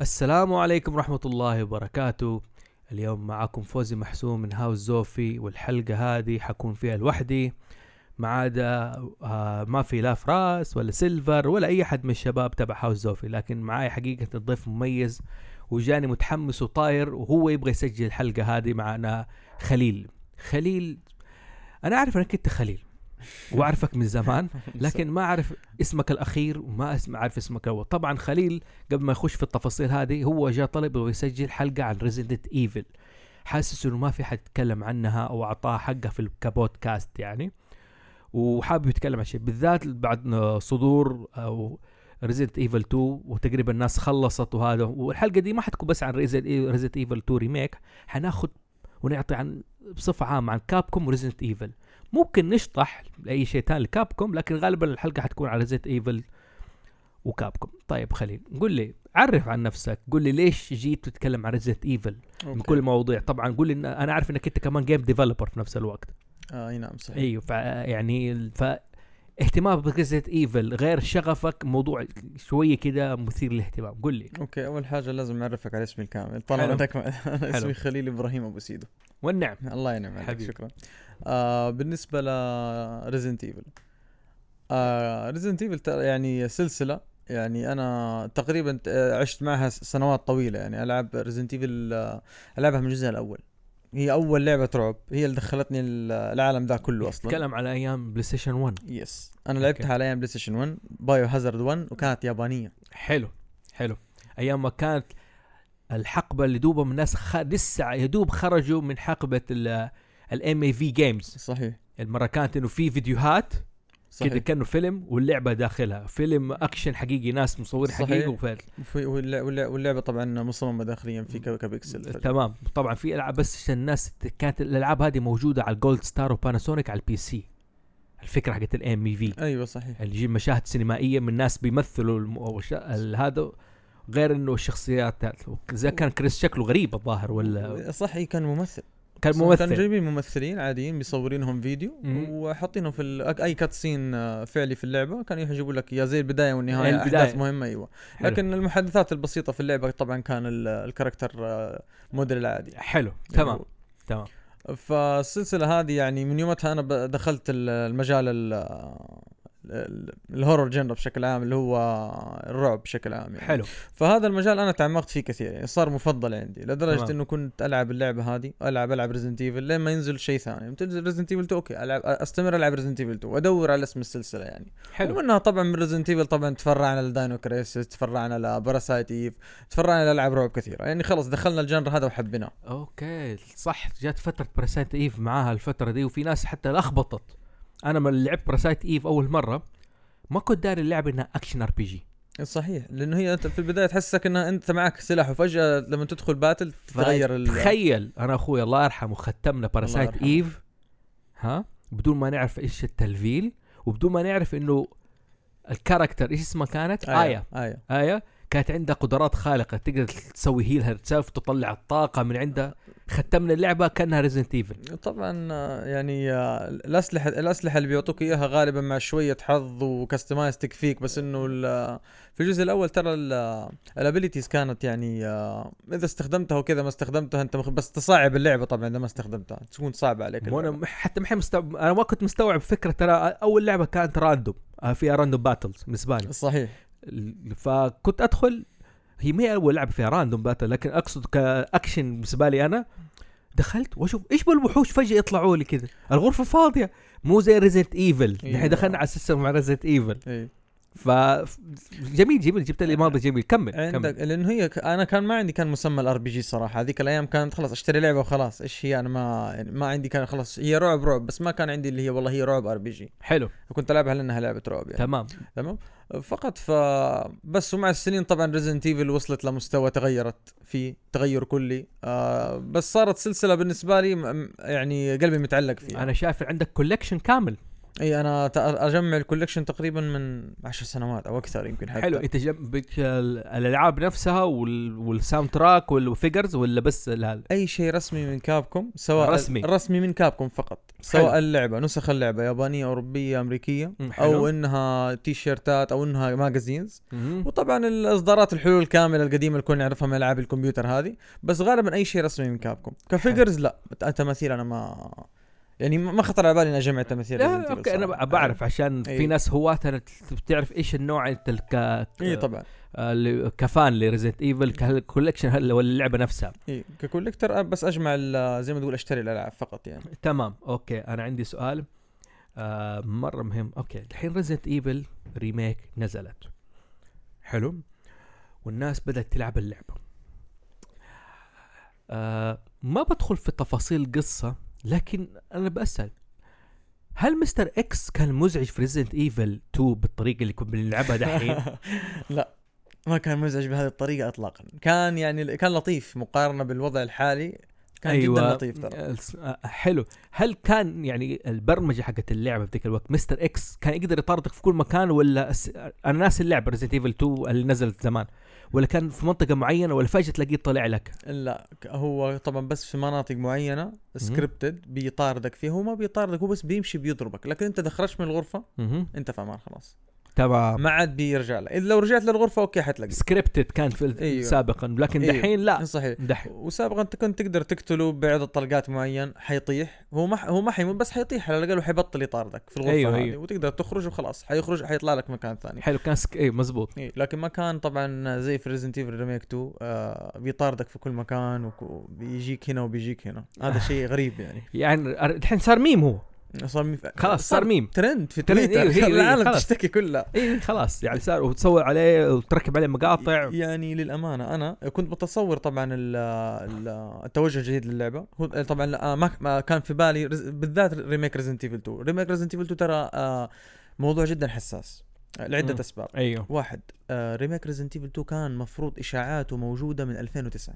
السلام عليكم ورحمة الله وبركاته اليوم معاكم فوزي محسوم من هاوس زوفي والحلقة هذه حكون فيها لوحدي ما عدا آه، ما في لا فراس ولا سيلفر ولا أي أحد من الشباب تبع هاوس زوفي لكن معاي حقيقة ضيف مميز وجاني متحمس وطاير وهو يبغى يسجل الحلقة هذه معنا خليل خليل أنا أعرف أنك أنت خليل وأعرفك من زمان لكن ما أعرف اسمك الأخير وما اسم أعرف اسمك الأول طبعا خليل قبل ما يخش في التفاصيل هذه هو جاء طلب يبغى يسجل حلقة عن ريزيدنت ايفل حاسس انه ما في حد يتكلم عنها او اعطاها حقها في ال- كبودكاست يعني وحابب يتكلم عن شيء بالذات بعد صدور او ريزيدنت ايفل 2 وتقريبا الناس خلصت وهذا والحلقه دي ما حتكون بس عن E- ريزيدنت ايفل 2 ريميك حناخد ونعطي عن بصفه عامه عن كابكوم وريزيدنت ايفل ممكن نشطح لاي شيء ثاني لكابكوم لكن غالبا الحلقه حتكون عن ريزيدنت ايفل وكابكوم طيب خليل قل لي عرف عن نفسك قل لي ليش جيت تتكلم عن ريزيدنت ايفل من كل المواضيع طبعا قول لي إن- انا عارف انك انت كمان جيم ديفلوبر في نفس الوقت اه اي نعم صحيح ايوه فا يعني ال- ف اهتمامك بريزيدنت ايفل غير شغفك موضوع شويه كده مثير للاهتمام قل لي اوكي اول حاجه لازم اعرفك على اسمي الكامل طالما حلو. انت كمان انا اسمي خليل ابراهيم ابو سيدو والنعم الله ينعم عليك حبيبي. شكرا آه بالنسبه ل ريزنت ايفل آه ريزنت ايفل يعني سلسله يعني انا تقريبا ت- آه، عشت معها س- سنوات طويله يعني العب ريزنت ايفل العبها آه، من الجزء الاول هي اول لعبه رعب هي اللي دخلتني ال- العالم ده كله اصلا تتكلم على ايام بلاي ستيشن 1 يس انا أوكي. لعبتها على ايام بلاي ستيشن 1 بايو هازارد 1 وكانت يابانيه حلو حلو ايام ما كانت الحقبه اللي دوبهم الناس خ... لسه يدوب خرجوا من حقبه الام اي في جيمز صحيح المره كانت انه في فيديوهات صحيح كده كانه فيلم واللعبه داخلها فيلم اكشن حقيقي ناس مصورين صحيح. حقيقي وفعل وفي- واللع- واللع- واللعبه طبعا مصممه داخليا في ك- كبكسل تمام طبعا في العاب بس عشان الناس ت- كانت الالعاب هذه موجوده على الجولد ستار وباناسونيك على البي سي الفكره حقت الام اي في ايوه صحيح اللي يجيب مشاهد سينمائيه من ناس بيمثلوا الم... أو الش- ال- هذا غير انه الشخصيات زي كان كريس شكله غريب الظاهر ولا صح اي كان ممثل كان كانوا ممثل جايبين ممثلين عاديين بيصورينهم فيديو مم. وحاطينهم في ال- أك- اي كاتسين آه، فعلي في اللعبه كانوا يجيبوا لك يا زي البدايه والنهايه يعني البداية. احداث مهمه ايوه حلو. لكن المحادثات البسيطه في اللعبه طبعا كان ال- الكاركتر آه، موديل العادي حلو اللي تمام هو- تمام فالسلسله هذه يعني من يومتها انا ب- دخلت ال- المجال ال- ال- الهورر جنر بشكل عام اللي هو الرعب بشكل عام يعني. حلو فهذا المجال انا تعمقت فيه كثير يعني صار مفضل عندي تمام. لدرجه انه كنت العب اللعبه هذه العب العب ريزنت ايفل لين ما ينزل شيء ثاني لما تنزل ريزنت ايفل 2 اوكي العب استمر العب ريزنت ايفل 2 وادور على اسم السلسله يعني حلو ومنها طبعا من ريزنت ايفل طبعا تفرعنا لداينو كريسس تفرعنا لباراسايت ايف تفرعنا لالعاب رعب كثيره يعني خلاص دخلنا الجنر هذا وحبيناه اوكي صح جات فتره براسايت ايف معاها الفتره دي وفي ناس حتى لخبطت انا لما لعبت براسايت ايف اول مره ما كنت داري اللعبه انها اكشن ار بي جي صحيح لانه هي انت في البدايه تحسك انها انت معك سلاح وفجاه لما تدخل باتل تتغير ال- تخيل انا اخوي الله يرحمه ختمنا باراسايت يرحمه. ايف ها بدون ما نعرف ايش التلفيل وبدون ما نعرف انه الكاركتر ايش اسمها كانت؟ آية ايه آية كانت عندها قدرات خارقة تقدر تسوي هيلها تسافر تطلع الطاقة من عندها ختمنا اللعبة كانها ريزنت ايفل طبعا آه، يعني آه، الاسلحه الاسلحه اللي بيعطوك اياها غالبا مع شويه حظ وكستمايز تكفيك بس انه ال- في الجزء الاول ترى الابيلتيز كانت يعني آه، اذا استخدمتها وكذا ما استخدمتها انت مخ- بس تصعب اللعبه طبعا اذا ما استخدمتها تكون صعبه عليك وانا اللعبة. م- حتى ما مستوعب انا ما كنت مستوعب فكرة ترى اول لعبة كانت راندوم آه، فيها راندوم باتلز بالنسبة لي صحيح ال- فكنت ادخل هي ما هي اول لعبه فيها راندوم باتل لكن اقصد كاكشن بالنسبه لي انا دخلت واشوف ايش بالوحوش فجاه يطلعوا لي كذا الغرفه فاضيه مو زي ريزنت ايفل نحن أيوة. دخلنا على السلسله مع ريزنت ايفل اي ف ف- جميل جميل جبت لي ماضي جميل كمل عندك كمل لانه هي ك- انا كان ما عندي كان مسمى الار بي جي صراحه هذيك الايام كانت خلاص اشتري لعبه وخلاص ايش هي انا ما يعني ما عندي كان خلاص هي رعب رعب بس ما كان عندي اللي هي والله هي رعب ار بي جي حلو كنت العبها لانها لعبه رعب يعني تمام تمام فقط ف بس ومع السنين طبعا ريزنت ايفل وصلت لمستوى تغيرت فيه تغير كلي آه بس صارت سلسله بالنسبه لي م- م- يعني قلبي متعلق فيها انا شايف عندك كولكشن كامل اي انا ت- اجمع الكوليكشن تقريبا من عشر سنوات او اكثر يمكن حتى حلو انت جنبك ال- الالعاب نفسها وال... والساوند تراك والفيجرز ولا بس الهال اي شيء رسمي من كابكم سواء رسمي. رسمي من كابكم فقط سواء اللعبه نسخ اللعبه يابانيه اوروبيه امريكيه مم، حلو. او انها تيشيرتات او انها ماجازينز مم. وطبعا الاصدارات الحلول الكامله القديمه اللي كنا نعرفها من العاب الكمبيوتر هذه بس غالبا اي شيء رسمي من كابكم كفيجرز لا تماثيل انا ما يعني ما ما خطر على بالي اني اجمع تماثيل لا Resident Evil اوكي انا صراحة. ب- بعرف عشان في إيه. ناس هواة انا ت- بتعرف ايش النوع انت الك... اي طبعا آه، اللي- كفان لريزنت ايفل كولكشن ولا اللعبه نفسها اي ككوليكتر بس اجمع ال- زي ما تقول اشتري الالعاب فقط يعني تمام اوكي انا عندي سؤال آه مره مهم اوكي الحين ريزنت ايفل ريميك نزلت حلو والناس بدات تلعب اللعبه آه ما بدخل في تفاصيل القصه لكن انا بسال هل مستر اكس كان مزعج في ريزنت ايفل 2 بالطريقه اللي كنا بنلعبها دحين لا ما كان مزعج بهذه الطريقه اطلاقا كان يعني كان لطيف مقارنه بالوضع الحالي كان أيوة. جدا لطيف ترى الس- آه، حلو هل كان يعني البرمجه حقت اللعبه في ذاك الوقت مستر اكس كان يقدر يطاردك في كل مكان ولا أس... انا ناسي اللعبه ريزنت ايفل 2 اللي نزلت زمان ولا كان في منطقه معينه ولا فجاه تلاقيه طلع لك لا ك- هو طبعا بس في مناطق معينه سكريبتد بيطاردك فيها هو ما بيطاردك هو بس بيمشي بيضربك لكن انت اذا خرجت من الغرفه مهم. انت فامان خلاص تمام ما عاد بيرجع لك اذا لو رجعت للغرفه اوكي حتلاقي سكريبتد كان في ال- أيوه. سابقا لكن أيوه. دحين لا صحيح دحين وسابقا انت كنت تقدر تقتله بعدد طلقات معين حيطيح هو ما ح- هو ما حيموت بس حيطيح على الاقل وحيبطل يطاردك في الغرفه أيوه، أيوه هذه أيوه. أيوه. وتقدر تخرج وخلاص حيخرج حيطلع لك مكان ثاني حلو كان سك... اي مزبوط إيه لكن ما كان طبعا زي في ريزنت ايفل ريميك 2 آه بيطاردك في كل مكان وك- وبيجيك هنا وبيجيك هنا هذا آه. شيء غريب يعني يعني أر- الحين صار ميم هو صار إيه. مي- خلاص صار ميم ترند في ترند، تويتر إيه، هي- هي، العالم خلاص. تشتكي كلها اي خلاص يعني صار وتصور عليه وتركب عليه مقاطع يعني للامانه انا كنت متصور طبعا ال ال التوجه الجديد للعبه هو طبعا لا، آه، ما ما كان في بالي رز- بالذات ريميك ريزنت ايفل 2 ريميك ريزنت ايفل 2 ترى آه، موضوع جدا حساس آه، مم. لعده اسباب ايوه واحد آه ريميك ريزنت ايفل 2 كان مفروض اشاعاته موجوده من 2009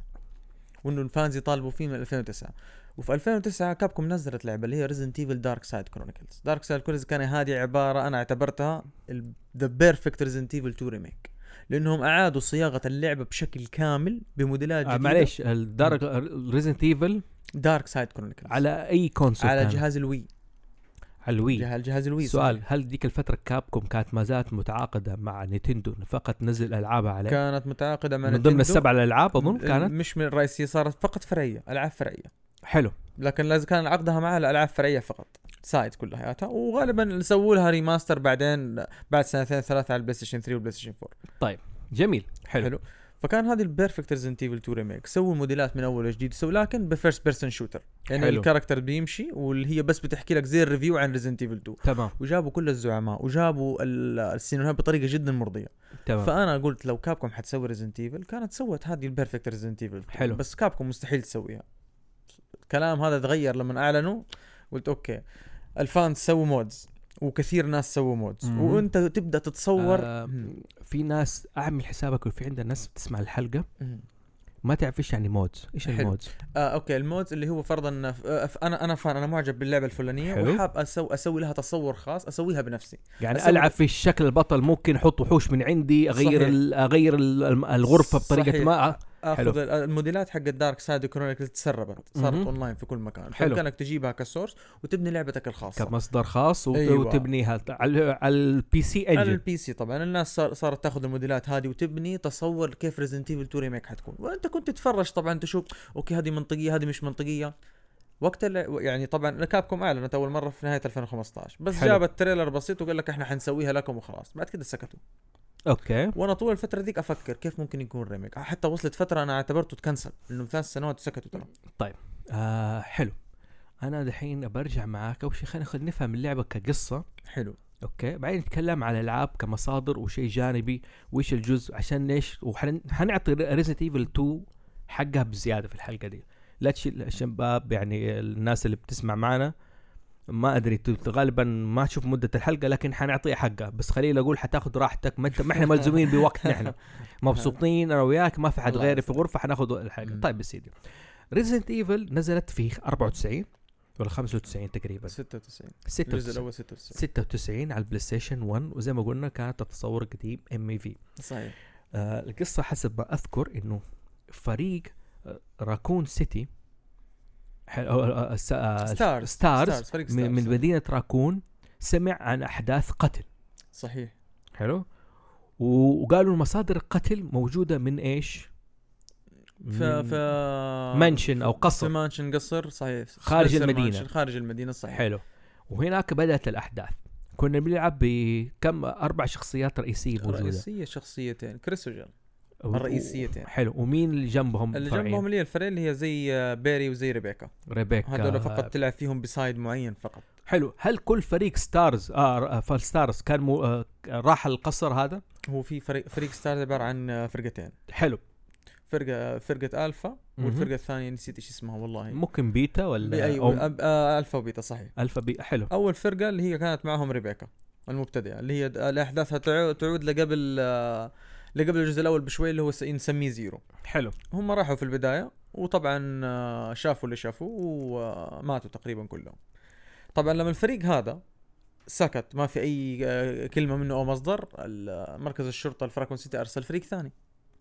وانه الفانز يطالبوا فيه من 2009 وفي 2009 كابكم نزلت لعبه اللي هي ريزنت ايفل دارك سايد كرونيكلز دارك سايد كرونيكلز كان هذه عباره انا اعتبرتها ذا بيرفكت ريزنت ايفل 2 ريميك لانهم اعادوا صياغه اللعبه بشكل كامل بموديلات آه جديده معليش الدارك ريزنت ايفل دارك سايد كرونيكلز على, على اي كونسول على كان؟ جهاز الوي على الوي جهاز جهاز الوي سؤال صحيح. هل ديك الفترة كابكوم كانت ما زالت متعاقدة مع نينتندو إن فقط نزل ألعابها عليه كانت متعاقده مع من ضمن نينتندو. السبع الألعاب أظن م- كانت مش من الرئيسيه صارت فقط فرعيه العاب فرعيه حلو لكن لازم كان عقدها معها الالعاب فرعيه فقط سايد كلياتها وغالبا سووا لها ريماستر بعدين بعد سنتين ثلاثه على البلاي ستيشن 3 والبلاي ستيشن 4 جميل حلو, حلو. حلو. فكان هذه البيرفكت ريزنت ايفل 2 ريميك سووا موديلات من اول وجديد سووا لكن بفيرست بيرسون شوتر يعني حلو. حلو. الكاركتر بيمشي واللي هي بس بتحكي لك زي الريفيو عن ريزنت ايفل 2 تمام وجابوا كل الزعماء وجابوا ال- السيناريوهات بطريقه جدا مرضيه تمام ف... فانا قلت لو كابكم حتسوي ريزنت ايفل كانت سوت هذه البيرفكت ريزنت ايفل حلو. بس كابكم مستحيل تسويها الكلام هذا تغير لما اعلنوا قلت اوكي الفانز سووا مودز وكثير ناس سووا مودز مهم. وانت تبدا تتصور آه، مم. في ناس أعمل حسابك وفي عندنا ناس بتسمع الحلقة مم. ما تعرف إيش يعني مودز إيش حلو. المودز آه اوكي المودز اللي هو فرضا ف- آه، ف- انا انا فان انا معجب باللعبه الفلانيه حلو. وحاب اسوي اسوي لها تصور خاص اسويها بنفسي يعني أسوي- ألعب في شكل البطل ممكن أحط وحوش من عندي أغير صحيح. ال... أغير ال- الم- الغرفة بطريقة صحيح. ما آه، حلو. اخذ ال- الموديلات حق الدارك سايد كرونيكل تسربت صارت مهم. اونلاين في كل مكان حلو. فبامكانك تجيبها كسورس وتبني لعبتك الخاصه كمصدر خاص وت... أيوة. أيوة. وتبنيها على على البي سي على انجن البي سي طبعا الناس صار صارت تاخذ الموديلات هذه وتبني تصور كيف ريزنت ايفل 2 ريميك حتكون وانت كنت تتفرج طبعا تشوف اوكي هذه منطقيه هذه مش منطقيه وقت اللع- يعني طبعا كابكم اعلنت اول مره في نهايه 2015 بس حلو. جابت تريلر بسيط وقال لك احنا حنسويها لكم وخلاص بعد كده سكتوا اوكي وانا طول الفتره ذيك افكر كيف ممكن يكون ريميك حتى وصلت فتره انا اعتبرته تكنسل انه ثلاث سنوات سكتوا ترى آه حلو انا دحين برجع معاك اول شيء خلينا خلينا نفهم اللعبه كقصه حلو اوكي بعدين نتكلم على الالعاب كمصادر وشيء جانبي وايش الجزء عشان ليش وحنعطي ريزنت ايفل 2 حقها بزياده في الحلقه دي لا تشيل الشباب يعني الناس اللي بتسمع معنا ما ادري ت- غالبا ما تشوف مده الحلقه لكن حنعطيها حقها بس خليني اقول حتاخذ راحتك ما انت ما احنا ملزومين بوقت نحن مبسوطين انا وياك ما في حد الله غيري في يستر. طيب غرفه حناخذ الحلقه مم. طيب يا سيدي ريزنت ايفل نزلت في 94 ولا 95 تقريبا 96 الجزء 96 الاول 96 96 على البلاي ستيشن 1 وزي ما قلنا كانت التصور قديم ام اي في صحيح آه، القصة حسب ما أذكر إنه فريق آه، راكون سيتي ح- أو- آه، الس- آه، ستارز ستارز فريق من ستارز يعني. من مدينة راكون سمع عن أحداث قتل صحيح حلو و- وقالوا مصادر القتل موجودة من إيش ف ف من منشن أو في قصر مانشن قصر صحيح خارج سبيسر المدينة. مانشن خارج المدينه صحيح حلو وهناك بدأت الأحداث كنا بنلعب بكم أربع شخصيات رئيسية موجودة رئيسيه شخصيتين كريس وجل و- الرئيسيتين. حلو ومين اللي جنبهم اللي فرعين؟ جنبهم اللي هي الفريق اللي هي زي آه، بيري وزي ريبيكا ريبيكا هذول فقط تلعب فيهم بسايد معين فقط حلو هل كل فريق ستارز اه فالستارز كان مو آه راح القصر هذا هو في فريق فريق ستارز عباره عن آه، فرقتين آه، حلو فرقه فرقه الفا مهم. والفرقه الثانيه نسيت ايش اسمها والله ممكن بيتا ولا ايوه أو أب- آه، الفا وبيتا صحيح الفا بي حلو اول فرقه اللي هي كانت معهم ريبيكا المبتدئه اللي هي د- الاحداث هتعو- تعود لقبل آه، لقبل الجزء الاول بشوي اللي هو س- نسميه زيرو حلو هم راحوا في البدايه وطبعا آه، شافوا اللي شافوه وماتوا تقريبا كلهم طبعا لما الفريق هذا سكت ما في اي آه، كلمه منه او مصدر ال- مركز الشرطه الفراكون سيتي ارسل فريق ثاني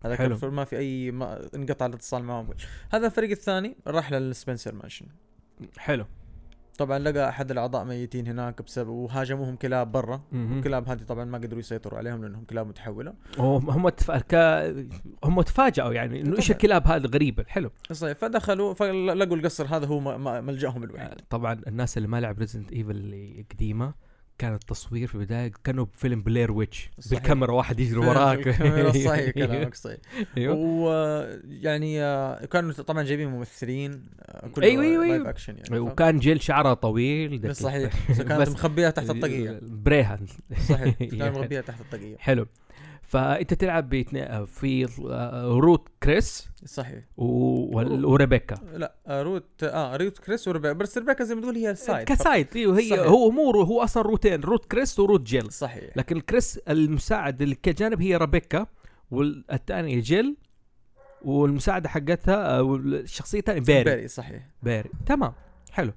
هذا حلو. كان فر- ما في اي ما انقطع الاتصال معهم هذا الفريق الثاني راح للسبنسر مانشن حلو طبعا لقى احد الاعضاء ميتين هناك بسبب وهاجموهم كلاب برا مهم. الكلاب هذه طبعا ما قدروا يسيطروا عليهم لانهم كلاب متحوله هم هم تف... ك... هم تفاجئوا يعني انه ايش طبعاً. الكلاب هذه غريبه حلو صحيح طيب، فدخلوا فلقوا القصر هذا هو م- م- ملجاهم آه، الوحيد طبعا الناس اللي ما لعب ريزنت ايفل القديمه كان التصوير في البدايه كانوا بفيلم بلير ويتش صحيح. بالكاميرا واحد يجري في وراك أيوه. الكاميرا صحيح كلامك صحيح ايوه ويعني كانوا طبعا جايبين ممثلين آه، كله أيوة، أيوة، لايف أيوة. اكشن يعني ف- وكان جيل شعره طويل دقيق. صحيح فكانت بس- مخبيه تحت الطاقيه بريهان صحيح كانت يعني. مخبيه تحت الطاقيه حلو فانت تلعب باتنين- في آه، روت كريس صحيح و- وال- وريبيكا لا آه، روت اه روت كريس وربيكا بس ربيكا زي ما تقول هي سايد كسايد ايوه هي صحيح. هو مو رو- هو اصلا روتين روت كريس وروت جيل صحيح لكن كريس المساعد اللي كجانب هي ريبيكا والثانيه جيل والمساعده حقتها آه، والشخصيه الثانيه بيري بيري صحيح بيري تمام حلو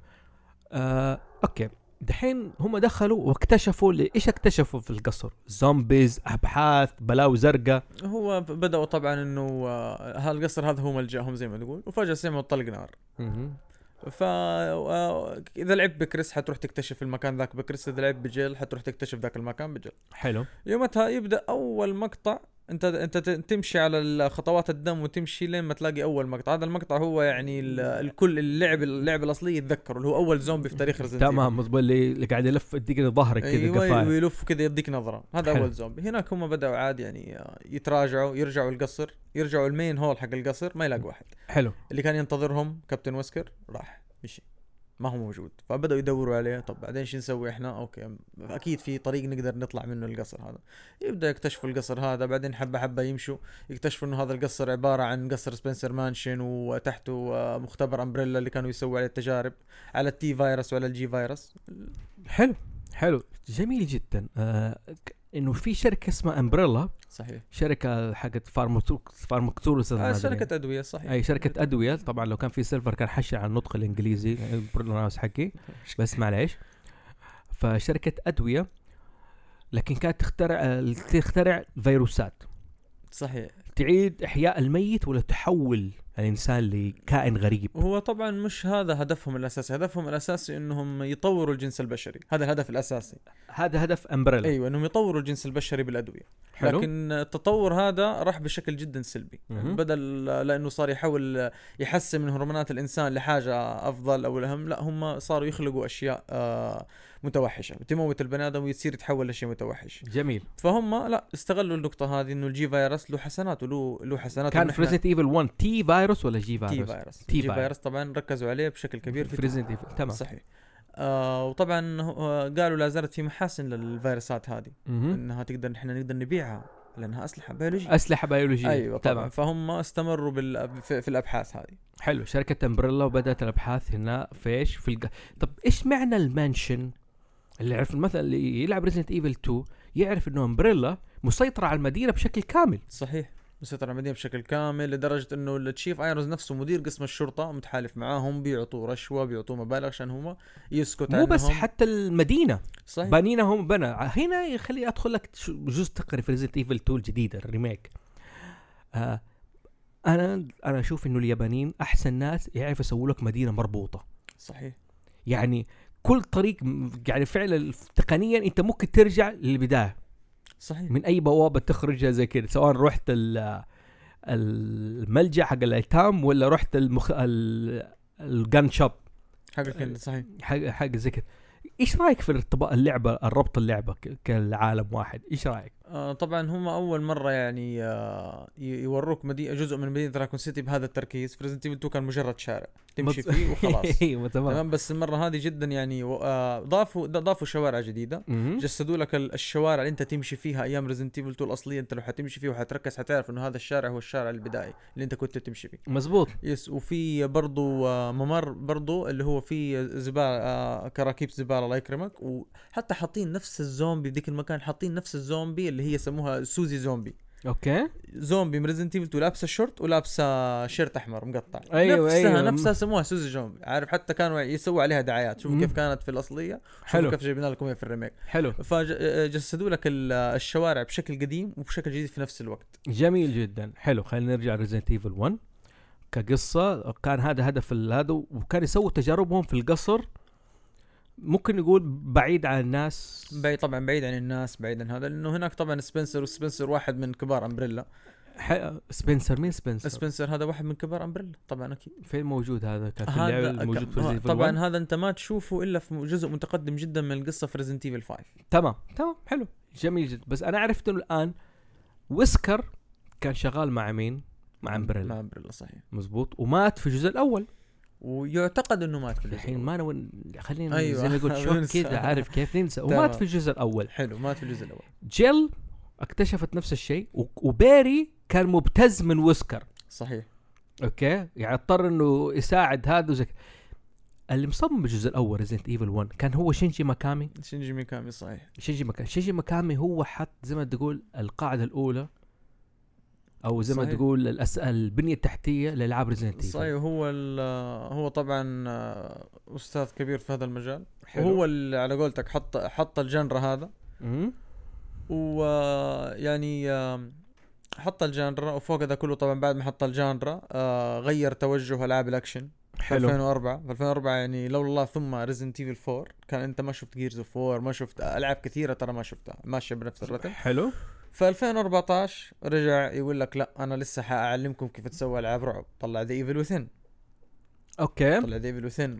آه، اوكي دحين هم دخلوا واكتشفوا ل- ايش اكتشفوا في القصر زومبيز ابحاث بلاوي زرقاء هو ب- بدأوا طبعا انه آه، هالقصر هذا هو ملجأهم زي ما تقول وفجأة سمعوا طلق نار ف آه، اذا لعبت بكريس حتروح تكتشف المكان ذاك بكريس اذا لعبت بجيل حتروح تكتشف ذاك المكان بجيل حلو يومتها يبدأ اول مقطع انت انت ت- تمشي على ال- خطوات الدم وتمشي لين ما تلاقي اول مقطع هذا المقطع هو يعني ال- الكل اللعب اللعب الاصلي يتذكره اللي هو اول زومبي في تاريخ ريزنت تمام مظبوط اللي اللي قاعد يلف يديك ظهرك كذا ايوه قفاية ويلف كذا يديك نظره هذا حلو. اول زومبي هناك هم بداوا عاد يعني آه، يتراجعوا يرجعوا القصر يرجعوا المين هول حق القصر ما يلاقوا واحد حلو اللي كان ينتظرهم كابتن ويسكر راح مشي ما هو موجود فبداوا يدوروا عليه طب بعدين شو نسوي احنا اوكي اكيد في طريق نقدر نطلع منه القصر هذا يبدا يكتشفوا القصر هذا بعدين حبه حبه يمشوا يكتشفوا انه هذا القصر عباره عن قصر سبنسر مانشن وتحته آه، مختبر امبريلا اللي كانوا يسووا عليه التجارب على التي فيروس وعلى الجي فيروس حلو حلو جميل جدا آه ك- انه في شركه اسمها امبريلا صحيح شركه حقت فارماكتورس آه شركه ادويه صحيح اي شركه ادويه طبعا لو كان في سيرفر كان حشر على النطق الانجليزي البروناونس حقي بس معليش فشركه ادويه لكن كانت تخترع تخترع فيروسات صحيح تعيد احياء الميت ولا تحول الانسان لكائن غريب وهو طبعا مش هذا هدفهم الاساسي هدفهم الاساسي انهم يطوروا الجنس البشري هذا الهدف الاساسي هذا هدف امبريلا ايوه انهم يطوروا الجنس البشري بالادويه حلو. لكن التطور هذا راح بشكل جدا سلبي يعني مهم. بدل لانه صار يحاول يحسن من هرمونات الانسان لحاجه افضل او الاهم لا هم صاروا يخلقوا اشياء آه، متوحشه تموت البني ادم ويصير يتحول لشيء متوحش جميل فهم لا استغلوا النقطه هذه انه الجي فيروس له حسنات وله له حسنات كان في ريزنت ايفل 1 تي فيروس ولا جي تي فيروس؟ فيروس تي الجي فيروس. فيروس طبعا ركزوا عليه بشكل كبير في في ريزنت ايفل تمام صحيح آه وطبعا هو- قالوا لا زالت في محاسن للفيروسات هذه مهم. انها تقدر احنا نقدر نبيعها لانها اسلحه بيولوجيه اسلحه بيولوجيه ايوه طبعا تمام فهم استمروا بال... في, في الابحاث هذه حلو شركه امبريلا وبدات الابحاث هنا في ايش؟ في الج... طب ايش معنى المانشن؟ اللي يعرف مثلا اللي يلعب ريزنت ايفل 2 يعرف انه امبريلا مسيطره على المدينه بشكل كامل صحيح مسيطر على المدينه بشكل كامل لدرجه انه التشيف ايرونز نفسه مدير قسم الشرطه متحالف معاهم بيعطوه رشوه بيعطوه مبالغ عشان هم يسكت مو بس عنهم. حتى المدينه صحيح بانينا هم بنى هنا يخلي ادخل لك شو- جزء تقري في ريزنت ايفل 2 الجديده الريميك آه انا انا اشوف انه اليابانيين احسن ناس يعرفوا يسووا لك مدينه مربوطه صحيح يعني كل طريق م- يعني فعلا تقنيا انت ممكن ترجع للبدايه صحيح من اي بوابه تخرجها زي كذا سواء رحت ال- الملجا حق الايتام ولا رحت المخ... ال- الجان شوب حقك انت صحيح حاجه حاجه زي كده ايش رايك في الارتباط اللعبه الربط اللعبه ك- كالعالم واحد ايش رايك آه طبعا هم اول مره يعني آه ي- يوروك مدينه جزء من مدينه دراكون سيتي بهذا التركيز في ريزنت 2 كان مجرد شارع تمشي مظ- فيه وخلاص ايوه تمام تمام بس المره هذه جدا يعني و- آه، ضافوا ضافوا شوارع جديده مهم. جسدوا لك ال- الشوارع اللي انت تمشي فيها ايام ريزنت ايفل 2 الاصليه انت لو حتمشي فيه وحتركز حتعرف انه هذا الشارع هو الشارع البدائي اللي انت كنت تمشي فيه مزبوط يس وفي برضو آه، ممر برضو اللي هو فيه زباله آه، كراكيب زباله الله يكرمك وحتى حاطين نفس الزومبي بديك المكان حاطين نفس الزومبي اللي هي يسموها سوزي زومبي اوكي زومبي من ريزنت ايفل 2 لابسه شورت ولابسه شيرت احمر مقطع أيوة، نفسها أيوة. نفسها سموها سوزي زومبي عارف حتى كانوا يسووا عليها دعايات شوفوا مم. كيف كانت في الاصليه حلو. شوفوا كيف جبنا لكم اياها في الريميك حلو فجسدوا لك ال- الشوارع بشكل قديم وبشكل جديد في نفس الوقت جميل جدا حلو خلينا نرجع ريزنت ايفل 1 كقصه كان هذا هدف ال- هذا وكان يسووا تجاربهم في القصر ممكن نقول بعيد عن الناس بعيد طبعا بعيد عن الناس بعيد عن هذا لانه هناك طبعا سبنسر وسبنسر واحد من كبار امبريلا ح... سبنسر مين سبنسر؟ سبنسر هذا واحد من كبار امبريلا طبعا اكيد فين موجود هذا؟ كان في هذا اللعبه موجود في كم- ريزنت طبعا طبعا هذا انت ما تشوفه الا في جزء متقدم جدا من القصه في ريزنت ايفل 5 تمام تمام حلو جميل جدا بس انا عرفت انه الان ويسكر كان شغال مع مين؟ مع امبريلا مع امبريلا صحيح مزبوط ومات في الجزء الاول ويعتقد انه مات في الجزء الحين الأول. ما نو... خلينا أيوة. زي ما يقول شوك بننسى. كذا عارف كيف ننسى تمام. ومات في الجزء الاول حلو مات في الجزء الاول جيل اكتشفت نفس الشيء و... وبيري كان مبتز من ويسكر صحيح اوكي يعني اضطر انه يساعد هذا وزي كده. اللي مصمم الجزء الاول ريزنت ايفل 1 كان هو شينجي ماكامي شينجي ميكامي صحيح شينجي ماكامي شينجي ماكامي هو حط زي ما تقول القاعده الاولى او زي ما صحيح. تقول الأس... البنيه التحتيه لالعاب ريزنت ايفل صحيح هو ال- هو طبعا آه، استاذ كبير في هذا المجال حلو. وهو اللي على قولتك حط حط الجنرا هذا مم. ويعني حط الجانرا وفوق ذا كله طبعا بعد ما حط الجانرا آه، غير توجه العاب الاكشن في حلو 2004 في 2004 يعني لولا الله ثم ريزنت ايفل 4 كان انت ما شفت جيرز اوف 4 ما شفت العاب كثيره ترى ما شفتها ماشيه بنفس الرتم حلو في 2014 رجع يقول لك لا انا لسه حاعلمكم كيف تسوي العاب رعب طلع ذا ايفل وثن اوكي طلع ذا ايفل وثن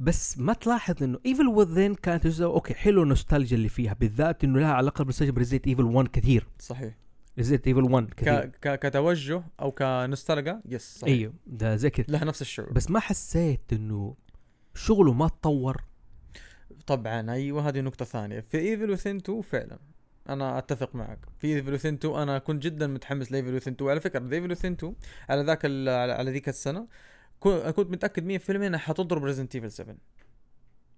بس ما تلاحظ انه ايفل وذين كانت جزء اوكي حلو النوستالجيا اللي فيها بالذات انه لها علاقه بالنوستالجيا بريزيت ايفل 1 كثير صحيح ريزيت ايفل 1 ك... كثير ك... كتوجه او كنستلقى يس صحيح ايوه ده زي كذا لها نفس الشعور بس ما حسيت انه شغله ما تطور طبعا ايوه هذه نقطة ثانية في ايفل وثن 2 فعلا انا اتفق معك في ايفل وثن 2 انا كنت جدا متحمس لايفل وثن 2 وعلى فكرة ايفل وثن 2 على ذاك ال- على على ذيك السنة كو- كنت متأكد 100% انها حتضرب ريزنت ايفل 7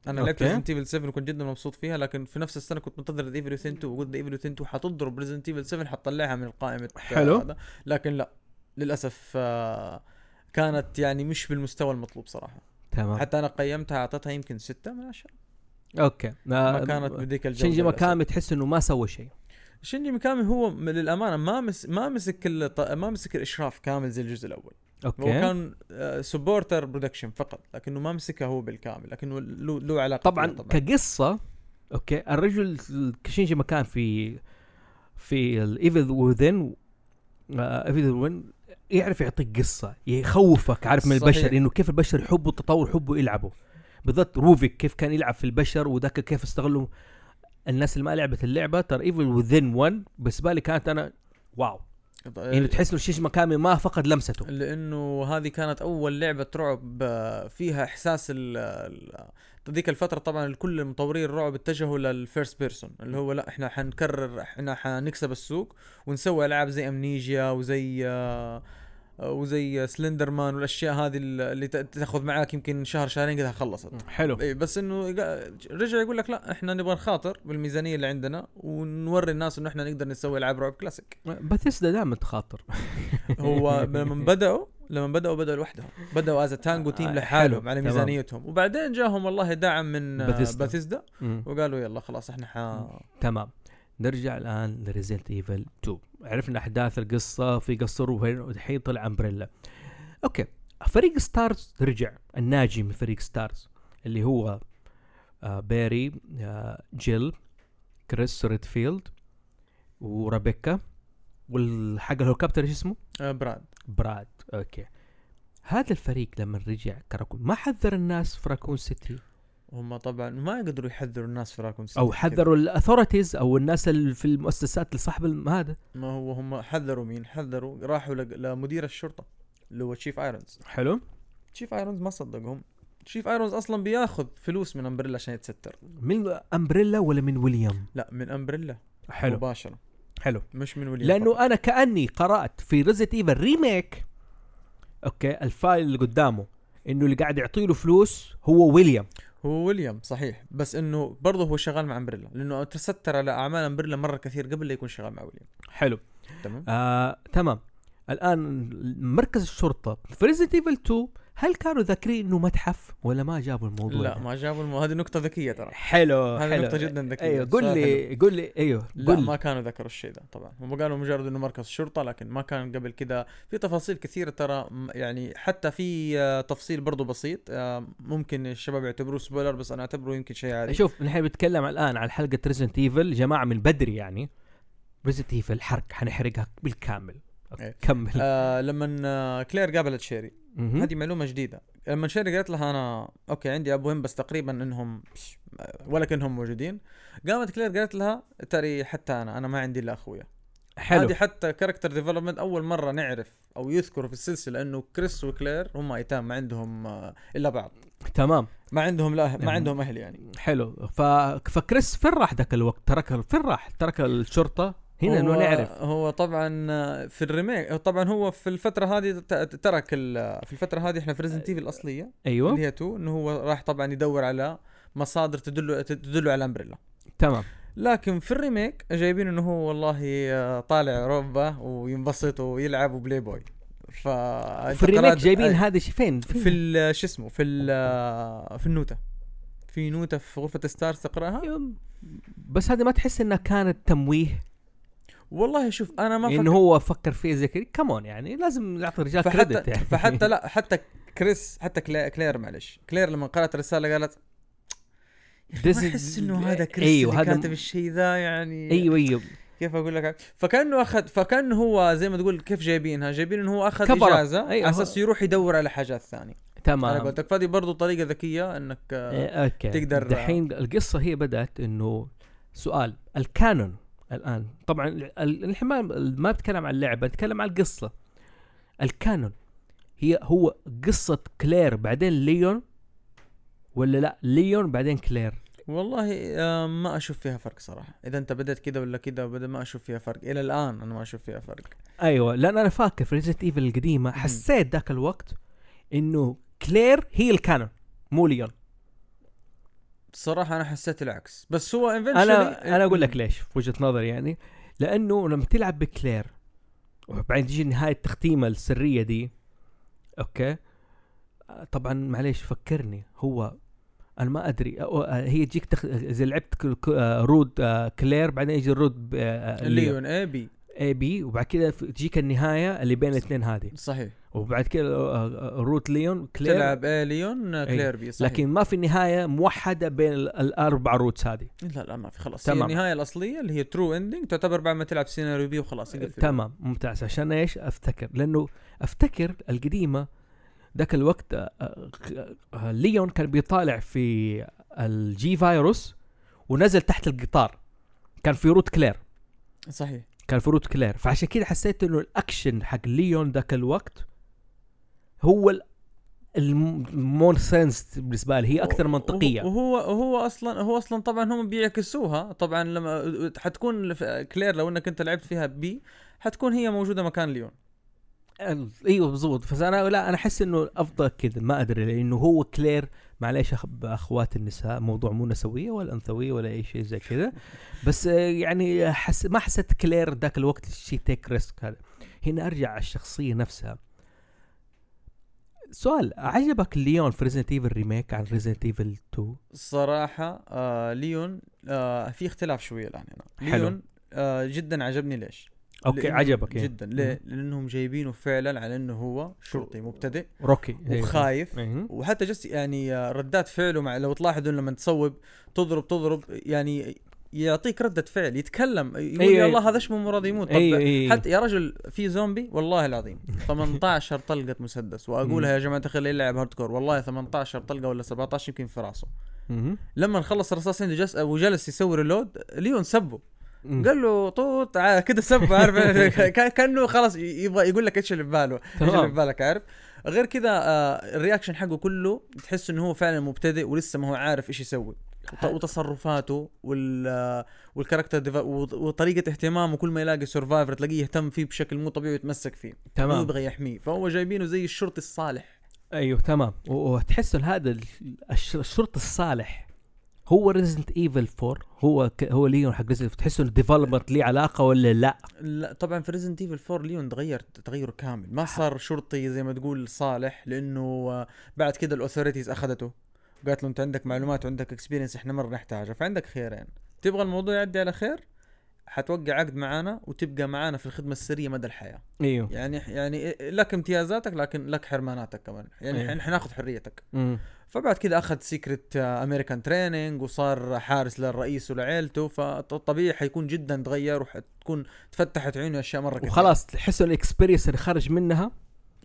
انا لعبت أوكي. ريزنت ايفل 7 وكنت جدا مبسوط فيها لكن في نفس السنة كنت منتظر ايفل وثن 2 وقلت ايفل وثن 2 حتضرب ريزنت ايفل 7 حتطلعها من القائمة حلو. هذا لكن لا للاسف آه، كانت يعني مش بالمستوى المطلوب صراحة تمام حتى انا قيمتها اعطيتها يمكن 6 من 10 اوكي ما كانت بذيك الجوده شنجي للأسف. مكامي آه، تحس انه ما سوى شيء شينجي ميكامي هو م- للامانه ما مس ما مسك ال- ط- ما مسك الاشراف كامل زي الجزء الاول هو اوكي كان سبورتر برودكشن فقط لكنه ما مسكها هو بالكامل لكنه له له علاقه طبعا فيها طبعا كقصه اوكي الرجل شينجي مكان في في الايفل وذين ايفل وذين آه، يعرف يعطيك قصه يخوفك عارف من صحيح. البشر انه كيف البشر يحبوا التطور يحبوا يلعبوا بالذات روفيك كيف كان يلعب في البشر وذاك كيف استغلوا الناس اللي ما لعبت اللعبه ترى ايفل وذين 1 بالنسبه لي كانت انا واو يعني تحس انه شيش مكامي ما فقد لمسته لانه هذه كانت اول لعبه رعب آه، فيها احساس ال- ال ذيك الفتره طبعا كل مطورين الرعب اتجهوا للفيرست بيرسون اللي هو لا احنا حنكرر احنا حنكسب السوق ونسوي العاب زي امنيجيا وزي آه، وزي سلندر مان والاشياء هذه اللي ت- تاخذ معاك يمكن شهر شهرين كذا خلصت حلو اي بس انه قا- رجع يقول لك لا احنا نبغى نخاطر بالميزانيه اللي عندنا ونوري الناس انه احنا نقدر نسوي العاب رعب كلاسيك بثيسدا دائما تخاطر هو لما بداوا لما بداوا بداوا لوحدهم بداوا از تانجو تيم آه، لحالهم حلو، على تمام. ميزانيتهم وبعدين جاهم والله دعم من Bethesda. باثيزدا مم. وقالوا يلا خلاص احنا ح تمام نرجع الان لريزنت ايفل 2 عرفنا احداث القصه في قصر وهنا- والحين طلع امبريلا اوكي فريق ستارز رجع الناجي من فريق ستارز اللي هو آه باري آه جيل كريس ريدفيلد وريبيكا والحق الهليكوبتر ايش اسمه؟ آه، براد براد اوكي هذا الفريق لما رجع كراكون ما حذر الناس في راكون سيتي هم طبعا ما يقدروا يحذروا الناس في راكون سيتي او كذا. حذروا الاثورتيز او الناس اللي في المؤسسات اللي صاحب الم- هذا ما هو هم حذروا مين حذروا راحوا لق- لمدير الشرطه اللي هو تشيف ايرونز حلو تشيف ايرونز ما صدقهم تشيف ايرونز اصلا بياخذ فلوس من امبريلا عشان يتستر من امبريلا ولا من ويليام؟ لا من امبريلا حلو مباشره حلو مش من وليم لانه انا كاني قرات في ريزت ايفل ريميك اوكي الفايل اللي قدامه انه اللي قاعد يعطي له فلوس هو ويليام هو ويليام صحيح بس انه برضه هو شغال مع امبريلا لانه تستر على اعمال امبريلا مره كثير قبل لا يكون شغال مع ويليام حلو تمام آه، تمام الان مركز الشرطه في ريزنت ايفل 2 هل كانوا ذاكرين انه متحف ولا ما جابوا الموضوع لا ده؟ ما جابوا المو... هذه نقطه ذكيه ترى حلو هذه نقطه حلو جدا ذكيه ايوه قول سؤال حلو. لي قول لي ايوه لا قول ما لي. كانوا ذكروا الشيء ده طبعا هم قالوا مجرد انه مركز شرطه لكن ما كان قبل كذا في تفاصيل كثيره ترى م- يعني حتى في آه، تفصيل برضه بسيط آه، ممكن الشباب يعتبروه سبويلر بس انا اعتبره يمكن شيء عادي شوف نحن بنتكلم الان على حلقه ريزنت ايفل جماعه من بدري يعني ريزنت ايفل حرق حنحرقها بالكامل إيه. كمل آه لما آه، كلير قابلت شيري مهم. هذه معلومه جديده لما شيري قالت لها انا اوكي عندي ابوين بس تقريبا انهم بش- ولا كانهم موجودين قامت كلير قالت لها ترى حتى انا انا ما عندي الا اخويا حلو هذه حتى كاركتر ديفلوبمنت اول مره نعرف او يذكروا في السلسله انه كريس وكلير هم ايتام ما عندهم آه، الا بعض تمام ما عندهم لا نعم. ما عندهم اهل يعني حلو ف... فكريس فين راح ذاك الوقت ترك ال- فين راح ترك الشرطه هنا انه هو- نعرف هو طبعا آه، في الريميك طبعا هو في الفتره هذه ت- ترك ال- في الفتره هذه احنا في ريزنت ايفل الاصليه ايوه اللي هي 2 انه هو راح طبعا يدور على مصادر تدل تدل على امبريلا تمام لكن في الريميك جايبين انه هو والله آه، طالع اوروبا وينبسط ويلعب وبلاي بوي ف آه، في الريميك جايبين هذا الشيء فين؟ في ال- شو اسمه في ال- في النوته في نوته في غرفه ستارز تقراها أيوة. بس هذه ما تحس انها كانت تمويه والله شوف انا ما انه هو فكر فيه زي كذا كمون يعني لازم نعطي الرجال كريدت فحتى يعني فحتى لا حتى كريس حتى كلا- كلير معلش كلير لما قرات الرساله قالت This ما is- احس انه هذا كريس أيوة، اللي هذا م- كاتب الشيء ذا يعني ايوه ايوه كيف اقول لك فكانه اخذ فكان هو زي ما تقول كيف جايبينها جايبين انه هو اخذ كفرة. اجازه أيوه. أيوه. على اساس يروح يدور على حاجات ثانيه انا تمام قلت لك فهذه برضه طريقه ذكيه انك آه، إيه، اوكي تقدر- دحين القصه هي بدات انه سؤال الكانون الان طبعا ال- الحين ما ما بتكلم عن اللعبه بتكلم عن القصه الكانون هي هو قصه كلير بعدين ليون ولا لا ليون بعدين كلير والله آه، ما اشوف فيها فرق صراحه اذا انت بدأت كذا ولا كذا بدا ما اشوف فيها فرق الى الان انا ما اشوف فيها فرق ايوه لان انا فاكر في ريزنت ايفل القديمه حسيت ذاك الوقت انه كلير هي الكانون مو ليون صراحه انا حسيت العكس بس هو انا انا اقول لك ليش في وجهه نظري يعني لانه لما تلعب بكلير وبعدين تجي نهايه التختيمه السريه دي اوكي آه، طبعا معليش فكرني هو انا ما ادري أو- آه، هي تجيك تخ... اذا لعبت ك- ك- آه، رود آه، كلير بعدين يجي آه، الرود ليون اي بي اي بي وبعد كذا في- تجيك النهايه اللي بين الاثنين هذه صحيح وبعد آه، كذا رود ليون كلير تلعب اي ليون آه، أي. كلير بي صحيح لكن ما في النهايه موحده بين ال- الاربع روتس هذه لا لا ما في خلاص تمام. هي النهايه الاصليه اللي هي ترو اندنج تعتبر بعد ما تلعب سيناريو بي وخلاص يقفل تمام ممتاز عشان ايش افتكر لانه افتكر القديمه ذاك الوقت آه، آه، آه، ليون كان بيطالع في الجي فايروس ونزل تحت القطار كان في روت كلير صحيح كان في روت كلير فعشان كذا حسيت انه الاكشن حق ليون ذاك الوقت هو المون سنس بالنسبه لي هي اكثر منطقيه وهو وهو اصلا هو اصلا طبعا هم بيعكسوها طبعا لما حتكون الف- كلير لو انك انت لعبت فيها بي حتكون هي موجوده مكان ليون ايوه بالضبط بس انا لا انا احس انه افضل كذا ما ادري لانه هو كلير معليش أخ- اخوات النساء موضوع مو نسويه ولا انثويه ولا اي شيء زي كذا بس آه، يعني حس ما حسيت كلير ذاك الوقت شي تيك ريسك هذا هنا ارجع على الشخصيه نفسها سؤال عجبك ليون في ريزنت ايفل ريميك عن ريزنت ايفل 2 صراحة آه ليون آه في اختلاف شوية الآن هنا حلو. ليون آه جدا عجبني ليش؟ اوكي لأنه- عجبك يعني. جدا ليه؟ لأنهم جايبينه فعلا على أنه هو شرطي مبتدئ روكي وخايف أيوه. وحتى جس يعني آه، ردات فعله مع لو تلاحظوا لما تصوب تضرب تضرب يعني يعطيك ردة فعل يتكلم يقول أيوه. يا الله هذا شبه مراد يموت طب أيوه، أيوه. حتى يا رجل في زومبي والله العظيم 18 طلقة مسدس واقولها يا جماعة الخير اللي يلعب هاردكور والله 18 طلقة ولا 17 يمكن في راسه مهم. لما خلص الرصاص عنده جلس وجلس يسوي ريلود ليون سبه مم. قال له طوط ع- كده سب عارف كان- كانه خلاص ي- يبغى يقول لك ايش اللي بباله ايش اللي تمام. ببالك عارف غير كذا آه الرياكشن حقه كله تحس انه هو فعلا مبتدئ ولسه ما هو عارف ايش يسوي وت- وتصرفاته وال آه، والكاركتر ديفا- وط- وطريقه اهتمامه كل ما يلاقي سرفايفر تلاقيه يهتم فيه بشكل مو طبيعي ويتمسك فيه هو تمام يبغى يحميه فهو جايبينه زي الشرطي الصالح ايوه تمام و- وتحس إن هذا ال- الش- الشرطي الصالح هو ريزنت ايفل 4 هو ك... هو ليون حق ريزنت تحس انه الديفلوبمنت ليه علاقه ولا لا لا طبعا في ريزنت ايفل 4 ليون تغير تغير كامل ما صار شرطي زي ما تقول صالح لانه آه، بعد كده الاوثوريتيز اخذته وقالت له انت عندك معلومات وعندك اكسبيرينس احنا مره نحتاجها فعندك خيرين تبغى الموضوع يعدي على خير حتوقع عقد معانا وتبقى معانا في الخدمه السريه مدى الحياه ايوه يعني يعني لك امتيازاتك لكن لك حرماناتك كمان يعني أيوه. احنا حناخذ حريتك مم. فبعد كده اخذ سيكرت امريكان تريننج وصار حارس للرئيس ولعيلته فطبيعي حيكون جدا تغير وحتكون تفتحت عيونه اشياء مره كثير. وخلاص تحس انه الاكسبيرينس اللي خرج منها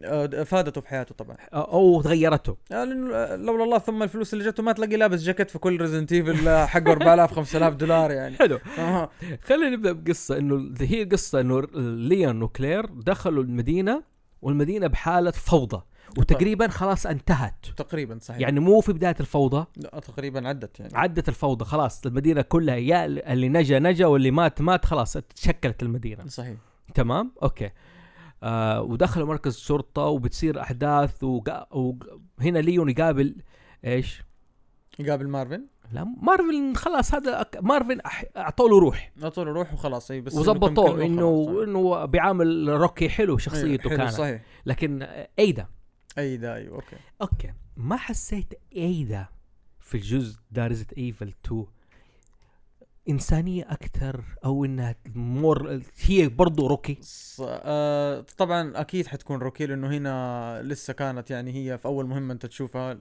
آه، فادته في حياته طبعا آه، او تغيرته آه، لانه آه، لولا الله ثم الفلوس اللي جته ما تلاقي لابس جاكيت في كل آه، ريزنت ايفل حقه 4000 5000 دولار يعني حلو آه، خلينا نبدا بقصه انه ال- هي قصه انه ر- ليون وكلير دخلوا المدينه والمدينه بحاله فوضى وتقريبا خلاص انتهت تقريبا صحيح يعني يعني مو في بدايه الفوضى تقريبا عدت يعني عدت الفوضى خلاص المدينه كلها يا اللي نجا نجا واللي مات مات خلاص تشكلت المدينه صحيح تمام اوكي آه ودخلوا مركز الشرطه وبتصير احداث وقا... وهنا ليون يقابل ايش يقابل مارفن لا مارفل خلاص هذا أك... مارفل أح... اعطوا له روح اعطوا له روح وخلاص اي بس إنه كم وظبطوه كلمة انه وخلاص. انه بيعامل روكي حلو أيوة، شخصيته حلو، كانت صحيح لكن آه، ايدا اي ده ايوه اوكي اوكي ما حسيت ايدا في الجزء دارزة ايفل 2 انسانيه اكثر او انها مور هي برضو روكي ص... آه... طبعا اكيد حتكون روكي لانه هنا لسه كانت يعني هي في اول مهمه انت تشوفها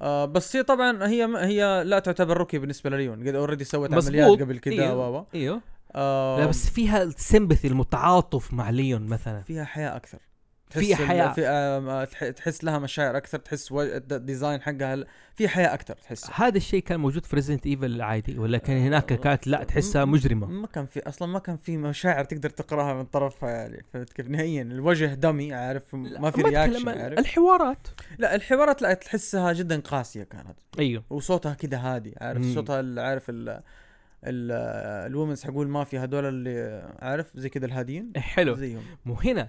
آه بس هي طبعا هي م... هي لا تعتبر روكي بالنسبه لليون قد اوريدي سوت عمليات مظبوط. قبل كده إيوه. و و ايوه آه... لا بس فيها السمبثي المتعاطف مع ليون مثلا فيها حياه اكثر تحس فيها ال- حياة. في... آه... تح- تحس لها مشاعر اكثر تحس و... الد- الديزاين حقها ال- في حياه اكثر تحس هذا الشيء كان موجود في ريزنت ايفل العادي ولا كان هناك كانت لا تحسها م- مجرمه ما كان في اصلا ما كان في مشاعر تقدر تقراها من طرفها يعني فهمت كيف نهائيا الوجه دمي عارف ما في أتكلم رياكشن عن عارف الحوارات لا الحوارات لا تحسها جدا قاسيه كانت ايوه وصوتها كده هادي عارف مم. صوتها ال- عارف ال ال الومنز حقول ما في هذول اللي عارف زي كده الهاديين حلو زيهم مو هنا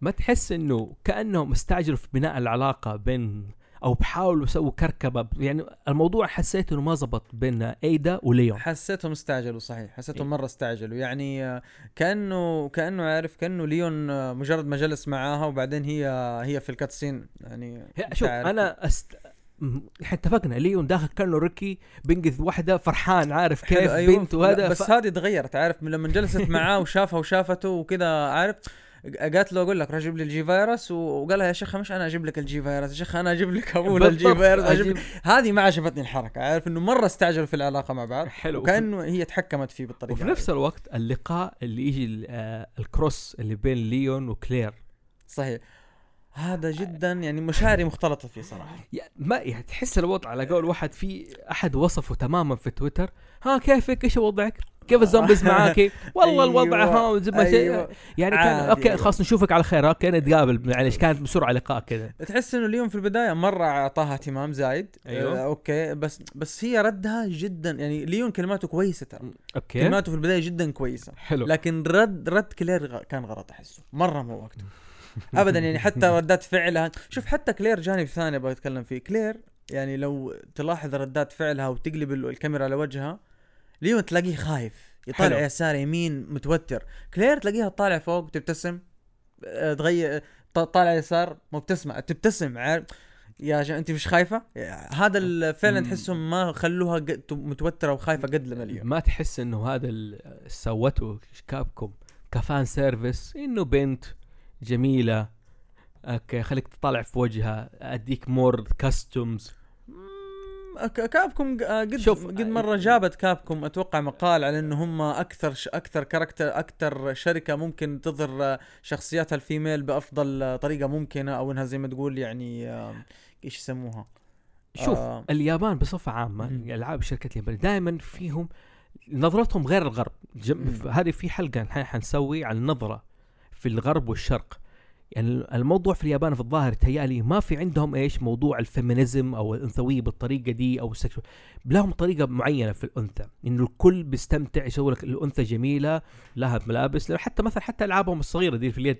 ما تحس انه كانهم استعجلوا في بناء العلاقه بين او بحاولوا يسووا كركبه يعني الموضوع حسيت انه ما زبط بين ايدا وليون حسيتهم استعجلوا صحيح حسيتهم إيه. مره استعجلوا يعني آه، كانه كانه عارف كانه ليون آه، مجرد ما جلس معاها وبعدين هي هي في الكاتسين يعني هي- أنت شوف عارف. انا است م- احنا اتفقنا ليون داخل كانه ريكي بينقذ واحده فرحان عارف كيف حلو، أيوة. بنت لا، وهذا بس ف... هذه تغيرت عارف من لما جلست معاه وشافها وشافته وكذا عارف قالت له اقول لك روح جيب لي الجي فيروس وقال لها يا شيخ مش انا اجيب لك الجي فيروس يا شيخ انا اجيب لك ابونا الجي بالضبط، فيروس أجيب أجيب- هذه ما عجبتني الحركه عارف انه مره استعجلوا في العلاقه مع بعض حلو. وكانه هي تحكمت فيه بالطريقه وفي هذه. نفس الوقت اللقاء اللي يجي ال- آه، الكروس اللي بين ليون وكلير صحيح هذا جدا يعني مشاعري مختلطه فيه صراحه يا- ما يعني تحس الوضع على قول واحد في احد وصفه تماما في تويتر ها كيفك ايش وضعك كيف الزومبيز معاكي والله الوضع ها زي ما شيء- أيوة. يعني كان عادي، اوكي أيوة. خلاص نشوفك على خير اوكي نتقابل معلش كانت بسرعه لقاء كذا تحس انه اليوم في البدايه مره اعطاها اهتمام زايد أيوة. آه، اوكي بس بس هي ردها جدا يعني ليون كلماته كويسه ترى اوكي كلماته في البدايه جدا كويسه حلو لكن رد رد كلير غ- كان غلط احسه مره مو وقته ابدا يعني حتى ردات فعلها شوف حتى كلير جانب ثاني ابغى اتكلم فيه كلير يعني لو تلاحظ ردات فعلها وتقلب ال- الكاميرا على وجهها ليون تلاقيه خايف يطالع حلو. يسار يمين متوتر كلير تلاقيها طالع فوق تبتسم آه، تغير ط- طالع يسار مبتسمه تبتسم عارف يا جا انت مش خايفه يا- هذا ال- فعلا مم. تحسهم ما خلوها قد- متوتره وخايفه قد لمليون ما تحس انه هذا ال- سوته كابكم كفان سيرفيس انه بنت جميله اوكي خليك تطالع في وجهها اديك مور كاستمز كابكم آه، قد شوف، آه، شوف قد مره جابت كابكم اتوقع مقال على ان هم اكثر ش... اكثر كاركتر اكثر شركه ممكن تظهر آه، شخصياتها الفيميل بافضل آه، طريقه ممكنه او انها زي ما تقول يعني آه، ايش يسموها؟ شوف آه. اليابان بصفه عامه مم. العاب شركه اليابان دائما فيهم نظرتهم غير الغرب جم... مم. ف- هذه في حلقه نح- حنسوي عن النظره في الغرب والشرق يعني الموضوع في اليابان في الظاهر تهيألي ما في عندهم ايش موضوع الفيمينيزم او الانثويه بالطريقه دي او السكشو لهم طريقه معينه في الانثى انه الكل بيستمتع يسوي لك الانثى جميله لها ملابس لها- حتى مثلا حتى العابهم الصغيره دي في اليد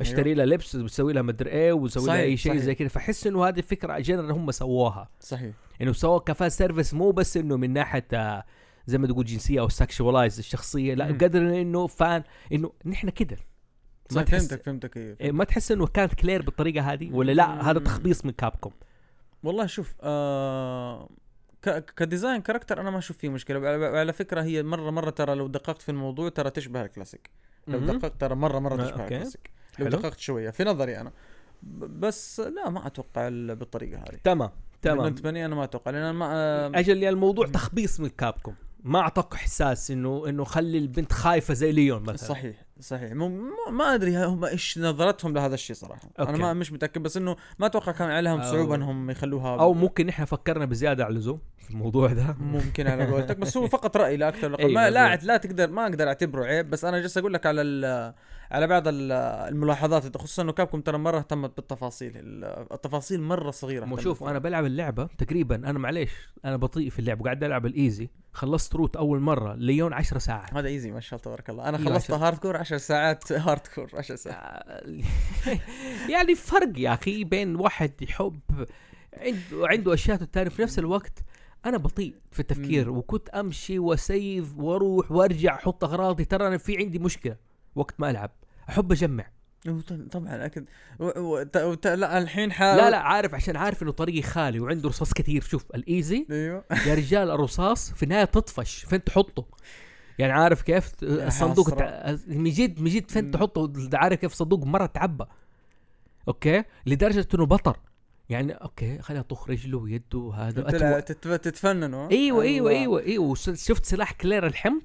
اشتري لها لبس وسوي لها مدري ايه وسوي لها أيوه. صحيح، اي شيء صحيح. زي كذا فاحس انه هذه فكره جنرال هم سووها صحيح انه سووا كفاءة سيرفيس مو بس انه من ناحيه آه، زي ما تقول جنسيه او سكشوالايز الشخصيه لا مم. قدر انه فان انه نحن كده ما صح تحس فهمتك فهمتك إيه. إيه، ما تحس انه كانت كلير بالطريقه هذه ولا لا هذا مم. تخبيص من كابكم والله شوف آه ك- كديزاين كاركتر انا ما اشوف فيه مشكله وعلى وعلى فكره هي مره مره ترى لو دققت في الموضوع ترى تشبه الكلاسيك لو دققت ترى مره مره آه، تشبه أوكي. الكلاسيك لو حلو. دققت شويه في نظري انا ب- بس لا ما اتوقع ال- بالطريقه هذه تمام تمام بني انا ما اتوقع لان انا ما آه، اجل يعني الموضوع تخبيص من كابكم ما اعطاك احساس انه انه خلي البنت خايفه زي ليون مثلا صحيح صحيح مو مو- ما ادري ه- هم ايش نظرتهم لهذا الشيء صراحه انا أوكي. ما مش متاكد بس انه ما اتوقع كان عليهم أو- صعوبه انهم يخلوها او ممكن احنا فكرنا بزياده على اللزوم في الموضوع ده ممكن على قولتك بس هو فقط راي لا اكثر ولا أي أقل. ما لا مظبوط. لا تقدر ما اقدر اعتبره عيب بس انا جالس اقول لك على ال- على بعض ال- الملاحظات خصوصا انه كابكم ترى مره اهتمت بالتفاصيل ال- التفاصيل مره صغيره مو اهتمت شوف فيها. انا بلعب اللعبه تقريبا انا معليش انا بطيء في اللعب وقاعد العب الايزي خلصت روت اول مره ليون 10 ساعات هذا ايزي ما شاء الله تبارك الله انا أيوة، خلصت عشر- هارد كور 10 ساعات هارد كور 10 ساعات يعني فرق يا اخي بين واحد يحب عنده عنده اشياء والثاني في نفس الوقت انا بطيء في التفكير وكنت امشي وسيف واروح وارجع احط اغراضي ترى انا في عندي مشكله وقت ما العب احب اجمع هو ط- طبعا اكيد و... و... ت... و... ت... لا الحين حا لا لا عارف عشان عارف انه طريقي خالي وعنده رصاص كثير شوف الايزي ايوه يا رجال الرصاص في النهايه تطفش فين تحطه يعني عارف كيف الصندوق تع... من جد من جد فين مم. تحطه عارف كيف صندوق مره تعبى اوكي لدرجه انه بطر يعني اوكي خليها تخرج له يده هذا تلع... أتوقع- تت... تتفننوا ايوه ايوه الله. ايوه ايوه وس- شفت سلاح كلير الحمض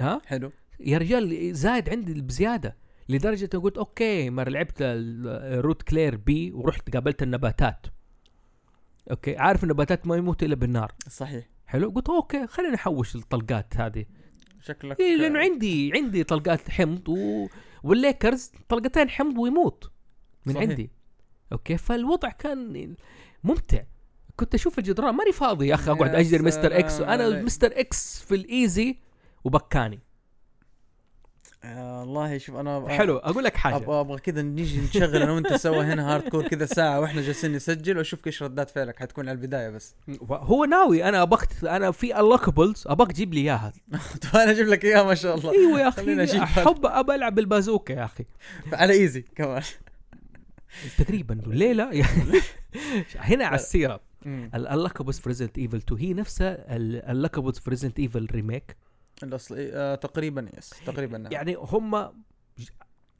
ها حلو يا رجال زايد عندي بزياده لدرجه إني قلت اوكي مره لعبت ال- روت كلير بي ورحت قابلت النباتات اوكي عارف النباتات ما يموت الا بالنار صحيح حلو قلت اوكي خلينا نحوش الطلقات هذه شكلك إيه لانه عندي عندي طلقات حمض و... والليكرز طلقتين حمض ويموت من صحيح. عندي اوكي فالوضع كان ممتع كنت اشوف الجدران ماني فاضي يا اخي اقعد يا اجري مستر اكس سلام انا عليك. مستر اكس في الايزي وبكاني آه والله شوف انا حلو اقول لك حاجه ابغى ابغى كذا نيجي نشغل انا وانت سوا هنا هارد كور كذا ساعه واحنا جالسين نسجل واشوف ايش ردات فعلك حتكون على البدايه بس هو ناوي انا ابغت انا في اللوكبلز ابغى تجيب لي اياها انا اجيب لك اياها ما شاء الله ايوه يا خلينا اخي أجيب احب ابى العب بالبازوكا يا اخي على ايزي كمان تقريبا ليله هنا على السيره مم. اللقبوس في ريزنت ايفل 2 هي نفسها اللقبوس في ريزنت ايفل ريميك الاصل إيه، آه تقريبا يس تقريبا نعم. يعني هم ج-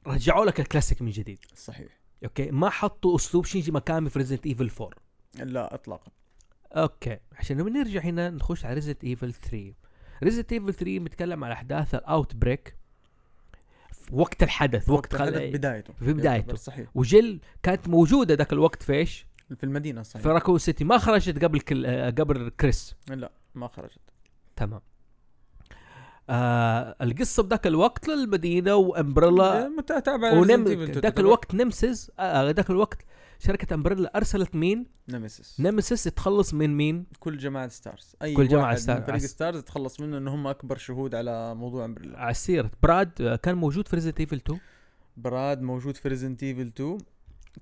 رجعوا لك الكلاسيك من جديد صحيح اوكي ما حطوا اسلوب شينجي مكامي في ريزنت ايفل 4 لا اطلاقا اوكي عشان لما نرجع هنا نخش على ريزنت ايفل 3 ريزنت ايفل 3 بيتكلم عن احداث الاوت بريك وقت الحدث وقت, وقت الحدث بدايته في بدايته. يعتبر صحيح وجل كانت موجوده ذاك الوقت في ايش؟ في المدينه صحيح في راكون سيتي ما خرجت قبل كل... آه، قبل كريس لا ما خرجت تمام آه القصه بذاك الوقت للمدينه وامبريلا مت- إيه، تابع ونم نعم، Resident Evil 2 ذاك تعتبر. الوقت نمسز آه ذاك الوقت شركه امبريلا ارسلت مين؟ نمسيس نمسس يتخلص من مين؟ كل جماعه ستارز اي كل جماعة واحد ستار- من فريق عس- ستارز تخلص منه ان هم اكبر شهود على موضوع امبريلا عسير براد آه، كان موجود في ريزنت ايفل 2 براد موجود في ريزنت ايفل 2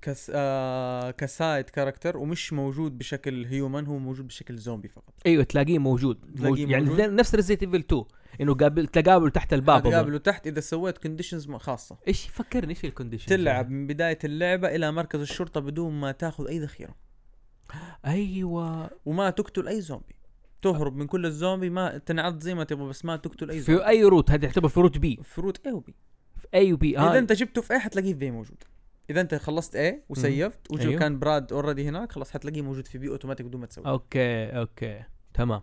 كس آه كسايد كاركتر ومش موجود بشكل هيومن هو موجود بشكل زومبي فقط ايوه تلاقيه موجود, تلاقيه موجود. يعني موجود. زي- نفس ريزيت ايفل 2 انه قابل تقابل تحت الباب أظن. تقابله تحت اذا سويت كونديشنز خاصه ايش فكرني ايش الكونديشن تلعب من بدايه اللعبه الى مركز الشرطه بدون ما تاخذ اي ذخيره ايوه وما تقتل اي زومبي تهرب من كل الزومبي ما تنعض زي ما تبغى بس ما تقتل اي زومبي في اي روت هذه تعتبر في روت بي في روت اي وبي في اي وبي اذا آه. انت جبته في اي حتلاقيه في بي موجود اذا انت خلصت اي وسيفت وجو أيوه. كان براد اوريدي هناك خلاص حتلاقيه موجود في بي اوتوماتيك بدون ما تسوي اوكي اوكي تمام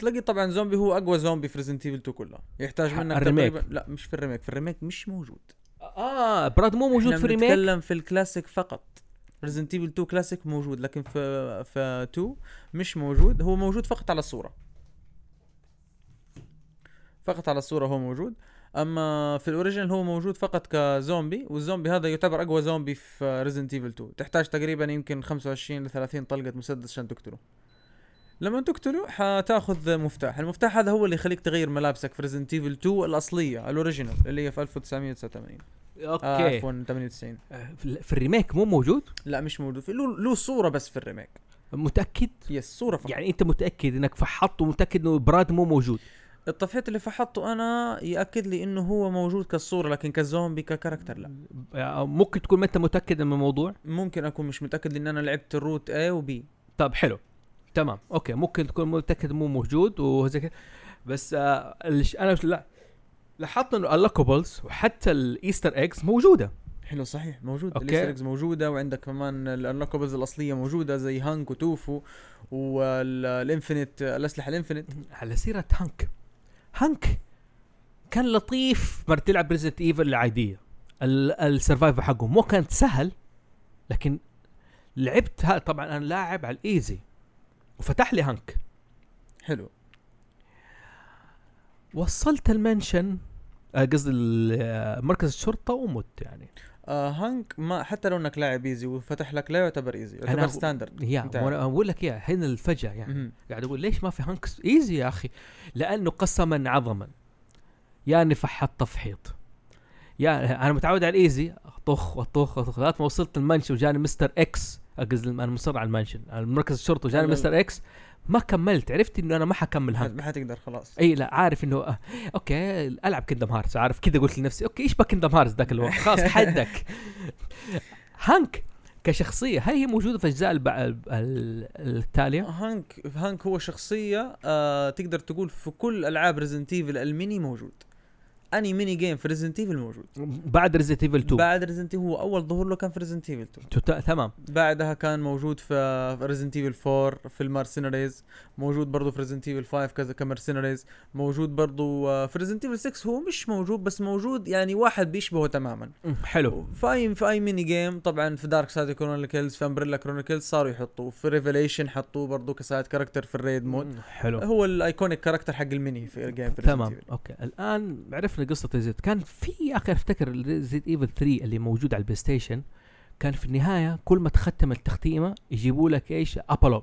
تلاقي طبعا زومبي هو اقوى زومبي في ريزنت ايفل 2 كلها يحتاج ح- منك الريميك. تقريبا لا مش في الريميك في الريميك مش موجود اه براد مو موجود إحنا في ريميك بنتكلم في الكلاسيك فقط ريزنت ايفل 2 كلاسيك موجود لكن في في 2 مش موجود هو موجود فقط على الصوره فقط على الصوره هو موجود اما في الاوريجينال هو موجود فقط كزومبي والزومبي هذا يعتبر اقوى زومبي في ريزنت ايفل 2 تحتاج تقريبا يمكن 25 ل 30 طلقه مسدس عشان تقتله لما تقتله حتاخذ مفتاح المفتاح هذا هو اللي يخليك تغير ملابسك في ريزنت ايفل 2 الاصليه الاوريجينال اللي هي في 1989 آه، اوكي عفوا 98 آه، في في الريميك مو موجود لا مش موجود في له له صوره بس في الريميك متاكد يس صوره فقط يعني يعني انت متاكد انك فحطت ومتاكد انه براد مو موجود التفحيط اللي فحطه انا ياكد لي انه هو موجود كالصوره لكن كزومبي ككاركتر لا آه، ممكن تكون ما انت متاكد من الموضوع ممكن اكون مش متاكد لان انا لعبت الروت اي وبي طب حلو تمام اوكي ممكن تكون متاكد مو موجود وزي كده بس آه الش- انا مش- لا لاحظت انه اللوكابلز وحتى الايستر ايجز موجوده حلو صحيح موجود أوكي. الايسترز موجوده وعندك كمان الانلوكبلز الاصليه موجوده زي هانك وتوفو والانفينيت الاسلحه الانفينيت على سيره هانك هانك كان لطيف مرة تلعب ريزنت ايفل العاديه ال- السرفايفر حقه مو كانت سهل لكن لعبتها طبعا انا لاعب على الايزي وفتح لي هانك حلو وصلت المنشن آه، قصدي ال- آه، مركز الشرطه ومت يعني آه هانك ما حتى لو انك لاعب ايزي وفتح لك لا يعتبر ايزي أنا يعتبر أقو- ستاندرد يا انت وانا اقول لك يا هنا الفجاه يعني مهم. قاعد اقول ليش ما في هانك ايزي يا اخي لانه قسما عظما يعني فحط تفحيط يا انا متعود على الايزي اطخ واطخ واطخ لغايه ما وصلت المنشن وجاني مستر اكس أقصد انا مصر على المنشن على مركز الشرطه وجاني لا، لا. مستر اكس ما كملت عرفت انه انا ما حكمل هانك ما حتقدر خلاص اي لا عارف انه آه، اوكي العب كيندم هارتس عارف كذا قلت لنفسي اوكي ايش بقى كيندم هارتس ذاك الوقت خلاص حدك هانك كشخصيه هل هي موجوده في الاجزاء الب- ال- ال- التاليه؟ هانك هانك هو شخصية آه تقدر تقول في كل العاب ريزنت ايفل الميني موجود. اني ميني جيم في ريزنت ايفل موجود. بعد ريزيت ايفل 2 بعد ريزنت هو اول ظهور له كان في ريزنت ايفل 2. تت- تمام بعدها كان موجود في ريزنت ايفل 4 في المارسينريز، موجود برضه في ريزنت ايفل 5 كذا كمارسينريز، موجود برضه آه في ريزنت ايفل 6 هو مش موجود بس موجود يعني واحد بيشبهه تماما. حلو في اي في اي ميني جيم طبعا في دارك سايد كرونيكلز في امبريلا كرونيكلز صاروا يحطوه في ريفيليشن حطوه برضه كسايد كاركتر في الريد مود حلو هو الايكونيك كاركتر حق الميني في الجيم في تمام Resident Evil. اوكي الان عرفنا قصه ريزيت كان في يا اخي افتكر ريزيت ايفل 3 اللي موجود على البلاي ستيشن كان في النهايه كل ما تختم التختيمه يجيبوا لك ايش ابولوج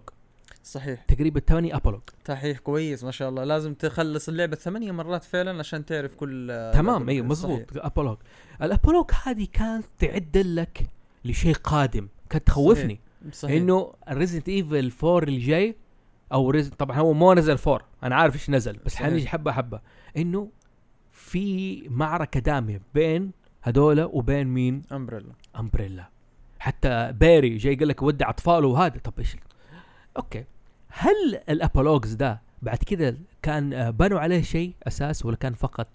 صحيح تقريبا ثمانية ابولوج تحقيق كويس ما شاء الله لازم تخلص اللعبه ثمانية مرات فعلا عشان تعرف كل آه، تمام لعبة. ايوه صحيح. مزبوط ابولوج الابولوج هذه كانت تعدل لك لشيء قادم كانت تخوفني صحيح انه انه ريزنت ايفل 4 الجاي او ريزنت طبعا هو مو نزل 4 انا عارف ايش نزل بس صحيح. حنيجي حبه حبه انه في معركه داميه بين هذولا وبين مين امبريلا امبريلا حتى بيري جاي يقول لك ودع اطفاله وهذا طب ايش اوكي هل الابولوجز ده بعد كده كان آه، بنوا عليه شيء اساس ولا كان فقط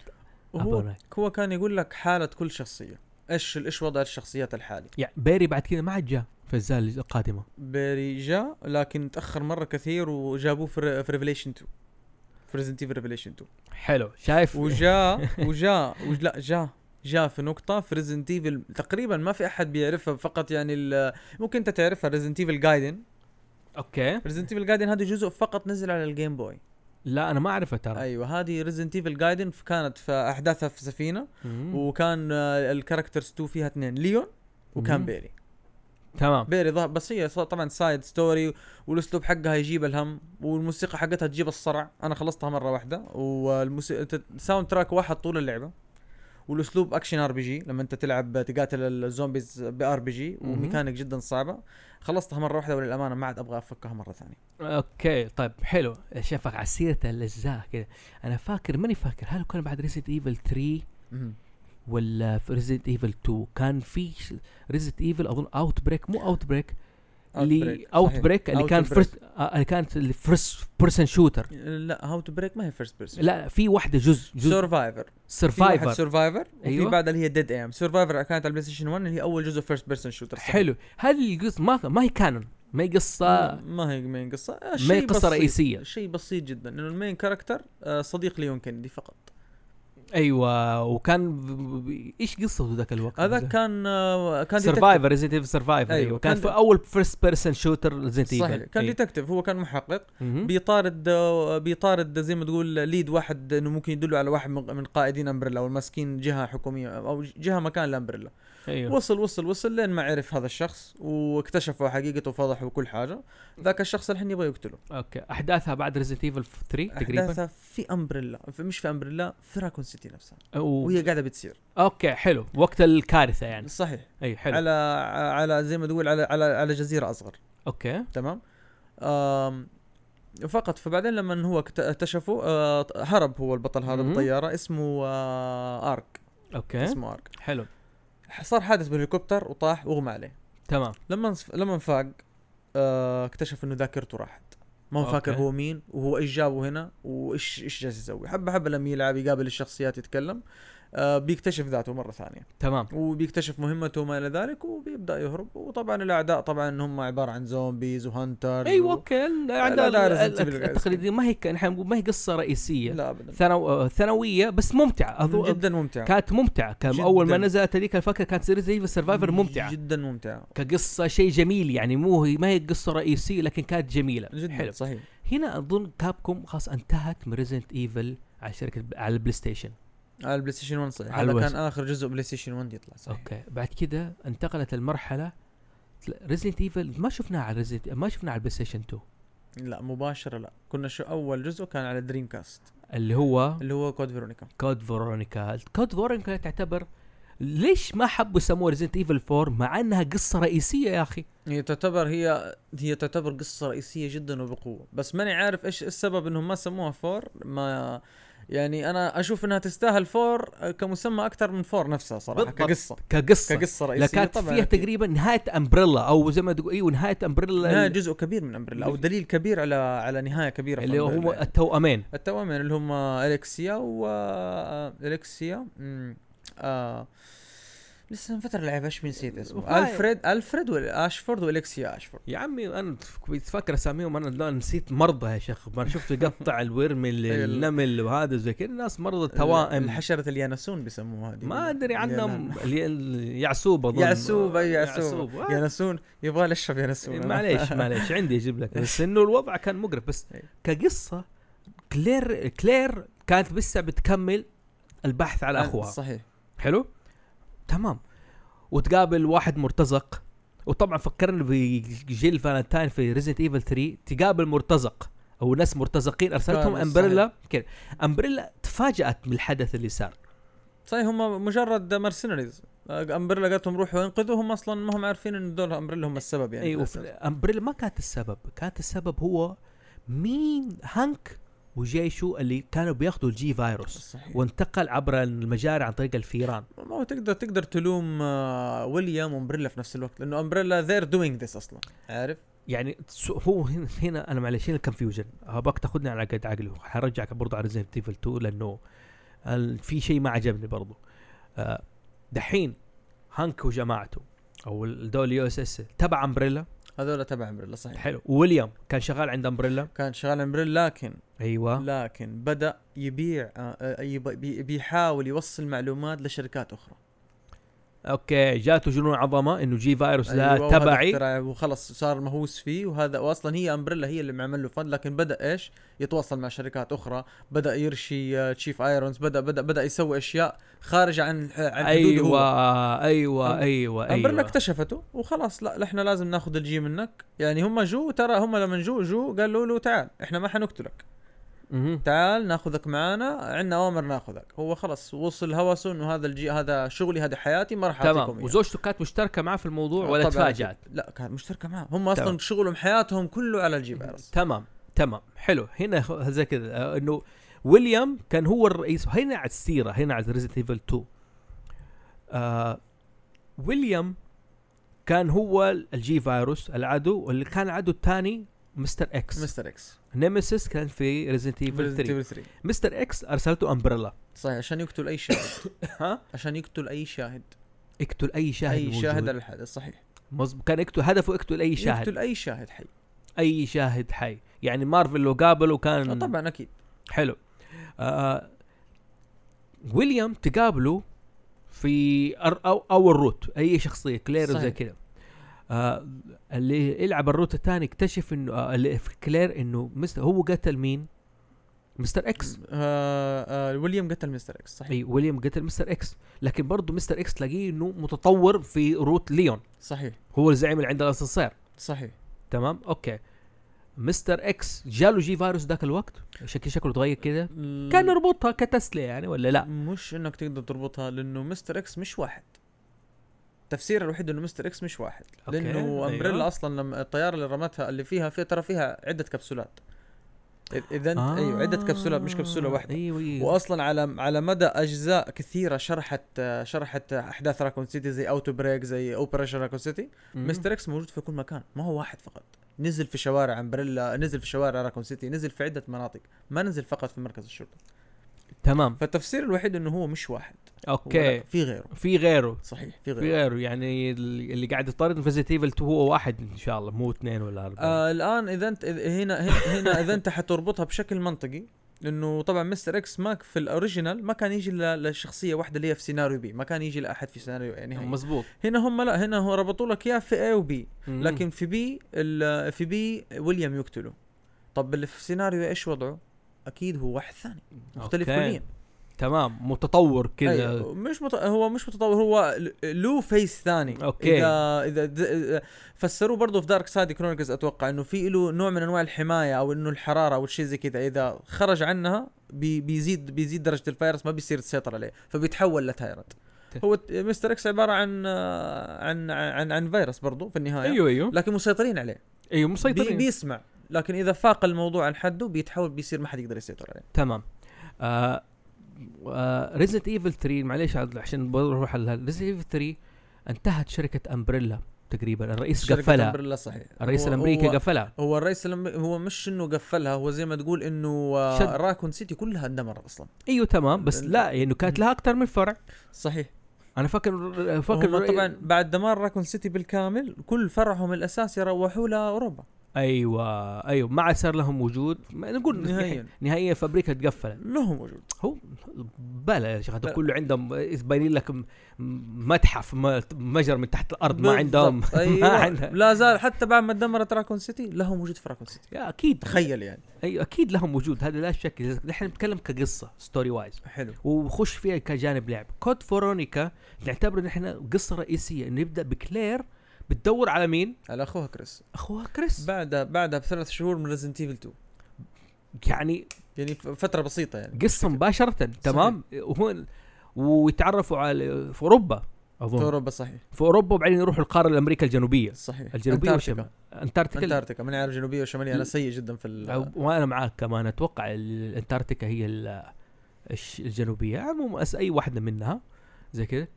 هو أبونا. هو كان يقول لك حاله كل شخصيه ايش ايش وضع الشخصيات الحالي يعني بيري بعد كده ما عاد جاء في الأجزاء القادمه بيري جاء لكن تاخر مره كثير وجابوه في ريفليشن 2 في ريزنت ايفل ريفليشن 2 حلو شايف وجاء وجاء وج- لا جاء جاء في نقطة في ريزنت ايفل تقريبا ما في احد بيعرفها فقط يعني ال- ممكن انت تعرفها ريزنت ايفل جايدن اوكي ريزنت ايفل جايدن هذا جزء فقط نزل على الجيم بوي لا انا ما اعرفه ترى ايوه هذه ريزنت ايفل جايدن كانت في احداثها في سفينة مم. وكان آه، الكاركترز تو فيها اثنين ليون وكان مم. بيري تمام بيري ظهر بس هي ص- طبعا سايد ستوري والاسلوب حقها يجيب الهم والموسيقى حقتها تجيب الصرع انا خلصتها مره واحده والساوند تراك واحد طول اللعبه والاسلوب اكشن ار بي جي لما انت تلعب تقاتل الزومبيز بار بي جي مهم. وميكانيك جدا صعبه خلصتها مره واحده وللامانه ما عاد ابغى افكها مره ثانيه اوكي طيب حلو شافك على سيره الاجزاء كذا انا فاكر ماني فاكر هل كان بعد ريزنت ايفل 3 ولا في ريزنت ايفل 2 كان في ريزنت ايفل اظن اوت بريك مو اوت بريك اللي Outbreak، اوت صحيح. بريك اللي كان Outbreak. فرست اللي كانت الفرست بيرسون شوتر لا هاو تو بريك ما هي فيرست بيرسون لا في واحده جزء جزء سرفايفر سرفايفر سرفايفر وفي أيوة. بعدها اللي هي ديد ايم سرفايفر كانت على البلاي ستيشن 1 اللي هي اول جزء فيرست بيرسون شوتر حلو هذه القصه ما ما هي كانون ما هي قصه ما هي ما هي قصه آه، ما هي شيء قصه بسيط. رئيسيه شيء بسيط جدا انه المين كاركتر آه، صديق ليون كندي فقط ايوه وكان ب- ب- ايش قصته ذاك الوقت هذا كان آه، كان detective. سرفايفر ريزنت ايفل سرفايفر أيوة، ايوه كان كان في د- اول فيرست بيرسون شوتر ريزنت ايفل صحيح كان ديتكتيف هو كان محقق دي بيطارد آه، بيطارد زي ما تقول ليد واحد انه ممكن يدله على واحد من من قائدين امبريلا او الماسكين جهه حكوميه او جهه مكان لامبريلا ايوه وصل وصل وصل لين ما عرف هذا الشخص واكتشفوا حقيقته وفضحوا كل حاجه ذاك الشخص الحين يبغى يقتله اوكي احداثها بعد ريزنت ايفل 3 تقريبا احداثها في امبريلا في- مش في امبريلا في راكون سيتي نفسها و... وهي قاعده بتصير اوكي حلو وقت الكارثه يعني صحيح اي حلو على على زي ما تقول على على على جزيره اصغر اوكي تمام آم فقط فبعدين لما هو اكت- اكتشفوا آه، هرب هو البطل هذا مهم. إيه؟ بطياره اسمه آه، ارك اوكي اسمه ارك حلو صار حادث بالهليكوبتر وطاح واغمى عليه تمام لما انصف- لما انفاق آه، اكتشف انه ذاكرته راحت ما هو فاكر أوكي. هو مين وهو ايش جابه هنا وايش ايش جالس يسوي حبه حبه لما يلعب يقابل الشخصيات يتكلم آه، بيكتشف ذاته مره ثانيه تمام وبيكتشف مهمته وما الى ذلك وبيبدا يهرب وطبعا الاعداء طبعا هم عباره عن زومبيز وهانترز ايوه اوكي ال- لا، لا، عندها Resident Evil guys. التقليديه ما هي ك- نحن نقول ما هي قصه و... رئيسيه لا ابدا ثانو... آه، ثانويه بس ممتعه أظن جدا ممتعة كانت ممتعه كان اول ما جداً. نزلت هذيك الفكره كانت سيريز ايفل سرفايفر ممتعه جدا ممتعة كقصه شيء جميل يعني مو هي ما هي قصه رئيسيه لكن كانت جميله جدا حلو صحيح هنا اظن كابكوم خلاص انتهت من ريزنت ايفل على شركه على البلاي ستيشن على البلاي ستيشن 1 صحيح على هذا الوز. كان اخر جزء بلاي ستيشن 1 يطلع صحيح اوكي بعد كده انتقلت المرحله ريزنت ايفل ما شفناها على ريزنت ما شفناها على البلاي ستيشن 2 لا مباشرة لا كنا شو اول جزء كان على دريم كاست اللي هو اللي هو كود فيرونيكا كود فيرونيكا كود فيرونيكا تعتبر ليش ما حبوا يسموها ريزنت ايفل 4 مع انها قصه رئيسيه يا اخي هي تعتبر هي هي تعتبر قصة رئيسية جدا وبقوة بس ماني عارف ايش السبب انهم ما سموها فور ما يعني انا اشوف انها تستاهل فور كمسمى اكثر من فور نفسها صراحة بالضبط. كقصة كقصه كقصة رئيسية لا كانت طبعاً فيها أكيد. تقريبا نهايه امبريلا او زي ما تقول ايوه نهايه لا امبريلا جزء كبير من امبريلا او دليل كبير على على نهايه كبيره في اللي أمبريلا هو يعني. التوأمين التوامين اللي هم اليكسيا و اليكسيا مم، آه لسه من فتره لعب ايش نسيت اسمه وفاي- الفريد الفريد والاشفورد واليكسيا اشفورد يا عمي انا بتفكر اساميهم انا لا نسيت مرضى يا شيخ ما شفت يقطع الورم اللي- أيوة. النمل وهذا زي كذا ناس مرضى ال- توائم حشره اليانسون بيسموها هذه ما ادري عنهم اليانا- اللي- اللي- يعسوب اظن يعسوب اي يعسوب إيه، يعسوب. آه، إيه، يانسون يبغى لي اشرب يانسون أنا. معليش معليش عندي اجيب لك بس انه الوضع كان مقرف بس أي. كقصه كلير كلير كانت لسه بتكمل البحث أه، على اخوها صحيح حلو تمام وتقابل واحد مرتزق وطبعا فكرني بجيل فالنتاين في ريزنت ايفل 3 تقابل مرتزق او ناس مرتزقين ارسلتهم كانوا امبريلا كذا امبريلا تفاجات بالحدث اللي صار صحيح هم مجرد مرسينريز امبريلا قالتهم روحوا انقذوا هم اصلا ما هم عارفين ان دول امبريلا هم السبب يعني اي في وف... الأساس. امبريلا ما كانت السبب كانت السبب هو مين هانك وجيشه اللي كانوا بياخذوا الجي فيروس صحيح وانتقل عبر المجاري عن طريق الفيران ما هو تقدر تقدر تلوم آه، ويليام وامبريلا في نفس الوقت لانه امبريلا ذير دوينج ذس اصلا عارف يعني س- هو هنا, هنا انا معلش هنا الكونفيوجن هباك تاخذني على قد عقلي حرجعك برضه على ريزنت ايفل 2 لانه ال- في شيء ما عجبني برضه آه، دحين هانك وجماعته او ال- دول يو اس اس تبع امبريلا هذول تبع امبريلا صحيح حلو ويليام كان شغال عند امبريلا كان شغال امبريلا لكن آه. أيوة. ايوه لكن بدا يبيع آه، آه، يب- بي- بيحاول يوصل معلومات لشركات اخرى اوكي جاته جنون عظمه انه جي فيروس ذا أيوة، وهذا تبعي اختراع وخلص صار مهووس فيه وهذا واصلا هي امبريلا هي اللي معمل له فند لكن بدا ايش يتواصل مع شركات اخرى بدا يرشي آه، تشيف ايرونز بدا بدا بدا يسوي اشياء خارجه عن عن حدوده هو. ايوه أيوة، ايوه أم- ايوه امبريلا ايوه اكتشفته وخلاص لا احنا لازم ناخذ الجي منك يعني هم جو ترى هم لما جو جو قالوا له تعال احنا ما حنقتلك مهم. تعال ناخذك معانا عندنا اوامر ناخذك هو خلاص وصل هوسه انه هذا الجي هذا شغلي هذا حياتي ما راح اعطيكم تمام إياه. وزوجته كانت مشتركه معاه في الموضوع ولا طبعاً تفاجات أكيد. لا كانت مشتركه معاه هم اصلا تمام. شغلهم حياتهم كله على الجي فيروس تمام تمام حلو هنا خ- زي كذا آه، انه ويليام كان هو الرئيس هنا على السيره هنا على ريزنت ايفل 2 آه ويليام كان هو الجي فيروس العدو واللي كان العدو الثاني مستر اكس مستر اكس نيمسيس كان في ريزنت ايفل Resident 3 Evil 3 مستر اكس ارسلته امبريلا صحيح عشان يقتل اي شاهد ها عشان يقتل اي شاهد اقتل اي شاهد اي موجود. شاهد على الحدث صحيح مظبوط كان يقتل هدفه يقتل اي شاهد يقتل اي شاهد حي اي شاهد حي يعني مارفل لو قابله آه، كان طبعا اكيد حلو آه ويليام تقابله في أر أو اول روت اي شخصيه كلير صحيح. وزي كذا آه اللي يلعب الروت الثاني اكتشف انه آه اللي في كلير انه مستر هو قتل مين؟ مستر اكس آه آه ويليام قتل مستر اكس صحيح اي ويليام قتل مستر اكس لكن برضه مستر اكس تلاقيه انه متطور في روت ليون صحيح هو الزعيم اللي عنده الاسانسير صحيح تمام اوكي مستر اكس جاله جي فيروس ذاك الوقت شكل شكله تغير كذا كان يربطها كتسلية يعني ولا لا مش انك تقدر تربطها لانه مستر اكس مش واحد التفسير الوحيد انه مستر اكس مش واحد أوكي، لانه امبريلا أيوة. اصلا لما الطياره اللي رمتها اللي فيها فيها ترى فيها عده كبسولات إذ- اذا آه. انت ايوه عده كبسولات مش كبسوله واحده ايوه ايوه واصلا على على مدى اجزاء كثيره شرحت شرحت احداث راكون سيتي زي اوتو بريك زي اوبريشن راكون سيتي مم. مستر اكس موجود في كل مكان ما هو واحد فقط نزل في شوارع امبريلا نزل في شوارع راكون سيتي نزل في عده مناطق ما نزل فقط في مركز الشرطه تمام فالتفسير الوحيد انه هو مش واحد هو اوكي لا، آه. في غيره في غيره صحيح في في غيره غيره يعني ال- اللي قاعد يطارد ريزنت ايفل 2 هو واحد ان شاء الله مو اثنين ولا اربعه آه الان اذا انت إذ- هنا هنا- هنا اذا انت حتربطها بشكل منطقي لانه طبعا مستر اكس ما ك- في الاوريجينال ما كان يجي إلا لشخصيه واحده اللي هي في سيناريو بي ما كان يجي لاحد في سيناريو يعني هي. مزبوط هنا هم لا هنا هو ربطوا لك اياه في اي وبي مم. لكن في بي ال- في بي ويليام يقتله طب اللي في سيناريو ايش وضعه؟ اكيد هو واحد ثاني مختلف أوكي. كليا تمام متطور كذا أيوه، مش مت... هو مش متطور هو ل- له فيس ثاني أوكي. اذا اذا د... إذا- فسروه برضه في دارك سايد كرونيكلز اتوقع انه في له نوع من انواع الحمايه او انه الحراره او شيء زي كذا اذا خرج عنها بي... بيزيد بيزيد درجه الفيروس ما بيصير تسيطر عليه فبيتحول لتايرنت ت- هو ت- مستر اكس عباره عن آه، عن عن عن, عن فيروس برضه في النهايه ايوه ايوه لكن مسيطرين عليه ايوه بي... مسيطرين بيسمع لكن اذا فاق الموضوع عن حده بيتحول بيصير ما حد يقدر يسيطر عليه تمام آه ريزنت ايفل 3 معليش عاد عشان بروح على ريزنت ايفل 3 انتهت شركه امبريلا تقريبا الرئيس شركة قفلها أمبريلا صحيح الرئيس هو- الامريكي هو- قفلها هو الرئيس لما هو مش انه قفلها هو زي ما تقول انه آه، شد. راكون سيتي كلها اندمرت اصلا ايوه تمام بس ال- لا انه كانت لها اكثر من فرع صحيح انا فاكر فكر فاكر طبعا بعد دمار راكون سيتي بالكامل كل فرعهم الاساسي روحوا لاوروبا ايوه ايوه ما عاد صار لهم وجود ما نقول نهائيا نهائيا فابريكا تقفلت لهم وجود هو بلا يا شيخ هذا بلا. كله عندهم باين لك م- متحف م- مجرى من تحت الارض ما عندهم بالضبط. ما ايوه عندهم لا زال حتى بعد ما دمرت راكون سيتي لهم وجود في راكون سيتي يا اكيد تخيل يعني ايوه اكيد لهم وجود هذا لا شك نحن نتكلم كقصه ستوري وايز حلو وخش فيها كجانب لعب كود فورونيكا نعتبره نحن قصه رئيسيه انه يبدا بكلير بتدور على مين؟ على اخوها كريس اخوها كريس بعدها بعدها بثلاث شهور من ريزنت ايفل 2 يعني يعني ف- فتره بسيطه يعني قصه مباشره تمام وهو ويتعرفوا على في اوروبا في اظن اوروبا صحيح في اوروبا وبعدين يروحوا القاره الامريكا الجنوبيه صحيح الجنوبيه أنتاركتيكا. والشمال انتاركتيكا انتاركتيكا من عارف جنوبيه وشماليه انا سيء جدا في ال- أو- وانا معاك كمان اتوقع ال- الانتاركتيكا هي ال- الش- الجنوبيه عموما أس- اي واحده منها زي كذا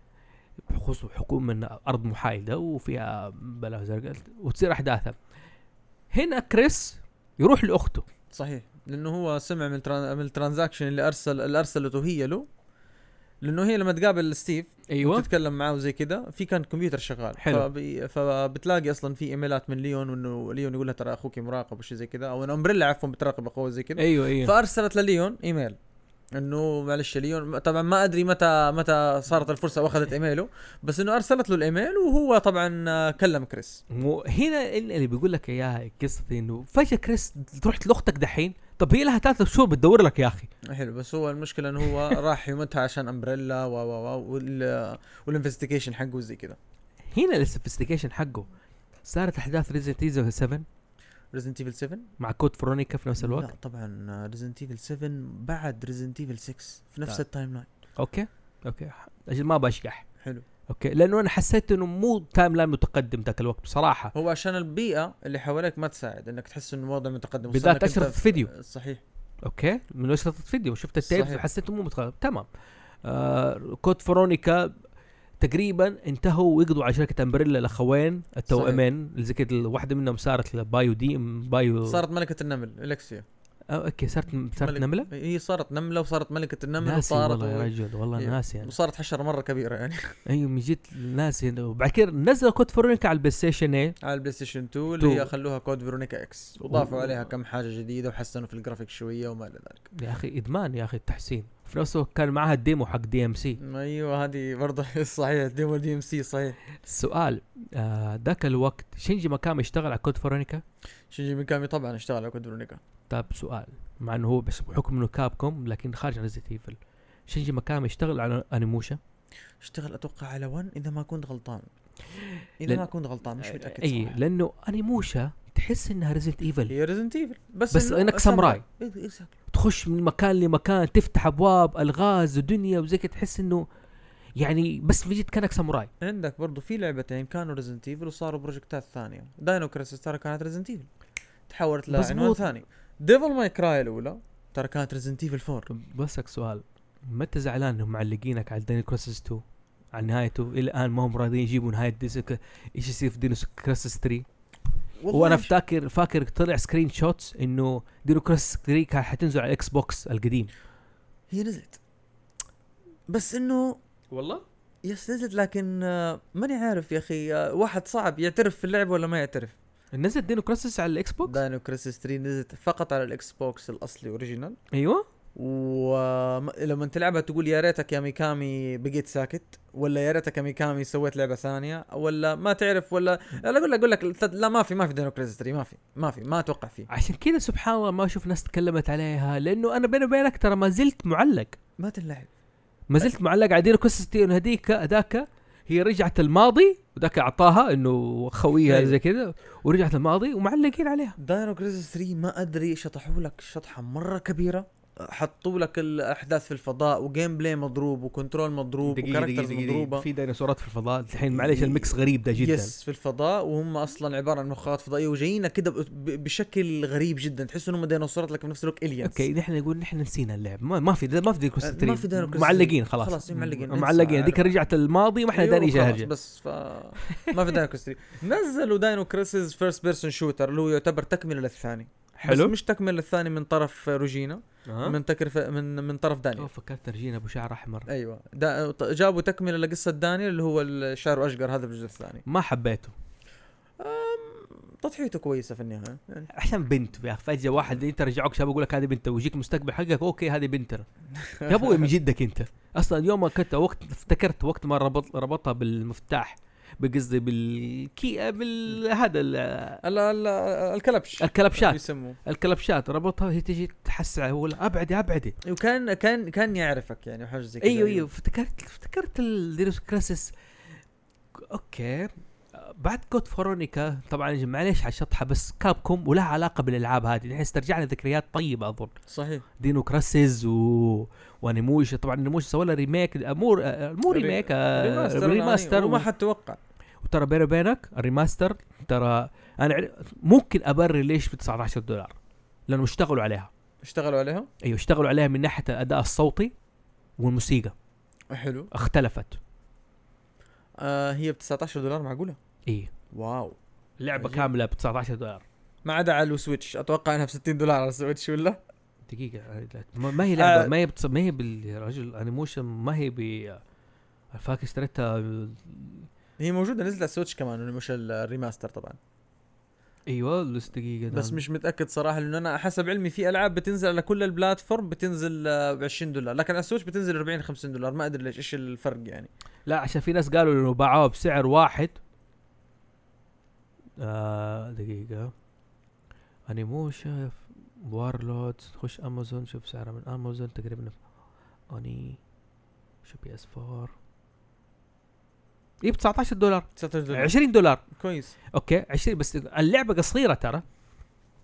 بخصوص حكومه من ارض محايده وفيها بلاوي زرقاء وتصير احداثها هنا كريس يروح لاخته صحيح لانه هو سمع من التران- من الترانزاكشن اللي ارسل اللي ارسلته هي له لانه هي لما تقابل ستيف ايوه تتكلم معاه وزي كذا في كان كمبيوتر شغال حلو. فبي فبتلاقي اصلا في ايميلات من ليون وانه ليون يقول لها ترى اخوك مراقب وشي زي كذا او انه امبريلا عفوا بتراقب اخوه زي كذا ايوه ايوه فارسلت لليون ايميل انه معلش ليون طبعا ما ادري متى متى صارت الفرصه واخذت ايميله بس انه ارسلت له الايميل وهو طبعا آه، كلم كريس مو هنا إن- اللي بيقول لك اياها قصه انه فجاه كريس رحت لاختك دحين طب هي لها ثلاث شهور بتدور لك يا اخي حلو بس هو المشكله انه هو راح يومتها عشان امبريلا و و و وال- والانفستيجيشن حقه وزي كذا هنا السوفيستيكيشن حقه صارت احداث ريزنت ايفل 7 ريزنت ايفل 7 مع كود فرونيكا في نفس الوقت لا طبعا ريزنت ايفل 7 بعد ريزنت ايفل 6 في نفس طيب. التايم لاين اوكي اوكي اجل ما بشجح حلو اوكي لانه انا حسيت انه مو تايم لاين متقدم ذاك الوقت بصراحه هو عشان البيئه اللي حواليك ما تساعد انك تحس انه الوضع متقدم خصوصاً بالذات إنك أنت اشرطه في- فيديو صحيح اوكي من اشرطه فيديو شفت التيب صحيح. حسيته مو متقدم تمام آه كود فرونيكا تقريبا انتهوا ويقضوا على شركه امبريلا الاخوين التوأمين اللي زي كده واحده منهم صارت بايو دي بايو صارت ملكه النمل الكسيا آه اوكي صارت صارت ملك- نمله؟ هي صارت نمله وصارت ملكه النمل ناسي وصارت والله يا رجل والله إيه. ناسي يعني وصارت حشره مره كبيره يعني ايوه من جد ناسي وبعد كده نزلوا كود فرونيكا على البلاي ستيشن ايه على البلاي ستيشن 2 اللي هي تو. خلوها كود فيرونيكا اكس وضافوا و- عليها كم حاجه جديده وحسنوا في الجرافيك شويه وما الى ذلك يا اخي ادمان يا اخي التحسين في نفس الوقت كان معاها الديمو حق دي ام سي ايوه هذه برضه صحيح ديمو دي ام سي صحيح السؤال آه، ذاك الوقت شينجي ماكامي اشتغل على كود فرونيكا شينجي ميكامي طبعا اشتغل على كود فيرونيكا طب سؤال مع انه هو بس بحكم انه كابكوم لكن خارج ريزيت ايفل شينجي ماكامي اشتغل على انيموشا اشتغل اتوقع على 1 اذا ما كنت غلطان اذا لأن- ما كنت غلطان مش متاكد اي صراحة. لانه انيموشا إيه، تحس انها ريزيت ايفل هي ريزنت ايفل بس بس إنك ساموراي. إيه- exactly. تخش من مكان لمكان تفتح ابواب الغاز ودنيا وزي كده تحس انه يعني بس في جد كانك ساموراي عندك برضو في لعبتين كانوا ريزنت ايفل وصاروا بروجكتات ثانيه داينو كريسس ترى كانت ريزنت ايفل تحولت لعنوان مظبوط. ثاني ديفل ماي كراي الاولى ترى كانت ريزنت ايفل 4 بسك سؤال متى زعلان انهم معلقينك على ديني كروسس 2 على نهايته الى الان ما هم راضيين يجيبوا نهايه ديسك ايش يصير في دينو كروسس 3 والله وانا إيش- افتكر فاكر طلع سكرين شوتس انه دينو كروسس 3 كان حتنزل على الاكس بوكس القديم هي نزلت بس انه والله يس نزلت لكن آه، ماني عارف يا اخي آه، واحد صعب يعترف في اللعبه ولا ما يعترف نزل دينو كروسس على الاكس بوكس داينو كريسس 3 نزلت فقط على الاكس بوكس الاصلي اوريجينال ايوه ولما تلعبها تقول يا ريتك يا ميكامي بقيت ساكت ولا يا ريتك يا ميكامي سويت لعبه ثانيه ولا ما تعرف ولا لا اقول لك اقول لك لا ما في ما في داينو كريسس 3 ما في ما في ما اتوقع فيه عشان كذا سبحان الله ما اشوف ناس تكلمت عليها لانه انا بيني وبينك ترى ما زلت معلق ما تنلعب ما زلت معلق على دينو كروسس 3 انه هذيك ذاك هي رجعت الماضي وذاك اعطاها انه خويها أيوة. زي كذا ورجعت الماضي ومعلقين عليها داينو كريسس 3 ما ادري شطحوا لك شطحه مره كبيره حطوا لك الاحداث في الفضاء وجيم بلاي مضروب وكنترول مضروب وكاركترز مضروبه في ديناصورات في الفضاء الحين معلش الميكس غريب ده جدا يس في الفضاء وهم اصلا عباره عن مخلوقات فضائيه وجايينا كده ب- ب- بشكل غريب جدا تحس انهم ديناصورات لكن في نفس الوقت أيوه، الينز اوكي نحن نقول نحن نسينا اللعب ما, ما في ما في دينو كروسس آه، ما 3 في دينو كروسس معلقين 3. خلاص آه، خلاص، معلقين. معلقين انسى. هذيك رجعت الماضي ما احنا أيوة، داري ايش وخلاص، هرجة. بس ف ما في داينو كريسس 3 نزلوا داينو كريسس فيرست بيرسون شوتر اللي هو يعتبر تكمله للثاني حلو. بس مش تكمله للثاني من طرف روجينا ها؟ من تكرف من من طرف دانيال آه. أوه، فكرت رجينا ابو شعر احمر ايوه دا ط- جابوا تكمله لقصه دانيال اللي هو الشعر اشقر هذا بالجزء الثاني ما حبيته تضحيته كويسه في النهايه يعني عشان بنت يا اخي فجاه أيوه. واحد انت رجعوك شاب اقول لك هذه بنت ويجيك مستقبل حقك اوكي هذه بنت أنا. يا ابوي من جدك انت اصلا اليوم كنت وقت افتكرت وقت ما ربط ربطها بالمفتاح بقصدي بالكي بال هذا ال- ال- ال- الكلبش الكلبشات يسموه الكلبشات ربطها هي تجي تحسع اقول ابعدي ابعدي وكان كان كان يعرفك يعني وحاجه زي كذا ايوه ايوه افتكرت افتكرت الديروس كراسس اوكي بعد كود فرونيكا طبعا معليش على الشطحه بس كابكم ولها علاقه بالالعاب هذه نحن استرجعنا ذكريات طيبه اظن صحيح دينو كراسز و... وانيموشا طبعا انيموشا سوى لها ريميك آه، مو آه، مو ري- ريميك آه، ريماستر يعني ريماستر وما و... حد توقع وترى بيني وبينك الريماستر ترى انا عر- ممكن ابرر ليش ب 19 دولار لانهم اشتغلوا عليها اشتغلوا عليها ايوه اشتغلوا عليها من ناحيه الاداء الصوتي والموسيقى حلو اختلفت آه هي ب 19 دولار معقوله اي واو لعبه عجيب. كامله ب 19 دولار ما عدا على السويتش اتوقع انها ب 60 دولار على السويتش ولا دقيقه ما ما هي لعبه آه. ما هي بتص... ما هي بالرجل انيموشن ما هي ب فاكر اشتريتها هي موجوده نزلت على السويتش كمان مش الريماستر طبعا ايوه بس دقيقه بس مش متاكد صراحه لانه انا حسب علمي في العاب بتنزل على كل البلاتفورم بتنزل ب 20 دولار لكن على السويتش بتنزل 40 50 دولار ما ادري ليش ايش الفرق يعني لا عشان في ناس قالوا انه باعوها بسعر واحد آه دقيقة اني مو شايف وارلورد خش امازون شوف سعرها من امازون تقريبا اني شو بي اس 4 ايه ب 19 دولار 19 دولار 20 دولار كويس اوكي 20 بس اللعبة قصيرة ترى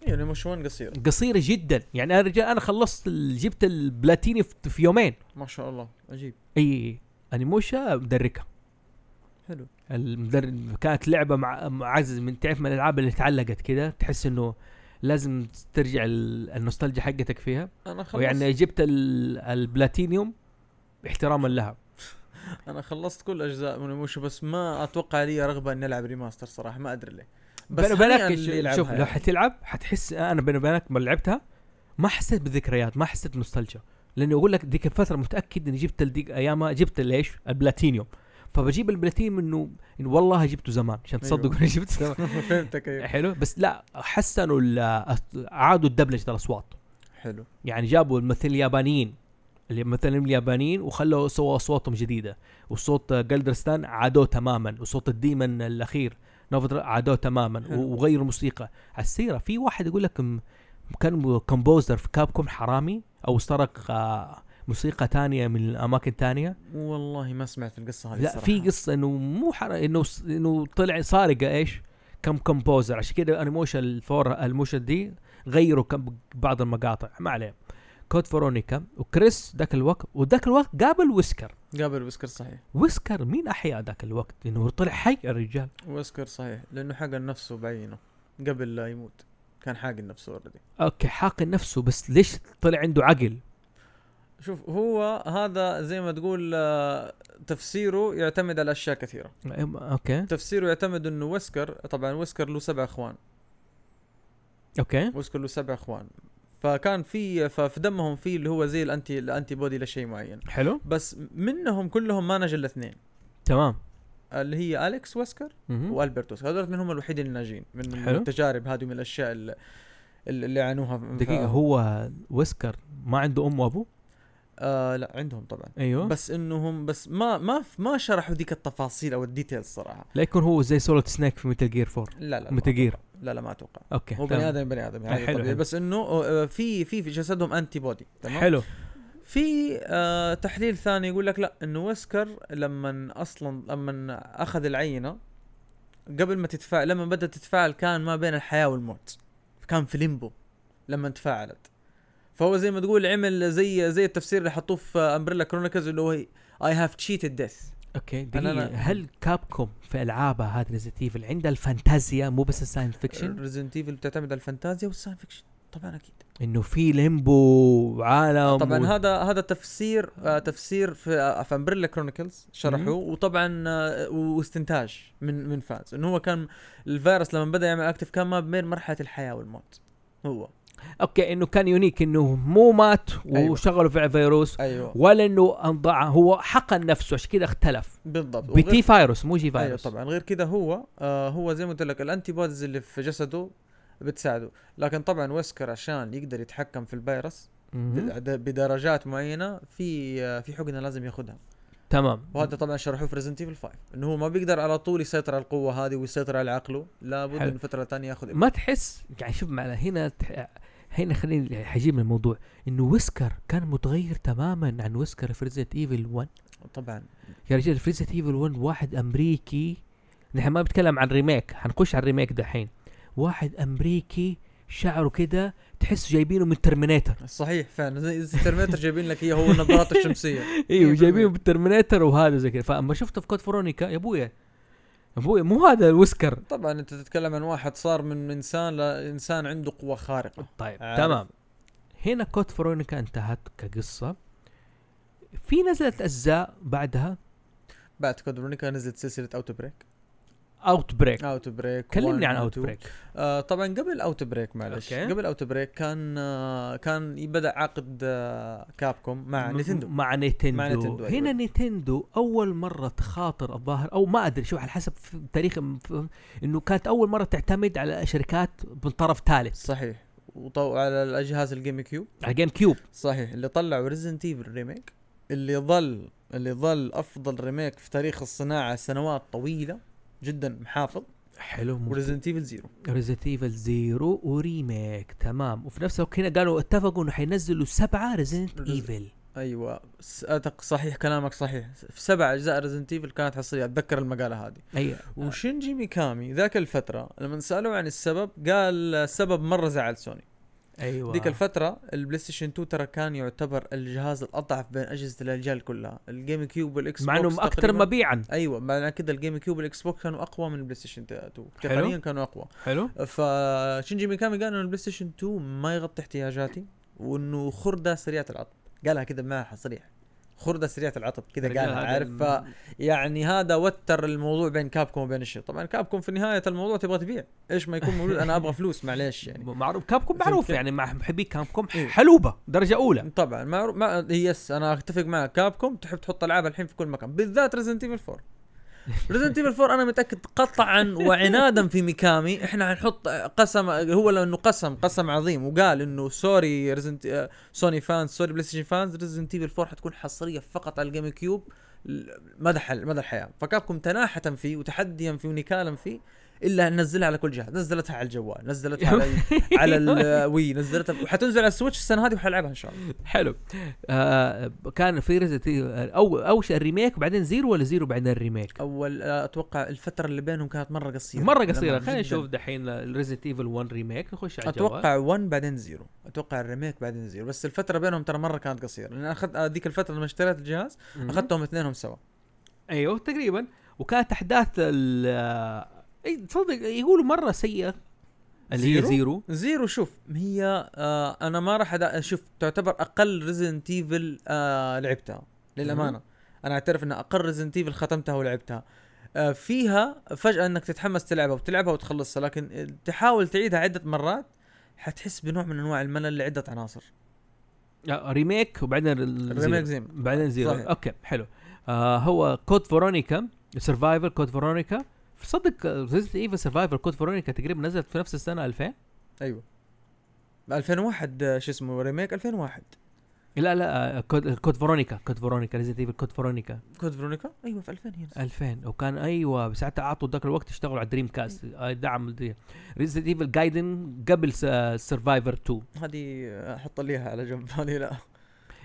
يعني مش وين قصير قصيره جدا يعني انا رجال انا خلصت ال- جبت البلاتيني في في يومين ما شاء الله عجيب اي انيموشا مدركه حلو المدرب كانت لعبه مع مع عزز من تعرف من الالعاب اللي اتعلقت كده تحس انه لازم ترجع ال- النوستالجيا حقتك فيها انا خلصت ويعني جبت ال- البلاتينيوم احتراما لها انا خلصت كل اجزاء من موشو بس ما اتوقع لي رغبه اني العب ريماستر صراحه ما ادري ليه بس هنيئاً بلاك اللي يلعبها شوف لو يعني. حتلعب حتحس انا بيني وبينك ما لعبتها ما حسيت بالذكريات ما حسيت بنوستالجيا لاني اقول لك ديك الفتره متاكد اني جبت ديك ايامها جبت ليش البلاتينيوم فبجيب البلاتينيوم انه إن والله جبته زمان عشان أيوه. تصدق اني جبته زمان فهمتك ايوه حلو بس لا حسنوا ال- اعادوا الدبلجه الاصوات حلو يعني جابوا الممثلين اليابانيين اللي مثلا اليابانيين وخلوا سووا اصواتهم جديده وصوت جلدرستان عادوه تماما وصوت الديمن الاخير نوفل عادوه تماما حلو. و- وغيروا الموسيقى على السيره في واحد يقول لك م- كان كومبوزر في كابكوم حرامي او سرق آه، موسيقى تانية من اماكن تانية والله ما سمعت القصه هذه لا الصراحة. في قصه انه مو حر... انه س- انه طلع سارق ايش كم كومبوزر عشان كده انيموشن الفور الموشن دي غيروا كم بعض المقاطع ما عليه كود فرونيكا وكريس ذاك الوقت وذاك الوقت قابل ويسكر قابل ويسكر صحيح ويسكر مين احيا ذاك الوقت انه طلع حي الرجال ويسكر صحيح لانه حقن نفسه بعينه قبل لا يموت كان حاقن نفسه اوريدي اوكي حاقن نفسه بس ليش طلع عنده عقل شوف هو هذا زي ما تقول آه، تفسيره يعتمد على اشياء كثيره أم- اوكي تفسيره يعتمد انه ويسكر طبعا ويسكر له سبع اخوان اوكي ويسكر له سبع اخوان فكان في ففي دمهم في اللي هو زي الانتي الانتي بودي لشيء معين حلو بس منهم كلهم ما نجا الاثنين تمام اللي هي اليكس ويسكر مهم. والبرتوس هذول منهم الوحيدين اللي ناجين من حلو. التجارب هذه من الاشياء اللي, اللي عانوها ف- دقيقه هو ويسكر ما عنده ام وابو آه لا عندهم طبعا ايوه بس انهم بس ما ما ما شرحوا ذيك التفاصيل او الديتيلز صراحه لا يكون هو زي سولت سنيك في ميتال جير 4 لا لا متل جير لا لا ما اتوقع اوكي هو تمام. بني ادم بني ادم حلو، يعني طبيعي حلو. بس انه آه، في في في جسدهم انتي بودي تمام حلو في آه تحليل ثاني يقول لك لا انه ويسكر لما اصلا لما اخذ العينه قبل ما تتفاعل لما بدات تتفاعل كان ما بين الحياه والموت كان في ليمبو لما تفاعلت فهو زي ما تقول عمل زي زي التفسير اللي حطوه في امبريلا كرونيكلز اللي هو اي هاف تشيتد ديث اوكي أنا- دقيقة أنا- هل كابكوم في العابها هذه ريزنت ايفل عندها الفانتازيا مو بس الساينس فيكشن ريزنت ايفل بتعتمد على الفانتازيا والساين فيكشن طبعا اكيد انه في ليمبو وعالم طبعا و... هذا هذا تفسير آه تفسير في آه في امبريلا كرونيكلز شرحوه وطبعا آه واستنتاج من من فانز انه هو كان الفيروس لما بدا يعمل اكتف كان ما بين مرحله الحياه والموت هو اوكي انه كان يونيك انه مو مات أيوة. وشغله في فيروس ايوه ولا انه انضاع هو حقن نفسه عشان كذا اختلف بالضبط وغير- بتي فيروس مو جي ايوه فيروس طبعا غير كذا هو آه هو زي ما قلت لك الانتي بوديز اللي في جسده بتساعده لكن طبعا ويسكر عشان يقدر يتحكم في الفيروس مهم. بد- بدرجات معينه في آه في حقنه لازم ياخذها تمام وهذا طبعا شرحوه في ريزنت ايفل 5 انه هو ما بيقدر على طول يسيطر على القوه هذه ويسيطر على عقله لابد حلو. من فتره ثانيه ياخذ ما تحس يعني شوف معنا هنا تح... هنا خليني حجيب من الموضوع انه ويسكر كان متغير تماما عن ويسكر في ريزنت ايفل 1 طبعا يا رجال في ريزنت ايفل 1 واحد امريكي نحن ما بنتكلم عن ريميك حنخش على الريميك دحين واحد امريكي شعره كده تحسه جايبينه من ترمينيتر صحيح فعلا زي زي ترمينيتر جايبين لك اياه هو النظارات الشمسيه ايوه 100%. جايبينه من ترمينيتر وهذا زي كده فاما شفته في كود فرونيكا يا ابويا يا ابويا مو هذا الوسكر طبعا انت تتكلم عن واحد صار من انسان لانسان عنده قوه خارقه طيب عارف. تمام هنا كود فرونيكا انتهت كقصه في نزلت اجزاء بعدها بعد كود فيرونيكا نزلت سلسله اوت بريك اوت بريك اوت بريك كلمني عن اوت بريك آه طبعا قبل اوت بريك معلش أوكي. قبل اوت بريك كان آه كان بدا عقد آه كابكوم مع م- نينتندو مع نينتندو, مع نينتندو، أيوة. هنا نينتندو اول مره تخاطر الظاهر او ما ادري شوف على حسب في تاريخ م- ف- انه كانت اول مره تعتمد على شركات من طرف ثالث صحيح وطو على الاجهزه الجيم كيوب على جيم كيوب صحيح اللي طلعوا ريزنت ايفل ريميك اللي ظل اللي ظل افضل ريميك في تاريخ الصناعه سنوات طويله جدا محافظ حلو وريزنت ايفل زيرو ريزنت ايفل زيرو وريميك تمام وفي نفس الوقت هنا قالوا اتفقوا انه حينزلوا سبعه ريزنت Resident- ايفل ايوه س- أتق صحيح كلامك صحيح في سبع اجزاء ريزنت ايفل كانت حصريه اتذكر المقاله هذه اي وشينجي ميكامي ذاك الفتره لما سالوه عن السبب قال السبب مره زعل سوني ايوه ذيك الفترة البلاي ستيشن 2 ترى كان يعتبر الجهاز الأضعف بين أجهزة الأجيال كلها، الجيم كيوب والإكس مع بوكس انهم اكثر تقريباً- مبيعا ايوه مع كده الجيم كيوب والاكس بوكس كانوا اقوى من البلاي ستيشن 2 حلو. تقنيا كانوا اقوى حلو فشينجي ميكامي قال انه البلاي ستيشن 2 ما يغطي احتياجاتي وانه خرده سريعه العطب قالها كذا بمعنى صريح خرده سريعه العطب كذا قالها عارف ف- يعني هذا وتر الموضوع بين كابكوم وبين الشيء طبعا كابكوم في نهايه الموضوع تبغى تبيع ايش ما يكون موجود انا ابغى فلوس معليش يعني معروف كابكم معروف فهمت؟ يعني مع محبي كابكم إيه. حلوبه درجه اولى طبعا ما, ما يس انا اتفق معك كابكوم تحب تحط العابها الحين في كل مكان بالذات ريزنت ايفل 4 ريزنت ايفل 4 انا متاكد قطعا وعنادا في ميكامي احنا هنحط قسم هو لانه قسم قسم عظيم وقال انه سوري ريزنت سوني فانز سوري بلاي ستيشن فانز ريزنت ايفل 4 حتكون حصريه فقط على الجيم كيوب ل- مدى حل مدى الحياه فكابكم تناحه فيه وتحديا فيه ونكالا فيه الا نزلها على كل جهه نزلتها على الجوال نزلتها على ال- على الوي نزلتها وحتنزل على السويتش السنه هذه وحلعبها ان شاء الله حلو آه كان في ريزنت او اول شيء الريميك بعدين زيرو ولا زيرو بعدين الريميك اول آه، اتوقع الفتره اللي بينهم كانت مره قصيره مره قصيره خلينا جداً. نشوف دحين ريزنت ايفل 1 ريميك نخش على الجوال اتوقع 1 بعدين زيرو اتوقع الريميك بعدين زيرو بس الفتره بينهم ترى مره كانت قصيره لان اخذت آه، ذيك الفتره لما اشتريت الجهاز مم. اخذتهم اثنينهم سوا ايوه تقريبا وكانت احداث ال آه، اي تصدق يقولوا مره سيئه اللي هي زيرو؟ زيرو زيرو شوف هي آه انا ما راح أدا- شوف تعتبر اقل ريزنت ايفل آه لعبتها للامانه انا اعترف ان اقل ريزنت ايفل ختمتها ولعبتها آه فيها فجاه انك تتحمس تلعبها وتلعبها وتخلصها لكن تحاول تعيدها عده مرات حتحس بنوع من انواع الملل لعده عناصر آه، ريميك وبعدين ال- الريميك زيرو. زي ما- بعدين زيرو صحيح. اوكي حلو آه هو كود فيرونيكا سرفايفر كود فيرونيكا صدق ريزنت ايفل سرفايفر كود فيرونيكا تقريبا نزلت في نفس السنه 2000 ايوه 2001 آه، شو اسمه ريميك 2001 لا لا آه، كود كود فيرونيكا كود فيرونيكا ريزنت ايفل كود فيرونيكا كود فرونيكا ايوه في 2000 هي نزلت. 2000 وكان ايوه ساعتها اعطوا ذاك الوقت يشتغلوا على دريم كاست آه، دعم ريزنت ايفل جايدن قبل آه، سرفايفر 2 هذه آه، احط ليها على جنب هذه لا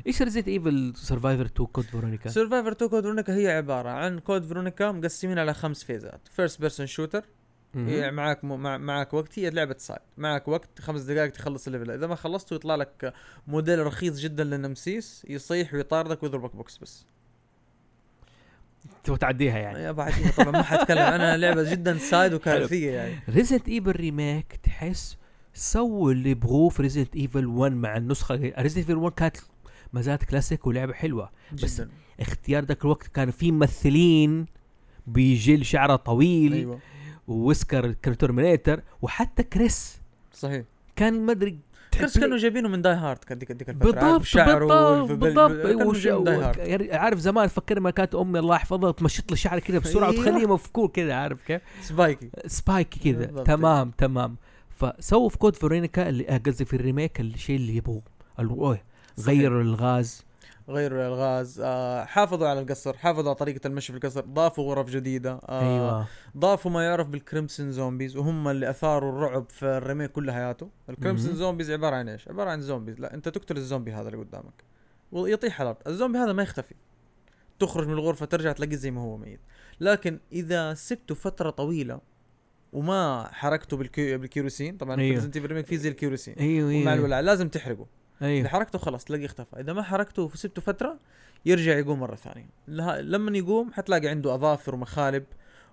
ايش ريزنت ايفل سرفايفر 2 كود فيرونيكا؟ سرفايفر 2 كود فرونيكا هي عباره عن كود فرونيكا مقسمين على خمس فيزات فيرست بيرسون شوتر مهم. معاك م- مع معاك وقت هي لعبه سايد معاك وقت خمس دقائق تخلص الليفل اذا ما خلصته يطلع لك موديل رخيص جدا للنمسيس يصيح ويطاردك ويضربك بوكس بس تبغى تعديها يعني يا بعدين طبعا ما حتكلم عنها لعبه جدا سايد وكارثيه يعني ريزنت ايفل ريميك تحس سووا اللي يبغوه في ريزنت ايفل 1 مع النسخه ريزنت ايفل 1 كانت ما زالت كلاسيك ولعبه حلوه بس جدا اختيار ذاك الوقت كان في ممثلين بجيل شعره طويل أيوة. ايوه وويسكر كترمينيتر وحتى كريس صحيح كان ما ادري كريس كانوا جايبينه من داي هارد كان ديك ديك الفتره بالضبط بالضبط بالضبط وش- بالضبط يعني عارف زمان فكر ما كانت امي الله يحفظها تمشط لي شعري كذا بسرعه أيوه. وتخليه مفكور كذا عارف كيف؟ سبايكي سبايك كذا بالضبط. تمام تمام فسووا في كود فيرونيكا اللي آه، قصدي في الريميك الشيء اللي يبغوه قالوا اوه غيروا الغاز غيروا الالغاز آه حافظوا على القصر حافظوا على طريقه المشي في القصر ضافوا غرف جديده آه ايوه ضافوا ما يعرف بالكريمسون زومبيز وهم اللي اثاروا الرعب في الريميك كل حياته الكريمسون مهم. زومبيز عباره عن ايش عباره عن زومبيز لا انت تقتل الزومبي هذا اللي قدامك ويطيح على الارض الزومبي هذا ما يختفي تخرج من الغرفه ترجع تلاقيه زي ما هو ميت لكن اذا سبته فتره طويله وما حركته بالكي... بالكيروسين طبعا أيوه. في Resident Evil Remake في زي الكيروسين ايوه ومع ايوه الولع لازم تحرقه اذا ايوه حركته خلاص تلاقيه اختفى اذا ما حركته وسبته فتره يرجع يقوم مره ثانيه لها- لما يقوم حتلاقي عنده اظافر ومخالب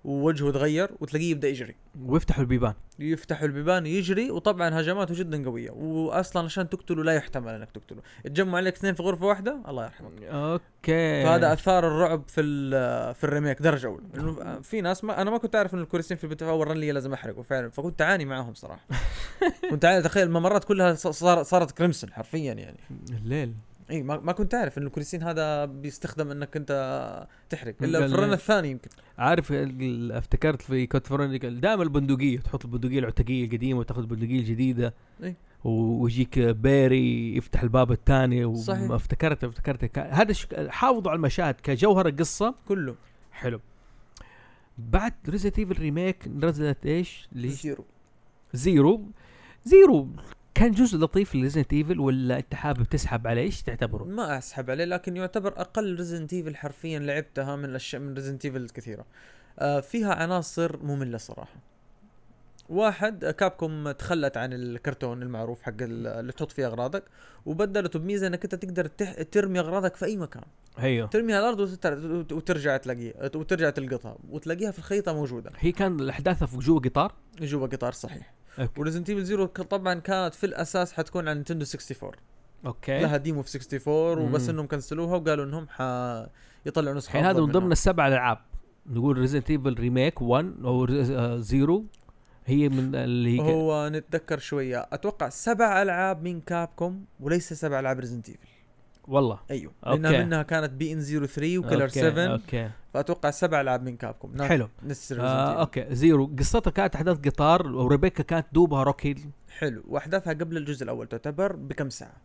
ووجهه تغير وتلاقيه يبدا يجري ويفتحوا البيبان يفتحوا البيبان ويجري وطبعا هجماته جدا قويه واصلا عشان تقتله لا يحتمل انك تقتله تجمع عليك اثنين في غرفه واحده الله يرحمك اوكي فهذا اثار الرعب في ال- في الريميك درجه اولى انه في ناس ما انا ما كنت اعرف ان الكرسيين في البيت اول رن لي لازم احرقه فعلا فكنت اعاني معاهم صراحه كنت اعاني تخيل الممرات كلها ص- صار صارت كريمسون حرفيا يعني الليل اي إيه، ما, ما كنت اعرف انه الكريسين هذا بيستخدم انك انت تحرق الا قال في الرن لي. الثاني يمكن عارف ال- افتكرت في كود فيرونيكا دائما البندقيه تحط البندقيه العتقيه القديمه وتاخذ البندقيه الجديده إيه. و- ويجيك بيري يفتح الباب الثاني صحيح. افتكرت افتكرت كان- هذا الش- حافظوا على المشاهد كجوهر القصه كله حلو بعد ريزنت ايفل ريميك نزلت ايش؟ ليش؟ زيرو زيرو زيرو كان جزء لطيف لريزنت ايفل ولا انت حابب تسحب عليه ايش تعتبره؟ ما اسحب عليه لكن يعتبر اقل ريزنت ايفل حرفيا لعبتها من الاشياء من ريزنت ايفل الكثيره آه فيها عناصر ممله صراحه واحد آه، كابكم تخلت عن الكرتون المعروف حق ال- اللي تحط فيه اغراضك وبدلته بميزه انك انت تقدر تح- ترمي اغراضك في اي مكان ايوه ترمي على الارض وتتر- وترجع تلاقيها وترجع تلقطها وتلاقيها في الخريطه موجوده هي كان احداثها في جوا قطار جوا قطار صحيح أوكي. وريزنت ايفل زيرو طبعا كانت في الاساس حتكون على نينتندو 64 اوكي لها ديمو في 64 وبس إيه. مم. انهم كنسلوها وقالوا انهم ح يطلعوا نسخه الحين يعني هذا أفضل من ضمن منها. السبع العاب نقول ريزنت ايفل ريميك 1 او زيرو آه، هي من اللي هي هو نتذكر شويه اتوقع سبع العاب من كابكوم وليس سبع العاب ريزنت ايفل والله ايوه أوكي. لانها منها كانت بي ان 03 وكلر أوكي، 7 اوكي فاتوقع سبع العاب من كابكوم نعم، حلو نفس Resident Evil. آه اوكي زيرو قصتها كانت احداث قطار وريبيكا كانت دوبها روكي حلو واحداثها قبل الجزء الاول تعتبر بكم ساعه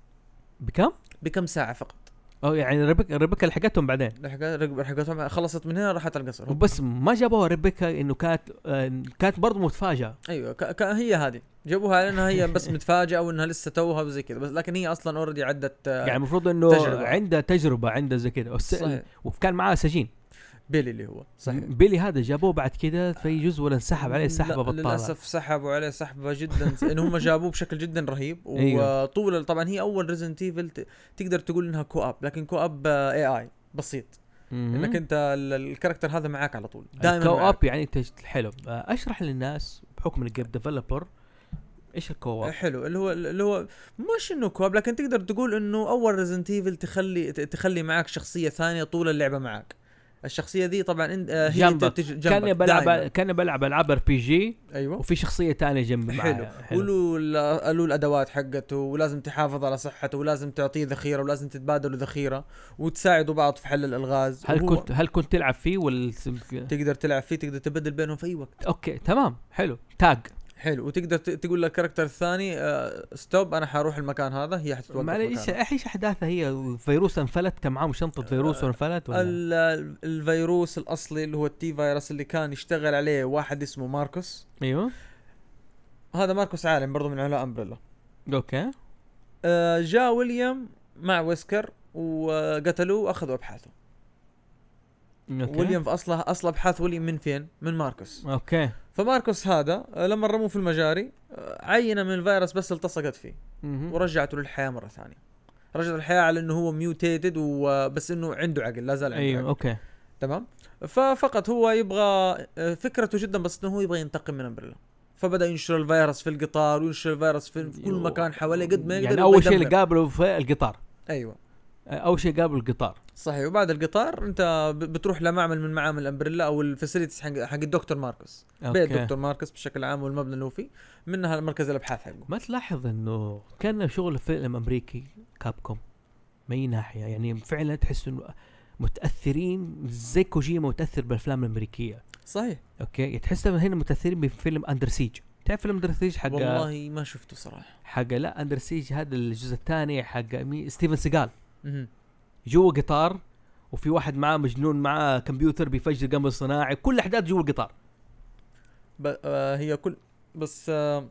بكم؟ بكم ساعه فقط او يعني ريبيكا ريبيكا لحقتهم بعدين الحق- حقتهم خلصت من هنا راحت على القصر وبس ما جابوها ريبيكا انه كانت آه كانت برضه متفاجئه ايوه ك- ك- هي هذه جابوها على انها هي بس متفاجئه وانها لسه توها وزي كذا بس لكن هي اصلا اوريدي عدت آه، يعني المفروض انه تجربة. عندها تجربه عندها زي كذا والس- صحيح وكان معاه سجين بيلي اللي هو صحيح بيلي هذا جابوه بعد كذا في جزء ولا انسحب عليه سحبه لا، بطاله للاسف سحبوا عليه سحبه جدا س- ان هم جابوه بشكل جدا رهيب أيوة. وطول طبعا هي اول ريزنت ايفل تقدر تقول انها كو اب لكن كو اب اي اي بسيط مهم. انك انت ال- الكاركتر هذا معاك على طول دائما الكو اب يعني تج- حلو آه، اشرح للناس بحكم انك جيم ديفلوبر ايش الكو اب إيه، حلو اللي هو اللي هو مش انه كو اب لكن تقدر تقول انه اول ريزنت ايفل تخلي ت- تخلي معاك شخصيه ثانيه طول اللعبه معاك الشخصيه ذي طبعا انت- آه، هي جنبك. تج- جنبك كاني بلعب دايماً. كاني بلعب العاب ار بي جي ايوه وفي شخصيه تانية جنبي حلو معايا ولو ال- له الادوات حقته ولازم تحافظ على صحته ولازم تعطيه ذخيره ولازم تتبادلوا ذخيره وتساعدوا بعض في حل الالغاز هل وهو كنت هل كنت تلعب فيه ولا تقدر تلعب فيه تقدر تبدل بينهم في اي وقت اوكي تمام حلو تاج حلو وتقدر ت- تقول للكاركتر الثاني آه، ستوب انا حروح المكان هذا هي حتتوقف معلش مكانه. آه، ايش إيش احداثها هي فيروس انفلت كان معاهم شنطه فيروس وانفلت ولا ال- ال- الفيروس الاصلي اللي هو التي فيروس اللي كان يشتغل عليه واحد اسمه ماركوس ايوه هذا ماركوس عالم برضو من عملاء امبريلا اوكي آه، جاء ويليام مع ويسكر وقتلوه واخذوا ابحاثه اوكي ويليام اصلا اصلا ابحاث ويليام من فين؟ من ماركوس اوكي فماركوس هذا آه، لما رموه في المجاري آه، عينه من الفيروس بس التصقت فيه مهم. ورجعته للحياه مره ثانيه رجعت الحياه على انه هو ميوتيتد وبس انه عنده عقل لا زال عنده ايوه أيوه. عقل اوكي تمام ففقط هو يبغى آه، فكرته جدا بس انه هو يبغى ينتقم من امبريلا فبدا ينشر الفيروس في القطار وينشر الفيروس في في كل يو- مكان حواليه قد ما يقدر يعني يبغى اول شيء اللي يدمر. قابله في القطار ايوه آه، اول شيء قابل القطار صحيح وبعد القطار انت ب- بتروح لمعمل من معامل الامبريلا او الفاسيلتيز حق حق الدكتور ماركوس بيت اوكي دكتور ماركس بشكل عام والمبنى اللي هو فيه منها مركز الابحاث حقه ما تلاحظ انه كان شغل فيلم امريكي كابكوم من اي ناحيه يعني فعلا تحس انه متاثرين زي كوجيما متاثر بالافلام الامريكيه صحيح اوكي يعني تحس إنه هنا متاثرين بفيلم اندر سيج تعرف فيلم اندر سيج حق والله ما شفته صراحه حق لا اندر سيج هذا الجزء الثاني حق مي- ستيفن سيجال مهم. جوا قطار وفي واحد معاه مجنون معاه كمبيوتر بيفجر قمر صناعي كل احداث جوا القطار ب... آه هي كل بس آه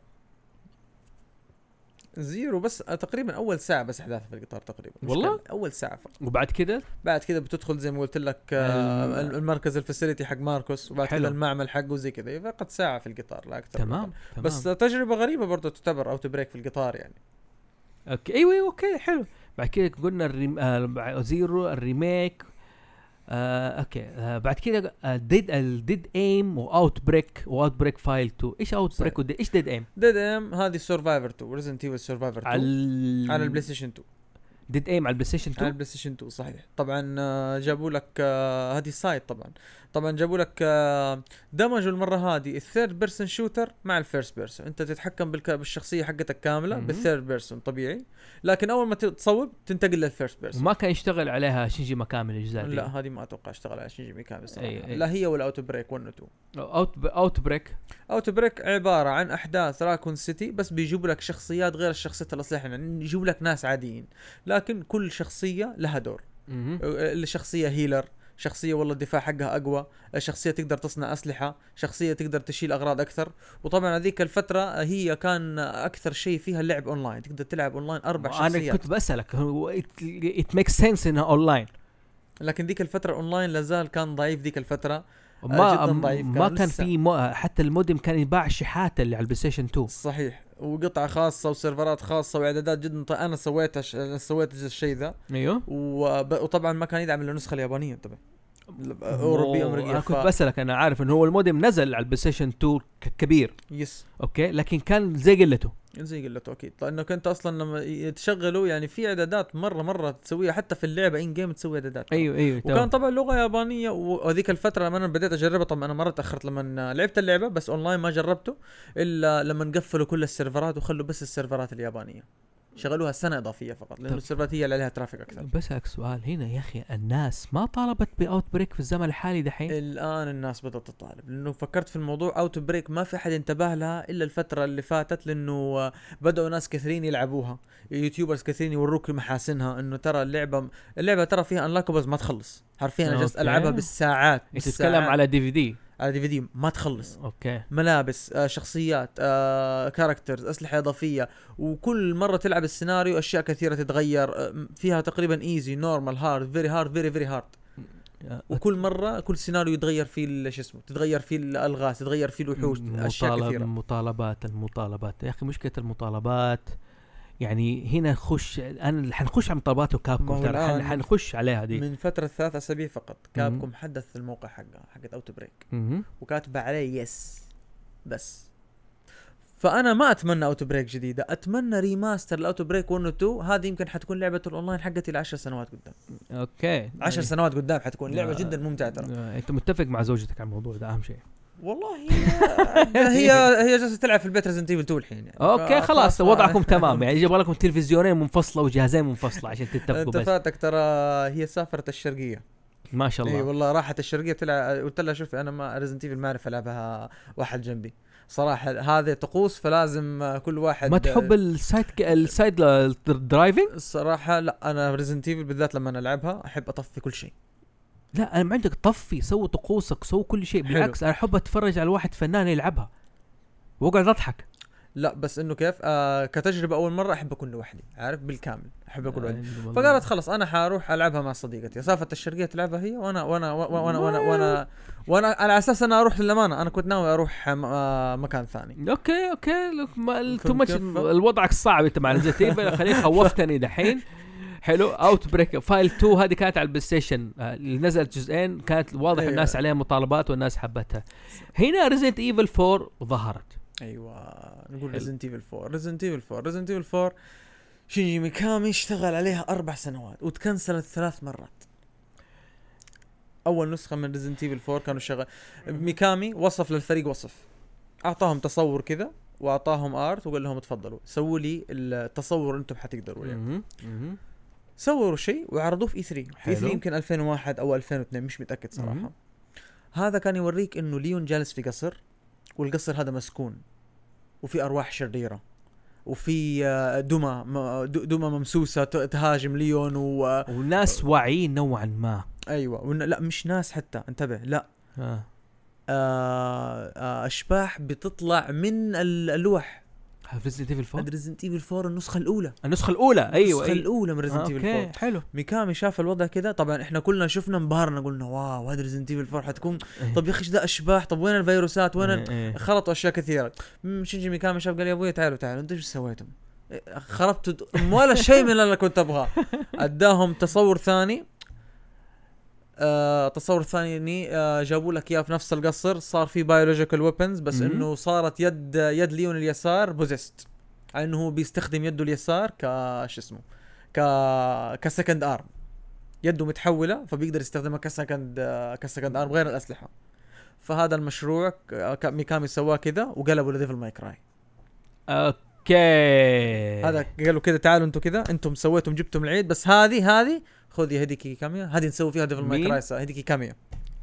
زيرو بس آه تقريبا اول ساعه بس احداث في القطار تقريبا مش والله؟ كامل، اول ساعه فقط وبعد كده بعد كذا بتدخل زي ما قلت لك آه الم- الم... المركز الفاسيلتي حق ماركوس وبعد حلو. كذا المعمل حقه زي كذا فقط ساعه في القطار لا اكثر من تمام كده. تمام بس آه، تجربه غريبه برضه تعتبر او تبريك في القطار يعني اوكي ايوه أيوة، اوكي حلو بعد كده قلنا الريم... آه بع- زيرو الريميك آه اوكي آه بعد كده آه ديد الديد ايم واوت بريك واوت بريك فايل 2 ايش اوت صحيح. بريك وديد ايش ديد ايم؟ ديد ام هذه سرفايفر 2 ريزنت ايفل سرفايفر 2 على, على البلاي ستيشن 2 ديد ايم على البلاي ستيشن على 2 البلاي ستيشن 2 صحيح طبعا آه، جابوا لك آه، هذه السايد طبعا طبعا جابوا لك آه، دمجوا المره هذه الثيرد بيرسون شوتر مع الفيرست بيرسون انت تتحكم بالك- بالشخصيه حقتك كامله مهم. بالثيرد بيرسون طبيعي لكن اول ما ت- تصوب تنتقل للفيرست بيرسون وما كان يشتغل عليها شينجي مكامل الاجزاء دي لا هذه ما اتوقع اشتغل على شينجي ميكامي صراحه أي- أي. لا هي ولا اوتو بريك 1 و 2 اوت ب... اوت بريك اوتو بريك عباره عن احداث راكون سيتي بس بيجيبوا لك شخصيات غير الشخصيات الاصليه يعني يجيبوا لك ناس عاديين لكن كل شخصيه لها دور مهم. الشخصيه هيلر شخصيه والله الدفاع حقها اقوى شخصيه تقدر تصنع اسلحه شخصيه تقدر تشيل اغراض اكثر وطبعا هذيك الفتره هي كان اكثر شيء فيها اللعب اونلاين تقدر تلعب اونلاين اربع انا شخصيات كنت بسالك ات ميك سنس انها اونلاين لكن ذيك الفتره اونلاين لازال كان ضعيف ذيك الفتره ما آه، جداً ضعيف كان ما كان لسه. في مو... حتى المودم كان يباع شحاته اللي على البلاي ستيشن 2 صحيح وقطع خاصه وسيرفرات خاصه واعدادات جدا ط- انا طيب سويت ش... سويت الشيء ذا ايوه وب... وطبعا ما كان يدعم الا النسخه اليابانيه طبعا اوروبيه امريكيه انا كنت ف- بسالك انا عارف انه هو المودم نزل على البلاي ستيشن 2 ك- كبير يس اوكي لكن كان زي قلته زي قلته اكيد لانك انت اصلا لما يتشغلوا يعني في اعدادات مره مره تسويها حتى في اللعبه ان جيم تسوي اعدادات ايوه ايوه وكان تمام طبعا لغه يابانيه وهذيك الفتره لما انا بديت اجربها طبعا انا مره تاخرت لما لعبت اللعبه بس اونلاين ما جربته الا لما قفلوا كل السيرفرات وخلوا بس السيرفرات اليابانيه شغلوها سنه اضافيه فقط لانه طب. السيرفرات هي اللي عليها ترافيك اكثر بسالك سؤال هنا يا اخي الناس ما طالبت باوت بريك في الزمن الحالي إيه، دحين الان الناس بدات تطالب لانه فكرت في الموضوع اوت بريك ما في احد انتبه لها الا الفتره اللي فاتت لانه آه، بداوا ناس كثيرين يلعبوها يوتيوبرز كثيرين يوروك محاسنها انه ترى اللعبه اللعبه ترى فيها انلاكبلز ما تخلص حرفيا انا جلست أوكي. العبها بالساعات انت تتكلم بالساعات على دي في دي على دي في دي ما تخلص اوكي ملابس آه شخصيات آه كاركترز اسلحه اضافيه وكل مره تلعب السيناريو اشياء كثيره تتغير آه م- فيها تقريبا ايزي نورمال هارد فيري هارد فيري فيري هارد وكل مره كل سيناريو يتغير فيه ال- شو اسمه تتغير فيه الالغاز تتغير فيه الوحوش اشياء مطالب- كثيره مطالبات المطالبات يا اخي مشكله المطالبات يعني هنا خش انا حنخش على مطالبات وكاب ما هو ترى حن- الآن حنخش عليها دي من فتره ثلاث اسابيع فقط مم. كابكم حدث الموقع حقها حقت اوت بريك مهم. وكاتبه عليه يس بس فانا ما اتمنى اوتو بريك جديده اتمنى ريماستر لاوتو بريك 1 و 2 هذه يمكن حتكون لعبه الاونلاين حقتي ل 10 سنوات قدام اوكي 10 يعني- سنوات قدام حتكون لعبه آه. جدا ممتعه ترى آه، انت متفق مع زوجتك على الموضوع ده اهم شيء والله هي- هي هي جالسه تلعب في البيت ريزنت ايفل 2 الحين يعني اوكي ف- خلاص ما- وضعكم تمام يعني يجيب لكم تلفزيونين منفصله وجهازين منفصله عشان انت تتفقوا بس فاتك ترى هي سافرت الشرقيه ما شاء اي الله إيه، والله راحت الشرقيه تلعب قلت لها شوفي انا ما ريزنت ايفل ما اعرف العبها واحد جنبي صراحه هذه طقوس فلازم آه، كل واحد ما تحب السايد ك- السايد درايفنج الصراحة لا انا ريزنت ايفل بالذات لما أنا العبها احب اطفي كل شيء لا انا ما عندك طفي سوي طقوسك سوي كل شيء حلو. بالعكس انا احب اتفرج على واحد فنان يلعبها واقعد اضحك لا بس انه كيف آه كتجربة اول مرة احب اكون لوحدي عارف بالكامل احب اكون يعني لوحدي أيوة. فقالت خلاص انا حاروح العبها مع صديقتي سافت الشرقية تلعبها هي وانا وانا وانا وانا وانا, وأنا, وأنا على اساس انا اروح للامانة انا كنت ناوي اروح م- آه مكان ثاني اوكي اوكي تو فهمت ماتش كيف؟ وضعك صعب انت مع الجتيبه خليك خوفتني دحين حلو اوت بريك فايل 2 هذه كانت على البلاي ستيشن آه، اللي نزلت جزئين كانت واضح أيوة. الناس عليها مطالبات والناس حبتها هنا ريزنت ايفل 4 ظهرت ايوه نقول حلو. ريزنت ايفل 4 ريزنت ايفل 4 ريزنت ايفل 4 شينجي ميكامي اشتغل عليها اربع سنوات وتكنسلت ثلاث مرات اول نسخه من ريزنت ايفل 4 كانوا شغال ميكامي وصف للفريق وصف اعطاهم تصور كذا واعطاهم ارت وقال لهم تفضلوا سووا لي التصور اللي انتم حتقدروا عليه مهم، مهم. سووا شيء وعرضوه في اي 3 في اي حلو. 3 يمكن 2001 او 2002 مش متاكد مم. صراحه هذا كان يوريك انه ليون جالس في قصر والقصر هذا مسكون وفي ارواح شريره وفي آه، دمى م- د- دمى ممسوسه ت- تهاجم ليون و وناس واعيين نوعا ما ايوه ون- لا مش ناس حتى انتبه لا آه. آه، آه، اشباح بتطلع من ال- اللوح ريزنت ايفل 4 ريزنت ايفل 4 النسخه الاولى النسخه الاولى ايوه النسخه ايوه الاولى من آه، ريزنت ايفل 4 اوكي حلو ميكامي شاف الوضع كذا طبعا احنا كلنا شفنا انبهرنا قلنا واو هذا ريزنت ايفل 4 حتكون طب يا اخي ايش ذا اشباح طب وين الفيروسات وين ال... إيه، إيه. خلطوا اشياء كثيره مم، شينجي ميكامي شاف قال يا ابوي تعالوا تعالوا انتوا ايش سويتم؟ إيه، خربتوا د- ولا شيء من اللي انا كنت ابغاه اداهم تصور ثاني آه تصور ثاني اني آه جابوا لك اياه في نفس القصر صار في بايولوجيكال ويبنز بس مهم. انه صارت يد يد ليون اليسار بوزيست على انه هو بيستخدم يده اليسار ك شو اسمه ك كسكند ارم يده متحوله فبيقدر يستخدمها كسكند آه، كسكند ارم غير الاسلحه فهذا المشروع ك- ك- ميكامي سواه كذا وقلبوا لديفل ماي كراي اوكي هذا قالوا كذا تعالوا انتم كذا انتم سويتم جبتم العيد بس هذه هذه خذي هديكي كاميا هذه نسوي فيها ديفل ماي مين؟ كراي هديكي كاميا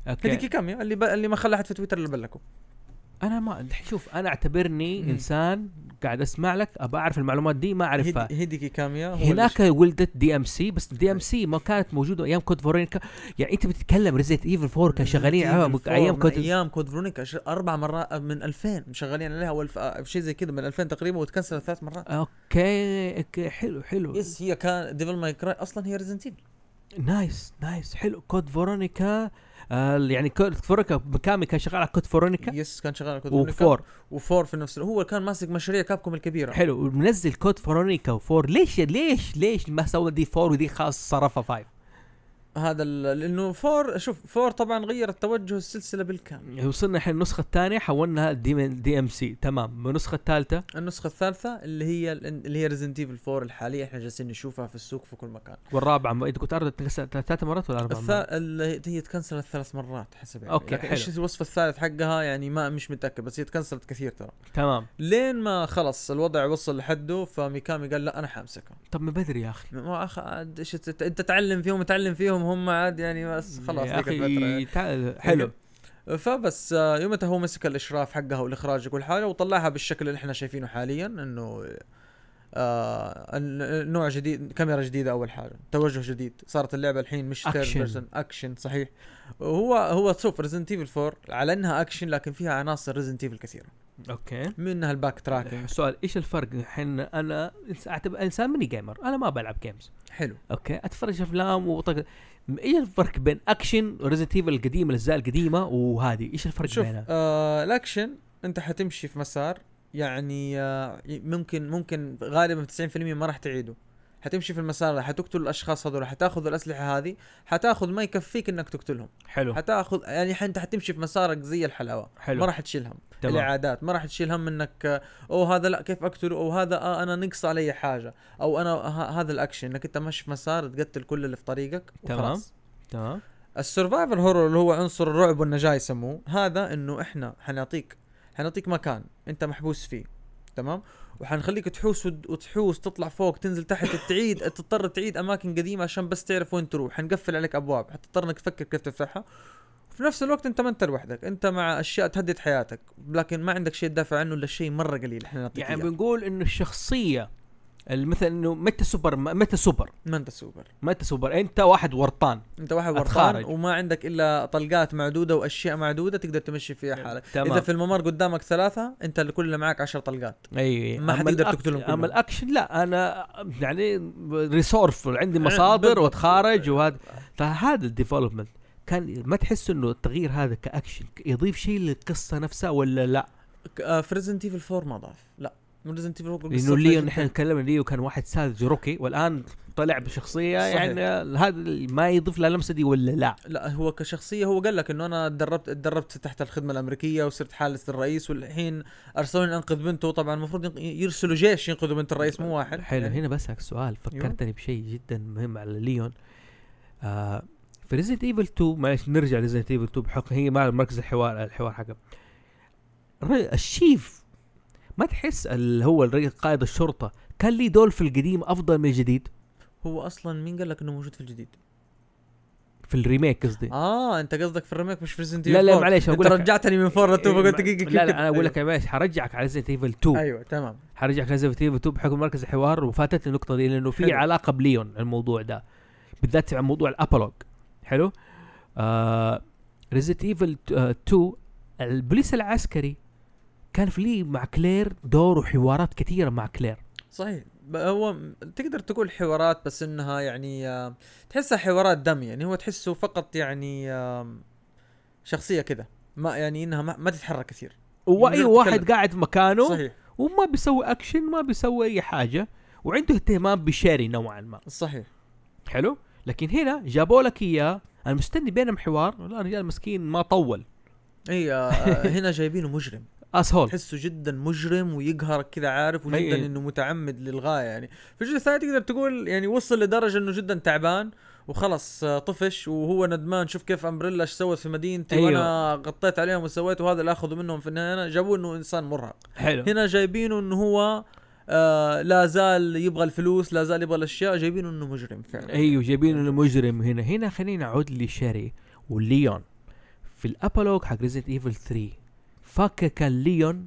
اوكي هديكي كاميا اللي ب... اللي ما خلى احد في تويتر الا بلكم انا ما شوف انا اعتبرني مم. انسان قاعد اسمع لك ابى اعرف المعلومات دي ما اعرفها هيد- هيديكي كاميا هو اللي هناك ولدت دي ام سي بس دي ام سي ما كانت موجوده ايام كود فورينكا يعني انت بتتكلم ريزيت ايفل 4 كان شغالين Resident Evil عليها 4 ايام من كود ايام كود فيرونيكا ش- اربع مرات من 2000 مشغلين عليها والف... آه، شيء زي كذا من 2000 تقريبا وتكنسلت ثلاث مرات اوكي اوكي حلو حلو يس هي كان ديفل ماي كراي اصلا هي ريزنت ايفل نايس نايس حلو كود فورونيكا آه يعني كود فورونيكا مكامي كان شغال على كود فورونيكا يس كان شغال على كود فيرونيكا وفور وفور في نفس الوقت هو كان ماسك مشاريع كابكوم الكبيره حلو ومنزل كود فورونيكا وفور ليش ليش ليش ما سوى دي فور ودي خاص صرفها فايف هذا ال- لانه فور شوف فور طبعا غيرت توجه السلسله بالكامل وصلنا الحين النسخه الثانيه حولناها دي, دي ام سي تمام النسخه الثالثه النسخه الثالثه اللي هي ال- اللي هي ريزنت ايفل 4 الحاليه احنا جالسين نشوفها في السوق في كل مكان والرابعه ما- انت كنت عرضت ثلاث مرات ولا اربع الث... مرات؟ اللي هي تكنسلت ثلاث مرات حسب علمي. أوكي، لكن حلو. ايش الوصف الثالث حقها يعني ما مش متاكد بس هي تكنسلت كثير ترى تمام لين ما خلص الوضع وصل لحده فميكامي قال لا انا حامسكها طب من بدري يا اخي ما أخ... عاد ايش تت- انت تعلم فيهم تعلم فيهم هم عاد يعني بس خلاص يا ذيك يعني. اخي الفتره تعال- حلو فبس آه، يومتها هو مسك الاشراف حقها والاخراج وكل حاجه وطلعها بالشكل اللي احنا شايفينه حاليا انه آه ال- نوع جديد كاميرا جديده اول حاجه توجه جديد صارت اللعبه الحين مش أكشن. بيرسون اكشن صحيح هو هو شوف ريزنت ايفل 4 على انها اكشن لكن فيها عناصر ريزنت ايفل كثيره اوكي منها الباك تراكنج سؤال ايش الفرق الحين انا إنس- اعتبر انسان ماني جيمر انا ما بلعب جيمز حلو اوكي اتفرج افلام وطق ايش الفرق بين اكشن ريزنت ايفل القديمه الاجزاء القديمه وهذه ايش الفرق شوف بينها؟ آه الاكشن انت حتمشي في مسار يعني آه ممكن ممكن غالبا 90% ما راح تعيده حتمشي في المسار ده حتقتل الاشخاص هذول حتاخذ الاسلحه هذه حتاخذ ما يكفيك انك تقتلهم حلو حتاخذ يعني ح- انت حتمشي في مسارك زي الحلاوه ما حلو راح تشيل هم تمام الاعادات ما راح تشيل هم انك آه، او هذا لا كيف اقتله او هذا آه انا نقص علي حاجه او انا آه، ه- هذا الاكشن انك انت ماشي في مسار تقتل كل اللي في طريقك تمام. وخلاص تمام السرفايفل هورور اللي هو عنصر الرعب والنجاة يسموه هذا انه احنا حنعطيك حنعطيك مكان انت محبوس فيه تمام وحنخليك تحوس وت- وتحوس تطلع فوق تنزل تحت تعيد تضطر تعيد اماكن قديمه عشان بس تعرف وين تروح حنقفل عليك ابواب حتضطر انك تفكر كيف تفتحها وفي نفس الوقت انت ما انت لوحدك انت مع اشياء تهدد حياتك لكن ما عندك شيء تدافع عنه الا شيء مره قليل احنا نعطيك يعني يعني بنقول انه الشخصيه مثلا انه متى سوبر متى سوبر ما انت سوبر متى سوبر انت واحد ورطان انت واحد ورطان أتخارج. وما عندك الا طلقات معدوده واشياء معدوده تقدر تمشي فيها يعني حالك تمام. اذا في الممر قدامك ثلاثه انت اللي كل اللي معك عشر طلقات اي ما أما حتقدر الأك- تقتلهم كلهم. اما الاكشن لا انا يعني ريسورف عندي ع- مصادر بالضبط. واتخارج وهذا فهذا الديفلوبمنت كان ما تحس انه التغيير هذا كاكشن يضيف شيء للقصه نفسها ولا لا؟ ك- آه، في ريزنت ايفل 4 ما ضاف لا ريزنت ايفل 4 لانه ليو نحن تكلمنا ليو كان واحد ساذج روكي والان طلع بشخصيه صحيح. يعني هذا ما يضيف لها لمسه دي ولا لا؟ لا هو كشخصيه هو قال لك انه انا تدربت تدربت تحت الخدمه الامريكيه وصرت حارس الرئيس والحين ارسلوني انقذ بنته وطبعا المفروض ينق- يرسلوا جيش ينقذوا بنت الرئيس مو واحد حلو أيوه. يعني هنا بسألك سؤال أيوة. فكرتني بشيء جدا مهم على ليون آه في ريزنت ايفل 2 معلش نرجع لريزنت ايفل 2 بحكم هي مع مركز الحوار الحوار حقه الر- الشيف ما تحس اللي هو الرجل قائد الشرطه كان لي دور في القديم افضل من الجديد هو اصلا مين قال لك انه موجود في الجديد؟ في الريميك قصدي اه انت قصدك في الريميك مش في ريزنت لا، لا، معليش، انت أقول لك- رجعتني من فور لتو إيه، ما- قلت دقيقه لا لا انا اقول لك يا معلش حرجعك على ريزنت ايفل 2 ايوه تمام حرجعك ريزنت ايفل 2 بحكم مركز الحوار وفاتتني النقطه دي لانه في حلو. علاقه بليون الموضوع ده بالذات عن موضوع الابولوج حلو آه ريزنت ايفل 2 آه، البوليس العسكري كان في لي مع كلير دور وحوارات كثيره مع كلير صحيح ب- هو م- تقدر تقول حوارات بس انها يعني آه، تحسها حوارات دم يعني هو تحسه فقط يعني آم، شخصيه كده ما يعني انها ما, ما تتحرك كثير واي يقدر يتكلم. واحد قاعد في مكانه صحيح وما بيسوي اكشن ما بيسوي اي حاجه وعنده اهتمام بشاري نوعا ما صحيح حلو لكن هنا جابوا لك اياه انا مستني بينهم حوار والله الرجال مسكين ما طول اي آه، آه، هنا جايبينه مجرم اسهول تحسه جدا مجرم ويقهرك كذا عارف وجدا أي. انه متعمد للغايه يعني في الجزء الثاني تقدر تقول يعني وصل لدرجه انه جدا تعبان وخلص آه، طفش وهو ندمان شوف كيف امبريلا ايش سوت في مدينتي أيوة. أيوه. وانا غطيت عليهم وسويت وهذا اللي اخذوا منهم في النهايه جابوه انه انسان مرهق حلو هنا جايبينه انه هو آه لا زال يبغى الفلوس لا زال يبغى الاشياء جايبينه انه مجرم فعلا ايوه جايبين المجرم هنا هنا خلينا نعود لشاري وليون في الابولوج حق ريزنت ايفل 3 فكك ليون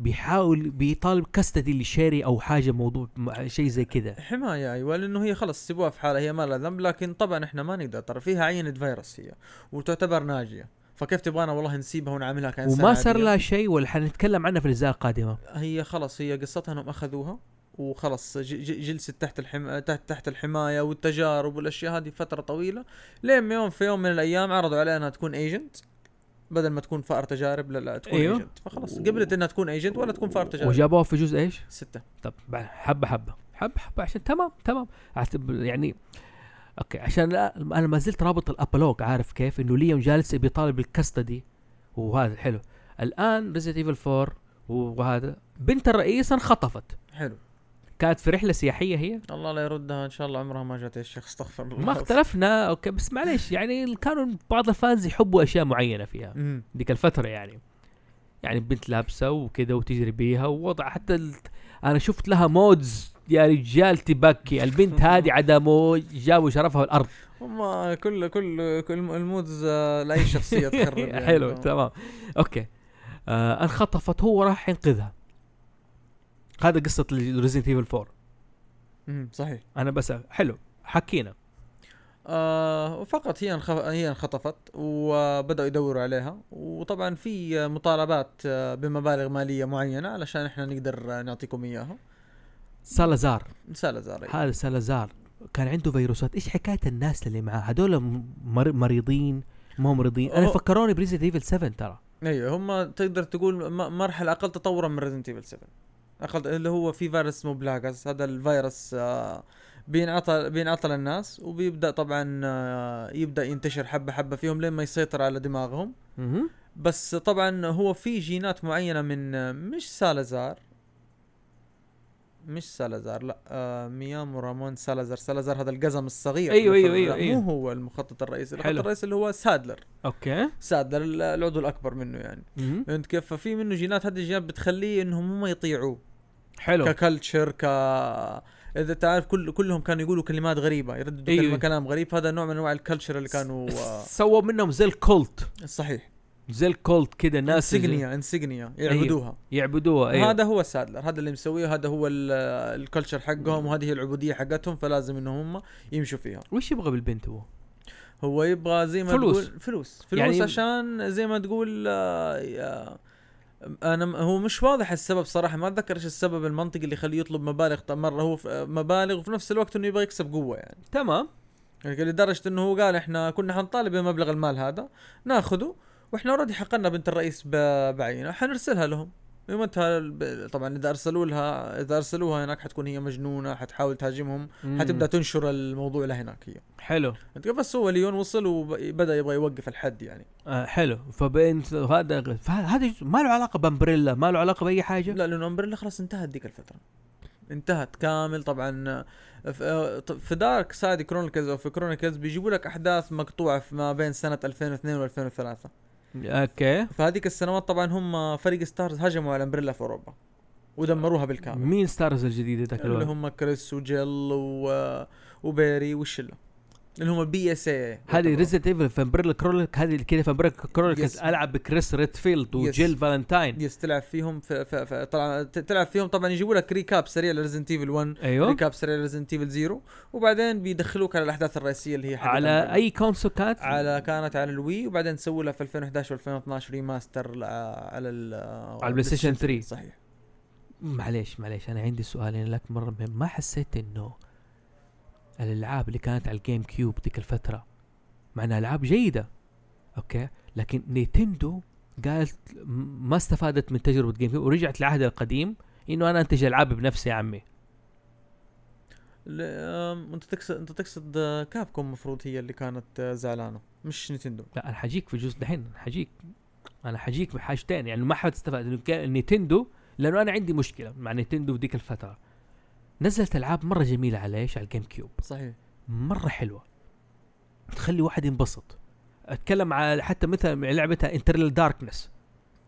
بيحاول بيطالب كاستدي لشيري او حاجه موضوع م- شيء زي كذا حمايه ايوه لانه هي خلص سيبوها في حالها هي ما لها ذنب لكن طبعا احنا ما نقدر ترى فيها عينه فيروس هي وتعتبر ناجيه فكيف تبغانا والله نسيبها ونعاملها كانسان وما صار عادية؟ لها شيء ولا حنتكلم عنها في الاجزاء القادمه هي خلاص هي قصتها انهم اخذوها وخلاص ج- ج- جلست تحت الحم... تحت تحت الحمايه والتجارب والاشياء هذه فتره طويله لين يوم في يوم من الايام عرضوا عليها انها تكون ايجنت بدل ما تكون فار تجارب لا لا تكون أيوه. أيوه؟ ايجنت فخلاص قبلت انها تكون ايجنت ولا تكون فار تجارب وجابوها في جزء ايش؟ سته طب بع- حبه حبه حبه حبه عشان تمام تمام عت- يعني اوكي عشان لا- انا ما زلت رابط الابلوج عارف كيف انه ليون جالس بيطالب بالكاستدي وهذا حلو الان ريزنت ايفل 4 وهذا بنت الرئيس انخطفت حلو كانت في رحله سياحيه هي الله لا يردها ان شاء الله عمرها ما جت يا شيخ استغفر الله ما اختلفنا اوكي بس معليش يعني كانوا بعض الفانز يحبوا اشياء معينه فيها مم. ديك الفتره يعني يعني بنت لابسه وكذا وتجري بيها ووضع حتى ال... انا شفت لها مودز يا رجال تبكي البنت هذه عدموا جابوا شرفها الارض هم كل كل كل المودز آه، لاي شخصيه تخرب يعني. حلو تمام اوكي آه انخطفت هو راح ينقذها هذا قصه ريزنت ايفل 4 مم، صحيح انا بس حلو حكينا آه، وفقط هي انخ... هي انخطفت وبداوا يدوروا عليها وطبعا في مطالبات آه، بمبالغ ماليه معينه علشان احنا نقدر آه، نعطيكم اياها سالازار سالزار هذا سالازار كان عنده فيروسات ايش حكايه الناس اللي معاه هذول مر... مريضين مو مريضين انا هو- فكروني بريزنت ايفل 7 ترى ايوه هم تقدر تقول م- مرحله اقل تطورا من ريزنت ايفل 7 اقل اللي هو في فيروس اسمه بلاجز هذا الفيروس آه، بينعطى بينعطى للناس وبيبدا طبعا آه، يبدا ينتشر حبه حبه فيهم لين ما يسيطر على دماغهم اها بس طبعا هو في جينات معينه من مش سالازار مش سالازار لا آه ميامو رامون سالازار سالازار هذا القزم الصغير أيوه، اللي في أيوه، ال- أيوه، أيوه. مو هو المخطط الرئيسي المخطط حلو. الرئيسي اللي هو سادلر اوكي سادلر ال- العضو الاكبر منه يعني مهم. انت كيف ففي منه جينات هذه الجينات بتخليه انهم هم يطيعوه حلو ككلتشر ك اذا تعرف كل كلهم كانوا يقولوا كلمات غريبه يرددوا أيوه. كلمه كلام غريب هذا نوع من انواع الكلتشر اللي كانوا آه، سووا منهم زي الكولت صحيح زي الكولت كذا ناس انسجنيا انسجنيا أيوة. يعبدوها يعبدوها ايوه هذا هو السادلر هذا اللي مسويه هذا هو ال- الكلتشر حقهم وهذه العبوديه حقتهم فلازم ان هم يمشوا فيها وش يبغى بالبنت هو؟ هو يبغى زي ما فلوس. تقول فلوس فلوس يعني- يعني عشان زي ما تقول آه، يا- انا م- هو مش واضح السبب صراحه ما اتذكر ايش السبب المنطقي اللي يخليه يطلب مبالغ ط- مره هو ف- مبالغ وفي نفس الوقت انه يبغى يكسب قوه يعني تمام يعني لدرجه انه هو قال احنا كنا حنطالب بمبلغ المال هذا ناخذه واحنا اوريدي حقنا بنت الرئيس ب- بعينه حنرسلها لهم يوم انتهى الب- طبعا اذا ارسلوا لها اذا ارسلوها هناك حتكون هي مجنونه حتحاول تهاجمهم حتبدا تنشر الموضوع لهناك هي حلو انت كيف؟ بس هو ليون وصل وبدا يبغى يوقف الحد يعني آه حلو فبنت هذا فه- هذا جزء- ما له علاقه بامبريلا ما له علاقه باي حاجه لا لانه امبريلا خلاص انتهت ذيك الفتره انتهت كامل طبعا ف- آه، ط- في دارك سايد كرونيكلز او في كرونيكلز بيجيبوا لك احداث مقطوعه في ما بين سنه 2002 و2003 اوكي فهذيك السنوات طبعا هم فريق ستارز هجموا على امبريلا في اوروبا ودمروها بالكامل مين ستارز الجديده ذاك اللي الوقت؟ هم كريس وجيل و... وبيري والشله اللي هم إيه. البي اس اي هذه ريزنت ايفل في امبريلا كرولك هذه اللي كذا في امبريلا كرولك Yes. العب بكريس ريدفيلد Yes. وجيل فالنتاين يس تلعب فيهم في... في... في... طلع... ت- تلعب فيهم طبعا يجيبوا لك ريكاب سريع لريزنت ايفل 1 ايوه ريكاب سريع لريزنت ايفل 0 وبعدين بيدخلوك على الاحداث الرئيسيه اللي هي حقت على Umbrella. اي كونسول كانت؟ على كانت على الوي وبعدين سووا لها في 2011 و2012 ريماستر ل- على ال على البلاي ستيشن 3. صحيح معليش معليش انا عندي سؤالين لك مره مهم ما حسيت انه الالعاب اللي كانت على الجيم كيوب ذيك الفتره مع انها العاب جيده اوكي لكن نينتندو قالت م- ما استفادت من تجربه جيم كيوب ورجعت لعهد القديم انه انا انتج العابي بنفسي يا عمي ل- آم، انت تقصد انت تقصد آه، كابكوم المفروض هي اللي كانت آه، زعلانه مش نينتندو لا انا حجيك في جزء دحين أنا حجيك انا حجيك بحاجتين يعني ما حد استفاد إنه كان نينتندو لانه انا عندي مشكله مع نينتندو في ذيك الفتره نزلت العاب مره جميله على ايش على الجيم كيوب صحيح مره حلوه تخلي واحد ينبسط اتكلم على حتى مثلا لعبتها انترنال داركنس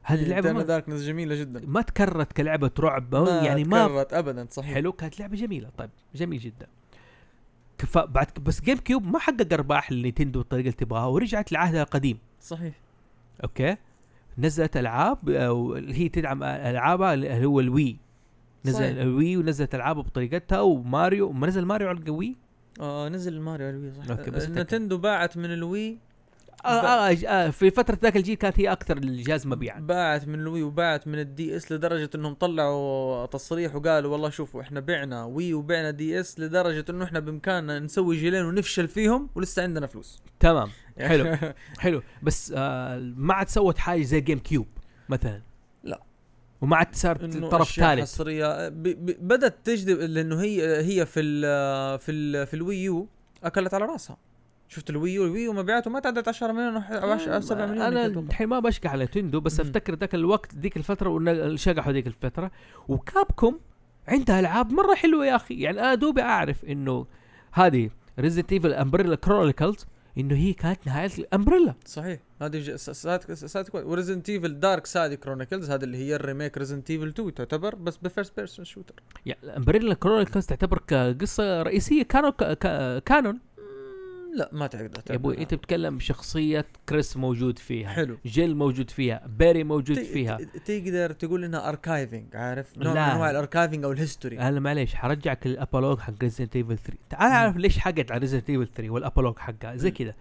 هذه اللعبه لعبه ما, داركنس جميله جدا ما تكررت كلعبه رعب أو يعني ما تكررت ابدا صحيح حلو كانت لعبه جميله طيب جميل جدا كفا بعد بس جيم كيوب ما حقق ارباح لنينتندو بالطريقه اللي تبغاها ورجعت لعهدها القديم صحيح اوكي نزلت العاب أو اللي هي تدعم العابها اللي هو الوي نزل صحيح. الوي ونزلت العابها بطريقتها وماريو ما نزل ماريو على الوي آه نزل ماريو على الوي صح أوكي، بس آه، أتأكد. نتندو باعت من الوي آه آه آه في فتره ذاك الجيل كانت هي اكثر الجهاز مبيعا باعت من الوي وباعت من الدي اس لدرجه انهم طلعوا تصريح وقالوا والله شوفوا احنا بعنا وي وبعنا دي اس لدرجه انه احنا بامكاننا نسوي جيلين ونفشل فيهم ولسه عندنا فلوس تمام حلو. حلو بس آه ما عاد سوت حاجه زي جيم كيوب مثلا لا. وما عاد صارت إنه طرف أشياء ثالث حصريه ب... ب... بدات تجذب لانه هي هي في ال... في ال... في الوي يو اكلت على راسها شفت الوي يو الوي يو مبيعاته ما تعدت 10 مليون آه، او 7 مليون انا يمكن أتوقع. الحين ما بشقح على تندو بس مم. افتكر ذاك الوقت ذيك الفتره وإن شقحوا ذيك الفتره وكابكم عندها العاب مره حلوه يا اخي يعني انا دوبي اعرف انه هذه ريزنت ايفل امبريلا كرونيكلز انه هي كانت نهايه الامبريلا صحيح هذه ج- س- سات سات كويس وريزنت ايفل دارك سادي كرونيكلز هذه اللي هي الريميك ريزنت ايفل 2 تعتبر بس بفيرست بيرسون شوتر يعني امبريلا كرونيكلز تعتبر كقصه رئيسيه كانون كانون لا ما تقدر يا إيه ابوي انت بتتكلم شخصيه كريس موجود فيها حلو جيل موجود فيها بيري موجود ت- فيها ت- تقدر تقول انها اركايفنج عارف نوع من لا. أه، انواع الاركايفنج او الهيستوري انا معليش حرجعك للابولوج حق ريزنت ايفل 3 تعال مم. اعرف ليش حقت على ريزنت ايفل 3 والابولوج حقها زي مم. كذا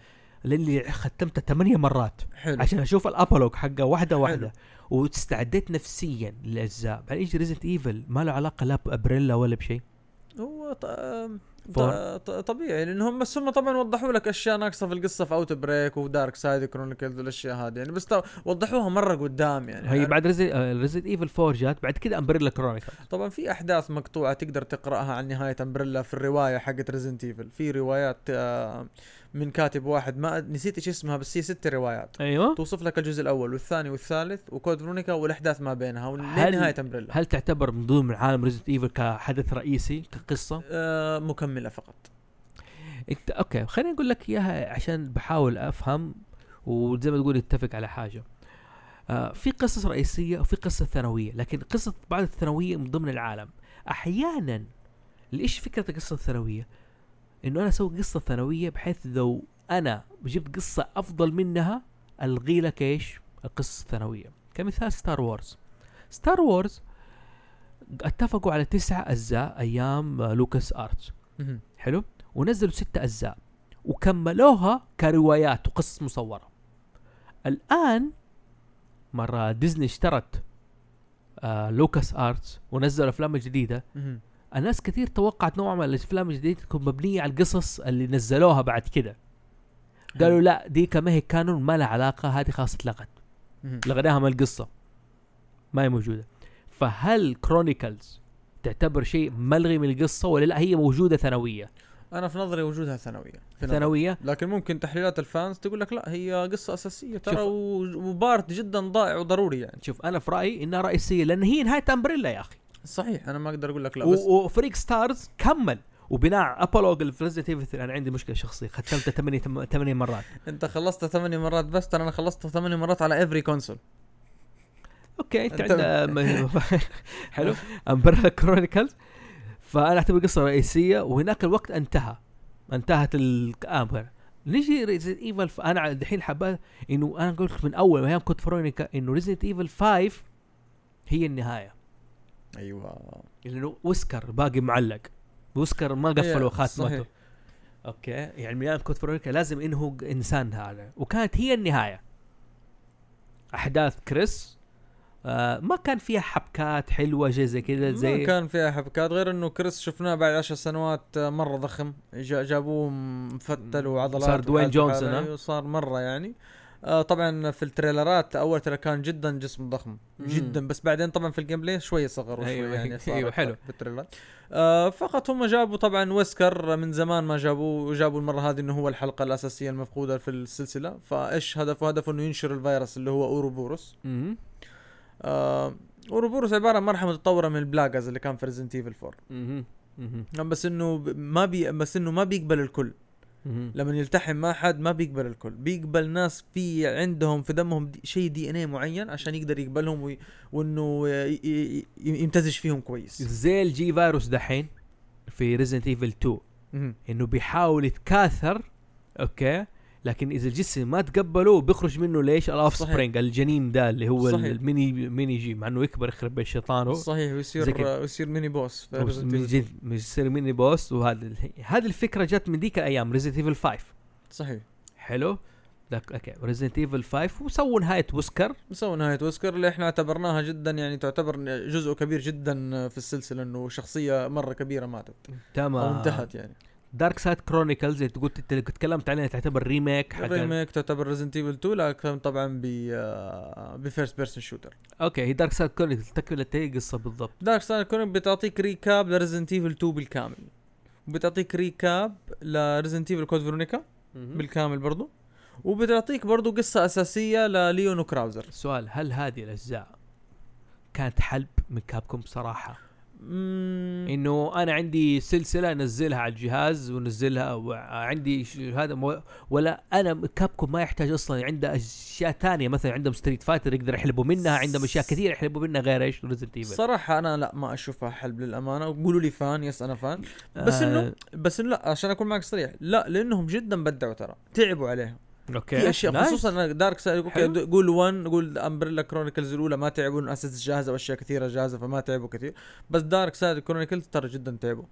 لاني ختمتها ثمانية مرات حلو عشان اشوف الابولوج حقها واحده واحده واستعديت نفسيا للاجزاء بعدين ايش ريزنت ايفل ما له علاقه لا بابريلا ولا بشيء هو ط- آم، ط- فور. ط- طبيعي لان هم بس هم طبعا وضحوا لك اشياء ناقصه في القصه في اوت بريك ودارك سايد كرونيكلز والاشياء هذه يعني بس تو- وضحوها مره قدام يعني هي بعد آه، ريزنت ايفل 4 جات بعد كذا امبريلا كرونيكل طبعا في احداث مقطوعه تقدر تقراها عن نهايه امبريلا في الروايه حقت ريزنت ايفل في روايات آه، من كاتب واحد ما نسيت ايش اسمها بس هي ست روايات ايوه توصف لك الجزء الاول والثاني والثالث وكود فرونيكا والاحداث ما بينها هل- ولنهايه امبريلا هل تعتبر من ضمن عالم ريزنت ايفل كحدث رئيسي كقصه؟ آه، مكمله فقط انت اوكي خليني اقول لك اياها عشان بحاول افهم وزي ما تقول اتفق على حاجه آه في قصص رئيسيه وفي قصه ثانويه لكن قصه بعض الثانويه من ضمن العالم احيانا ليش فكره القصه الثانويه انه انا اسوي قصه ثانويه بحيث لو انا جبت قصه افضل منها الغي لك ايش القصه الثانويه كمثال ستار وورز ستار وورز اتفقوا على تسعة اجزاء ايام آه، لوكاس ارتس مهم. حلو ونزلوا ستة أجزاء وكملوها كروايات وقصص مصورة الآن مرة ديزني اشترت آه لوكاس آرتس ونزلوا أفلام جديدة مهم. الناس كثير توقعت نوعا ما الأفلام الجديدة تكون مبنية على القصص اللي نزلوها بعد كده قالوا لا دي كما هي كانون ما لها علاقة هذه خلاص اتلغت مهم. لغيناها من القصة ما هي موجودة فهل كرونيكلز تعتبر شيء ملغي من القصة ولا لا هي موجودة ثانوية انا في نظري وجودها ثانويه في نظري. ثانوية لكن ممكن تحليلات الفانز تقول لك لا هي قصه اساسيه ترى شوف. و- وبارت جدا ضائع وضروري يعني شوف انا في رايي انها رئيسيه لان هي نهايه امبريلا يا اخي صحيح انا ما اقدر اقول لك لا بس و- وفريق ستارز كمل وبناء ابولوج الفريزنت ايفل انا عندي مشكله شخصيه ختمتها ثمانية ثمانية مرات انت خلصت ثماني مرات بس ترى انا خلصت ثماني مرات على افري كونسول اوكي انت أنت- عندك حلو امبريلا كرونيكلز فانا اعتبر قصه رئيسيه وهناك الوقت انتهى انتهت الامر نجي ريزنت ايفل انا دحين حابه انه انا قلت من اول ايام كنت فرونيكا انه ريزنت ايفل 5 هي النهايه ايوه لانه وسكر باقي معلق وسكر ما قفلوا إيه، خاتمته صحيح. اوكي يعني من كنت فرونيكا لازم انه انسان هذا وكانت هي النهايه احداث كريس آه ما كان فيها حبكات حلوه شيء زي كذا ما زي كان فيها حبكات غير انه كريس شفناه بعد عشر سنوات آه، مره ضخم جا- جابوه مفتل وعضلات صار دوين وحالته جونسون، حالة، ها؟ أيوة، صار مره يعني آه طبعا في التريلرات اول ترى كان جدا جسم ضخم مم. جدا بس بعدين طبعا في الجيم بلاي شويه صغروا شويه أيوة، يعني صار أيوة، أكثر حلو. في التريلرات آه فقط هم جابوا طبعا ويسكر آه، من زمان ما جابوه وجابوا المره هذه انه هو الحلقه الاساسيه المفقوده في السلسله فايش هدفه؟ هدفه انه ينشر الفيروس اللي هو اوروبوروس مم. آه اوروبوروس عباره عن مرحله متطوره من البلاجاز اللي كان في ريزنت ايفل 4 مم. مم. نعم، بس انه ب- ما بي بس انه ما بيقبل الكل مم. لما يلتحم مع حد ما بيقبل الكل بيقبل ناس في عندهم في دمهم دي شيء دي ان اي معين عشان يقدر يقبلهم وي وانه ي- ي- ي- يمتزج فيهم كويس زي الجي فيروس دحين في ريزنت ايفل 2 مهم. انه بيحاول يتكاثر اوكي لكن اذا الجسم ما تقبله بيخرج منه ليش؟ الاوف صحيح. سبرينج الجنين ده اللي هو صحيح. الميني ميني جي مع انه يكبر يخرب بيت شيطانه صحيح زي ويصير كده. ويصير ميني بوس في بس Resident من Evil. جد يصير ميني بوس وهذا هذه الفكره جت من ذيك الايام ريزنت ايفل 5 صحيح حلو لك اوكي ريزنت ايفل 5 وسووا نهايه وسكر سوى نهاية وسكر اللي احنا اعتبرناها جدا يعني تعتبر جزء كبير جدا في السلسلة انه شخصية مرة كبيرة ماتت او تمام انتهت يعني دارك سايد كرونيكلز اللي تقول انت اللي تكلمت عليها تعتبر ريميك حق الريميك تعتبر ريزنت ايفل 2 لكن طبعا ب آه، بفيرست بيرسون شوتر اوكي هي دارك سايد كرونيكلز تكمله هي القصه بالضبط دارك سايد كونن بتعطيك ريكاب لريزنت ايفل 2 بالكامل وبتعطيك ريكاب لريزنت ايفل كود فيرونيكا بالكامل برضو وبتعطيك برضو قصة أساسية لليون وكراوزر السؤال هل هذه الاجزاء كانت حلب من كابكم بصراحه مم، انه انا عندي سلسله انزلها على الجهاز وانزلها وعندي ش- هذا مو ولا انا كابكم ما يحتاج اصلا عنده اشياء ثانيه مثلا عندهم ستريت فايتر يقدر يحلبوا منها عندهم اشياء كثير يحلبوا منها غير ايش ريزنت ايفل صراحة أنا لا ما أشوفها حلب للأمانة وقولوا لي فان يس أنا فان بس آه، إنه- بس إنه لا عشان أكون معك صريح لا لأنهم جدا بدعوا ترى تعبوا عليها اوكي في أشياء نايس. خصوصا دارك سايد أوكي حلو. د- قول 1 قول أمبريلا كرونيكلز الأولى ما تعبوا إنه أسس جاهزة وأشياء كثيرة جاهزة فما تعبوا كثير بس دارك سايد كرونيكلز ترى جدا تعبوا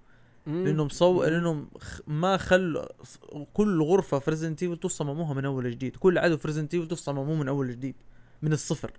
مم. لأنهم صو لأنهم خ- ما خلوا ص- كل غرفة في ريزنت ايفل صمموها من أول جديد كل عدو في ريزنت ايفل صمموه من أول جديد من الصفر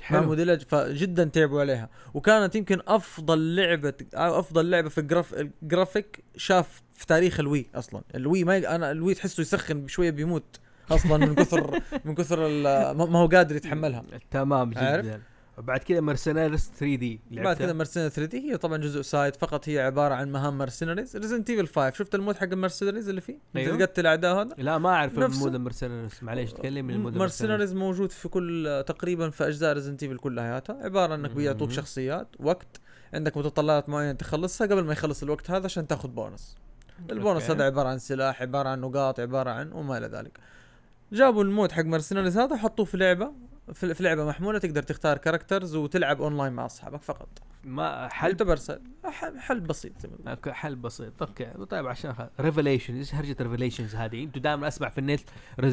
مع حلو موديلات فجدا تعبوا عليها وكانت يمكن افضل لعبه أو افضل لعبه في الجراف الجرافيك شاف في تاريخ الوي اصلا الوي ما ي... انا الوي تحسه يسخن بشويه بيموت اصلا من كثر من كثر ال- ما ما هو قادر يتحملها تمام عارف؟ جدا بعد كذا مرسناليس 3 دي بعد كذا مرسينا 3 دي هي طبعا جزء سايد فقط هي عباره عن مهام مرسينريز ريزنت ايفل 5 شفت المود حق المرسينريز اللي فيه؟ أيوه. أيوه؟ تقتل اعداء هذا لا ما اعرف نفسه. المود مرسناليس معليش تكلم من المود مرسينريز موجود في كل تقريبا في اجزاء ريزنت ايفل كلياتها عباره انك مم. بيعطوك شخصيات وقت عندك متطلبات معينه تخلصها قبل ما يخلص الوقت هذا عشان تاخذ بونص البونص أوكي. هذا عباره عن سلاح عباره عن نقاط عباره عن وما الى ذلك جابوا المود حق مرسينريز هذا حطوه في لعبه في في لعبه محموله تقدر تختار كاركترز وتلعب اونلاين مع اصحابك فقط ما حل يعتبر سهل. ح- حل بسيط زي ما قلت. أوكي، حل بسيط اوكي طيب عشان ريفليشن ايش هرجه ريفليشنز هذه انتوا دائما اسمع في النت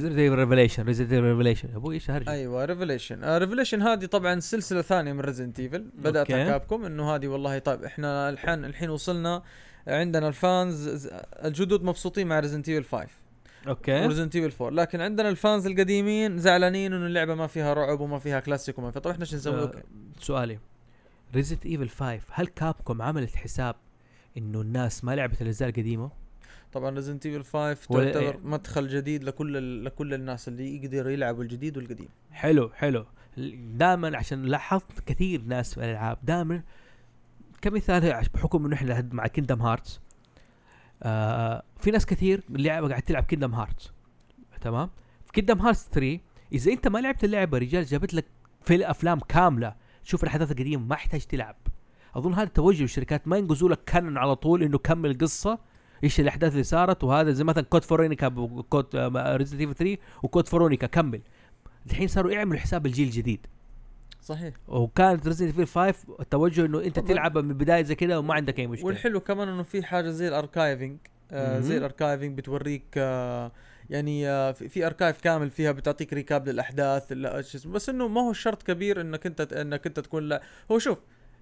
ريفليشن ريزيدنت ريفليشن ابوي ايش هرجه ايوه ريفليشن آه ريفليشن هذه طبعا سلسله ثانيه من ريزنت ايفل بداتها أوكي. كابكم انه هذه والله طيب احنا الحين الحين وصلنا عندنا الفانز ز- الجدد مبسوطين مع ريزنت ايفل 5 اوكي وريزنت ايفل 4 لكن عندنا الفانز القديمين زعلانين انه اللعبه ما فيها رعب وما فيها كلاسيك وما فيها طيب احنا ايش نسوي؟ آه، اوكي سؤالي ريزيدنت ايفل 5 هل كابكوم عملت حساب انه الناس ما لعبت الاجزاء القديمه طبعا ريزنت ايفل 5 ولا- تعتبر مدخل جديد لكل ال- لكل الناس اللي يقدروا يلعبوا الجديد والقديم حلو حلو دائما عشان لاحظت كثير ناس في الالعاب دائما كمثال عش- بحكم انه احنا هد- مع كيندم هارتس آه في ناس كثير اللعبه قاعد تلعب كيندم هارتس تمام في كيندم هارتس 3 اذا انت ما لعبت اللعبه رجال جابت لك في الافلام كامله شوف الاحداث القديمه ما يحتاج تلعب اظن هذا توجه الشركات ما ينقزوا لك كانون على طول انه كمل قصه ايش الاحداث اللي صارت وهذا زي مثلا كود فورونيكا ب- كود ريزنت 3 وكود فورونيكا كمل الحين صاروا يعملوا حساب الجيل الجديد صحيح وكانت ريزنت ايفل 5 التوجه انه انت طبعاً. تلعبها من البدايه زي كذا وما عندك اي مشكله والحلو كمان انه في حاجه زي الاركايفنج آه مهم. زي الاركايفنج بتوريك آه يعني آه في- في اركايف كامل فيها بتعطيك ريكاب للاحداث لا- شو اسمه بس انه ما هو شرط كبير انك انت انك انت تكون لا هو شوف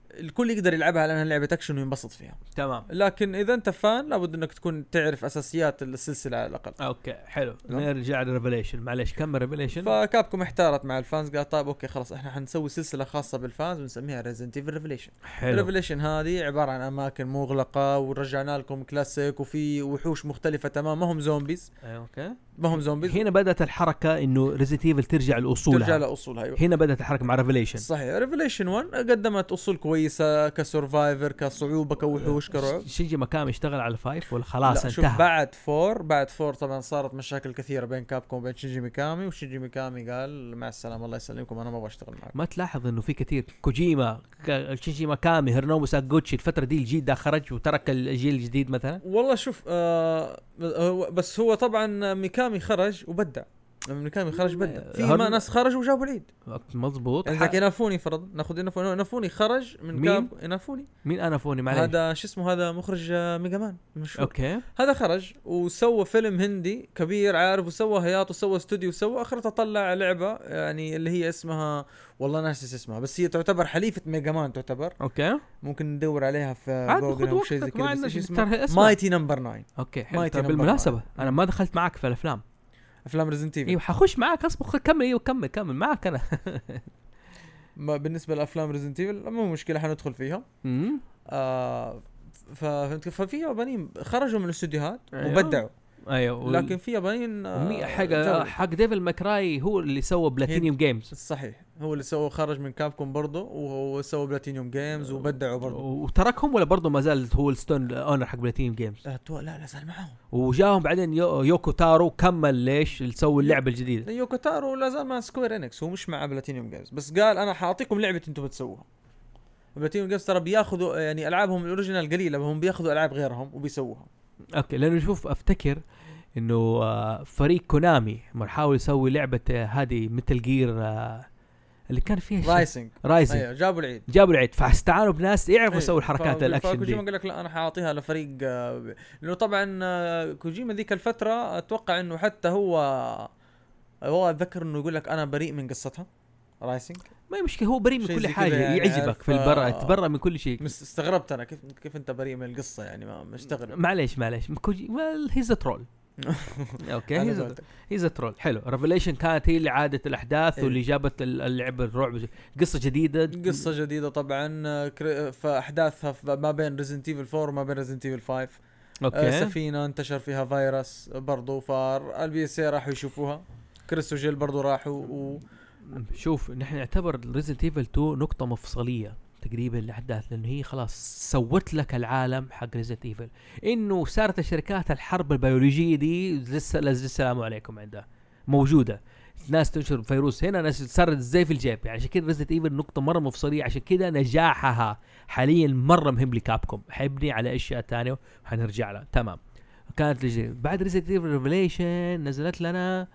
الكل يقدر يلعبها لانها لعبه اكشن وينبسط فيها تمام لكن اذا انت فان لابد انك تكون تعرف اساسيات السلسله على الاقل اوكي حلو نعم. نرجع لريفليشن معلش كمل ريفليشن فكابكم احتارت مع الفانز قالت طيب اوكي خلاص احنا حنسوي سلسله خاصه بالفانز ونسميها ريزنت ايفل ريفليشن حلو ريفليشن هذه عباره عن اماكن مغلقه ورجعنا لكم كلاسيك وفي وحوش مختلفه تمام ما هم زومبيز أيوة، اوكي ما هم زومبيز هنا بدات الحركه انه ريزنت ايفل ترجع لاصولها ترجع لاصولها ايوه هنا بدات الحركه مع ريفليشن صحيح ريفليشن 1 قدمت اصول كويسه كسرفايفر كصعوبه كوحوش كرعب شيجي مكام اشتغل على فايف ولا لا، خلاص شوف انتهى بعد فور بعد فور طبعا صارت مشاكل كثيره بين كابكوم وبين شيجي ميكامي وشيجي ميكامي قال مع السلامه الله يسلمكم انا ما ابغى اشتغل معكم ما تلاحظ انه في كثير كوجيما ك- شيجي مكامي هيرنوبو ساكوتشي الفتره دي الجيل ده خرج وترك الجيل الجديد مثلا آه، والله شوف آه هو- بس هو طبعا ميكامي خرج وبدع الامريكان خرج بدا في هل- ما ناس خرجوا وجابوا العيد مضبوط يعني ذاك ينافوني فرض ناخذ ينافوني ينافوني خرج من مين؟ كاب ينافوني مين انا فوني معلش هذا شو اسمه هذا مخرج آه، ميجا مان مشهور اوكي هذا خرج وسوى فيلم هندي كبير عارف وسوى هياط وسوى استوديو وسوى اخرته طلع لعبه يعني اللي هي اسمها والله ناسي اسمها بس هي تعتبر حليفه ميجا مان تعتبر اوكي ممكن ندور عليها في عاد جوجل خذ او شيء زي وقتك ما كذا بس عندنا إيش شيء اسمها ترى اسمع مايتي نمبر 9 اوكي حلو Mighty ترى Number بالمناسبه انا ما دخلت معك في الافلام افلام ريزنت ايفل ايوه حخش معك اصبر كمل ايوه كمل كمل معك انا ما بالنسبه لافلام ريزنت ايفل مو مشكله حندخل فيها أمم. آه ف- فهمت كيف؟ ففي يابانيين خرجوا من الاستديوهات أيوه. وبدعوا ايوه وال- لكن في يابانيين آه، ومي- حق جابوا. حق ديفل ماكراي هو اللي سوى بلاتينيوم جيمز صحيح هو اللي سوى خرج من كابكوم برضه وسوى بلاتينيوم جيمز وبدعوا برضه وتركهم ولا برضه ما زال هو الستون اونر حق بلاتينيوم جيمز لا تو- لا لا زال معاهم وجاهم بعدين يو- يوكو تارو كمل ليش سوى اللعبه الجديده يوكو تارو لا زال مع سكوير انكس هو مش مع بلاتينيوم جيمز بس قال انا حاعطيكم لعبه انتم بتسووها بلاتينيوم جيمز ترى بياخذوا يعني العابهم الاوريجينال قليله هم بياخذوا العاب غيرهم وبيسووها اوكي لانه شوف افتكر انه آه، فريق كونامي لما حاول يسوي لعبه آه، هذه مثل جير اللي كان فيها شيء- رايسنج رايزنج ايوه جابوا العيد جابوا العيد فاستعانوا بناس يعرفوا يسووا أيوة. الحركات ف- الاكشن فكوجيما دي قال لك لا انا حاعطيها لفريق آه، ب- لانه طبعا آه، كوجيما ذيك الفتره اتوقع انه حتى هو هو اتذكر انه يقول لك انا بريء من قصتها رايسنج ما هي مشكله هو بريء من شيء كل زي كذا حاجه يعني يعجبك في عارف، البرا آه، تبرى من كل شيء مس- استغربت انا كيف كيف انت بريء من القصه يعني ما مستغرب معليش معليش كوجي ويل هيز ترول اوكي على هيز قولتك. هيز ترول حلو ريفليشن كانت هي اللي عادت الاحداث إيه. واللي جابت ال- اللعب الرعب قصه جديده قصه جديده طبعا آه، كر- فاحداثها ف- ما بين ريزنت ايفل 4 وما بين ريزنت ايفل 5 آه، اوكي سفينه انتشر فيها فيروس برضو فالبي اس إيه راحوا يشوفوها كريس وجيل برضو راحوا و... شوف نحن نعتبر ريزنت ايفل 2 نقطه مفصليه تقريبا الاحداث لانه هي خلاص سوت لك العالم حق ريزنت ايفل انه صارت الشركات الحرب البيولوجيه دي لسه لسه السلام عليكم عندها موجوده ناس تنشر فيروس هنا ناس صارت زي في الجيب يعني عشان كذا ريزنت ايفل نقطه مره مفصليه عشان كذا نجاحها حاليا مره مهم لكابكم حيبني على اشياء ثانيه وحنرجع لها تمام كانت لجي. بعد ريزنت ايفل ريفليشن نزلت لنا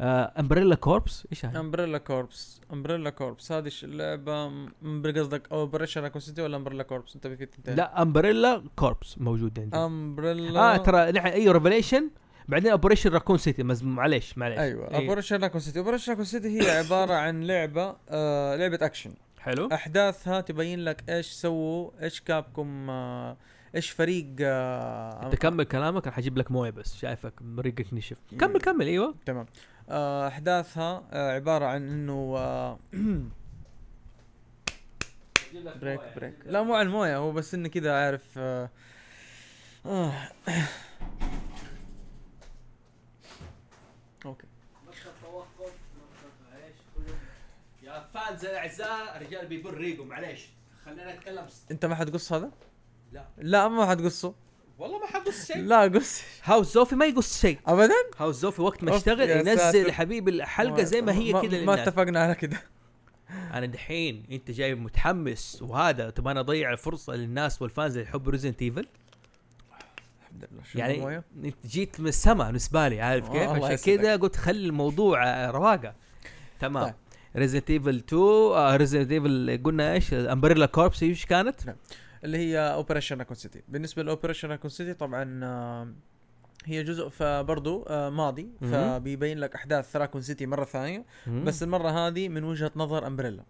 آه، امبريلا كوربس ايش هذا؟ امبريلا كوربس امبريلا كوربس هذه ش- اللعبه م- قصدك اوبريشن اكوسيتي ولا امبريلا كوربس انت في الثنتين لا امبريلا كوربس موجود عندي امبريلا اه ترى نحن اي ريفليشن بعدين اوبريشن راكون سيتي مز- معليش معليش ايوه إيه. اوبريشن اكوسيتي اوبريشن اكوسيتي هي عباره عن لعبه آه لعبه اكشن حلو أه، احداثها تبين لك ايش سووا ايش كابكم آه ايش فريق آه انت كمل كلامك انا حجيب لك مويه بس شايفك مريقك نشف كمل كمل ايوه تمام آه احداثها آه عباره عن انه آه بريك بريك لا مو على المويه هو بس انه كذا عارف آه آه اوكي يا فانز الاعزاء الرجال بيبر ريقه معليش خلينا نتكلم انت ما حتقص هذا؟ لا. لا ما حتقصه والله ما حقص لا قص هاوس زوفي ما يقص شيء ابدا هاوس زوفي وقت ما أوف، يشتغل يا ينزل ساتر. حبيبي الحلقه زي ما هي كذا ما للناس. اتفقنا على كذا انا دحين انت جاي متحمس وهذا تبغى انا اضيع الفرصه للناس والفانز اللي يحبوا ريزنت ايفل الحمد لله شرب يعني موية. انت جيت من السماء بالنسبه لي عارف آه، كيف الله عشان يسعدك. كذا قلت خلي الموضوع آه، رواقه تمام طيب. طيب. ريزنت ايفل 2 ريزنت ايفل آه، قلنا ايش امبريلا كوربس ايش كانت؟ اللي هي اوبريشن اكون سيتي بالنسبه لاوبريشن اكون سيتي طبعا آه، هي جزء فبرضو آه، ماضي مهم. فبيبين لك احداث تراكون سيتي مره ثانيه بس المره هذه من وجهه نظر امبريلا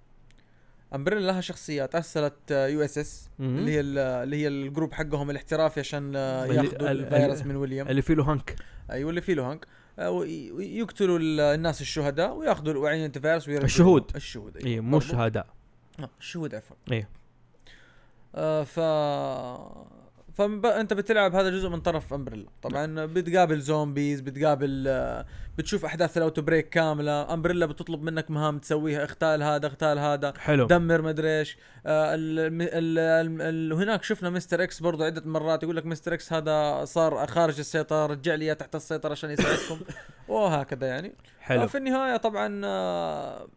امبريلا لها شخصيات آه، ارسلت يو اس اس مهم. اللي هي ال- اللي هي الجروب حقهم الاحترافي عشان آه، اللي- ياخذوا ال- الفيروس ال- من ويليام اللي فيه له هنك ايوه اللي فيه لهانج آه، وي- ويقتلوا ال- الناس الشهداء وياخذوا عينة الفيروس ويرجعوهم. الشهود. الشهود اي برضو. إيه، مو شهداء آه، الشهود عفوا إيه. آه ف فانت بتلعب هذا جزء من طرف امبريلا طبعا بتقابل زومبيز بتقابل آه، بتشوف احداث الاوتو بريك كامله امبريلا بتطلب منك مهام تسويها اغتال هذا اغتال هذا حلو دمر مدري ايش آه ال ال ال ال هناك شفنا مستر اكس برضو عده مرات يقول لك مستر اكس هذا صار خارج السيطره رجع لي إياه تحت السيطره عشان يساعدكم وهكذا يعني حلو في النهايه طبعا آه،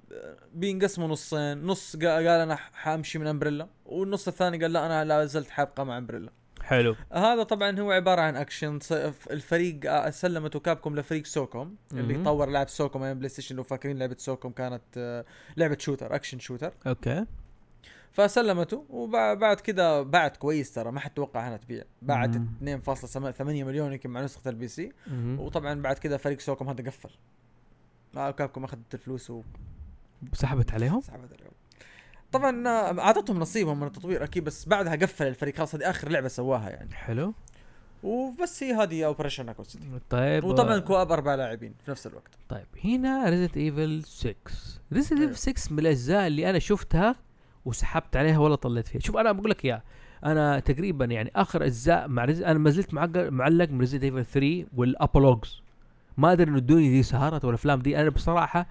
بينقسموا نصين نص قا- قال انا حامشي من امبريلا والنص الثاني قال لا انا لا زلت حابقى مع امبريلا حلو هذا طبعا هو عباره عن اكشن ص- الفريق آه، سلمته كابكوم لفريق سوكوم مهم. اللي طور لعب سوكوم ايام بلاي ستيشن لو فاكرين لعبه سوكوم كانت آه، لعبه شوتر اكشن شوتر اوكي فسلمته وبعد كده باعت كويس ترى ما حد توقع انها تبيع باعت مم. 2.8 مليون يمكن مع نسخه البي سي مهم. وطبعا بعد كده فريق سوكوم هذا قفل ما كابكم اخذت الفلوس سحبت عليهم وسحبت عليهم طبعا آه، اعطتهم نصيبهم من التطوير اكيد بس بعدها قفل الفريق خلاص هذه اخر لعبه سواها يعني حلو وبس هي هذه اوبريشن اكو سيتي طيب وطبعا كواب اربع لاعبين في نفس الوقت طيب هنا ريزنت ايفل 6 ريزنت أيوة. ايفل 6 من الاجزاء اللي انا شفتها وسحبت عليها ولا طلعت فيها شوف انا بقول لك يا انا تقريبا يعني اخر اجزاء مع رز... انا ما زلت معق- معلق من ريزنت ايفل 3 والابولوجز ما ادري انه الدنيا دي سهرت والافلام دي انا بصراحه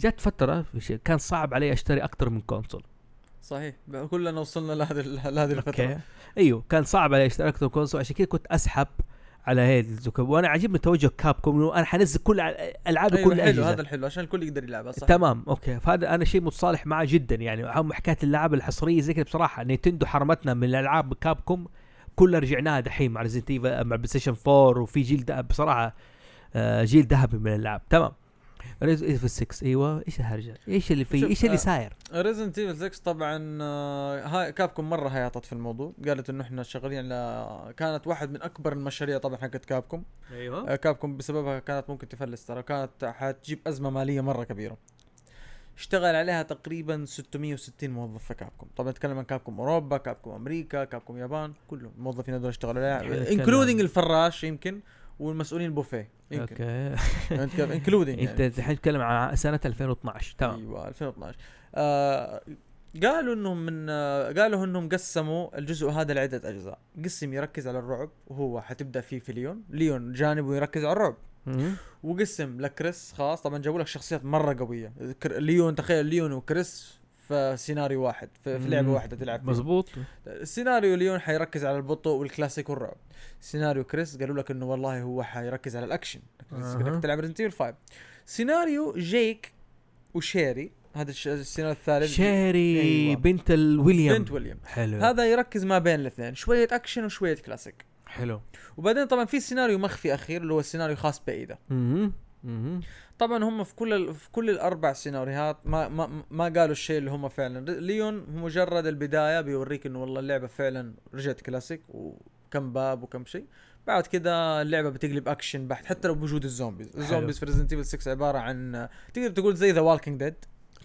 جت فتره في شيء- كان صعب علي اشتري اكثر من كونسول صحيح بقى كلنا وصلنا لهذه لهذه الفتره ايوه كان صعب علي اشتري اكثر من كونسول عشان كذا كنت اسحب على هيدز وانا عاجبني توجه كاب كوم انه انا حنزل كل ع- العاب ايوه كل حلو الاجهزه هذا الحلو عشان الكل يقدر يلعبها صح تمام اوكي فهذا انا شيء متصالح معه جدا يعني هم حكايه اللعب الحصريه زي كذا بصراحه نينتندو حرمتنا من الالعاب كابكوم كلها رجعناها دحين مع ريزنت مع بلاي ستيشن 4 وفي جيل ده بصراحه آه، جيل ذهبي من الالعاب تمام ريز ايفل 6 ايوه ايش الهرجه؟ ايش اللي في شوف، ايش اللي آه، صاير؟ ريزنت ايفل 6 طبعا آه، هاي كابكم مره هياطت في الموضوع قالت انه احنا شغالين على كانت واحد من اكبر المشاريع طبعا حقت كابكم ايوه آه، كابكم بسببها كانت ممكن تفلس ترى كانت حتجيب ازمه ماليه مره كبيره اشتغل عليها تقريبا 660 موظف في كابكم طبعا نتكلم عن كابكم اوروبا كابكم امريكا كابكم يابان كلهم الموظفين هذول اشتغلوا إحنا عليها نتكلم- انكلودينج الفراش يمكن والمسؤولين البوفيه يمكن يعني. اوكي انكلودينج انت الحين تتكلم عن سنه 2012 تمام ايوه 2012 آه قالوا انهم من آه قالوا انهم قسموا الجزء هذا لعده اجزاء قسم يركز على الرعب وهو حتبدا فيه في ليون ليون جانبه يركز على الرعب مم. وقسم لكريس خاص طبعا جابوا لك شخصيات مره قويه كر- ليون تخيل ليون وكريس في سيناريو واحد في, في لعبه مم. واحده تلعب فيها. مزبوط سيناريو ليون حيركز على البطء والكلاسيك والرعب سيناريو كريس قالوا لك انه والله هو حيركز على الاكشن أها. أه. تلعب ريزنت ايفل 5 سيناريو جيك وشيري هذا الش- السيناريو الثالث شيري أيوة. بنت الويليام بنت ويليام حلو هذا يركز ما بين الاثنين شويه اكشن وشويه كلاسيك حلو وبعدين طبعا في سيناريو مخفي اخير اللي هو السيناريو خاص بايدا مم. مم. طبعا هم في كل ال... في كل الاربع سيناريوهات ما ما ما قالوا الشيء اللي هم فعلا ليون مجرد البدايه بيوريك انه والله اللعبه فعلا رجعت كلاسيك وكم باب وكم شيء بعد كده اللعبه بتقلب اكشن بحت حتى لو بوجود الزومبيز الزومبيز في ريزنت ايفل 6 عباره عن تقدر تقول زي ذا والكينج ديد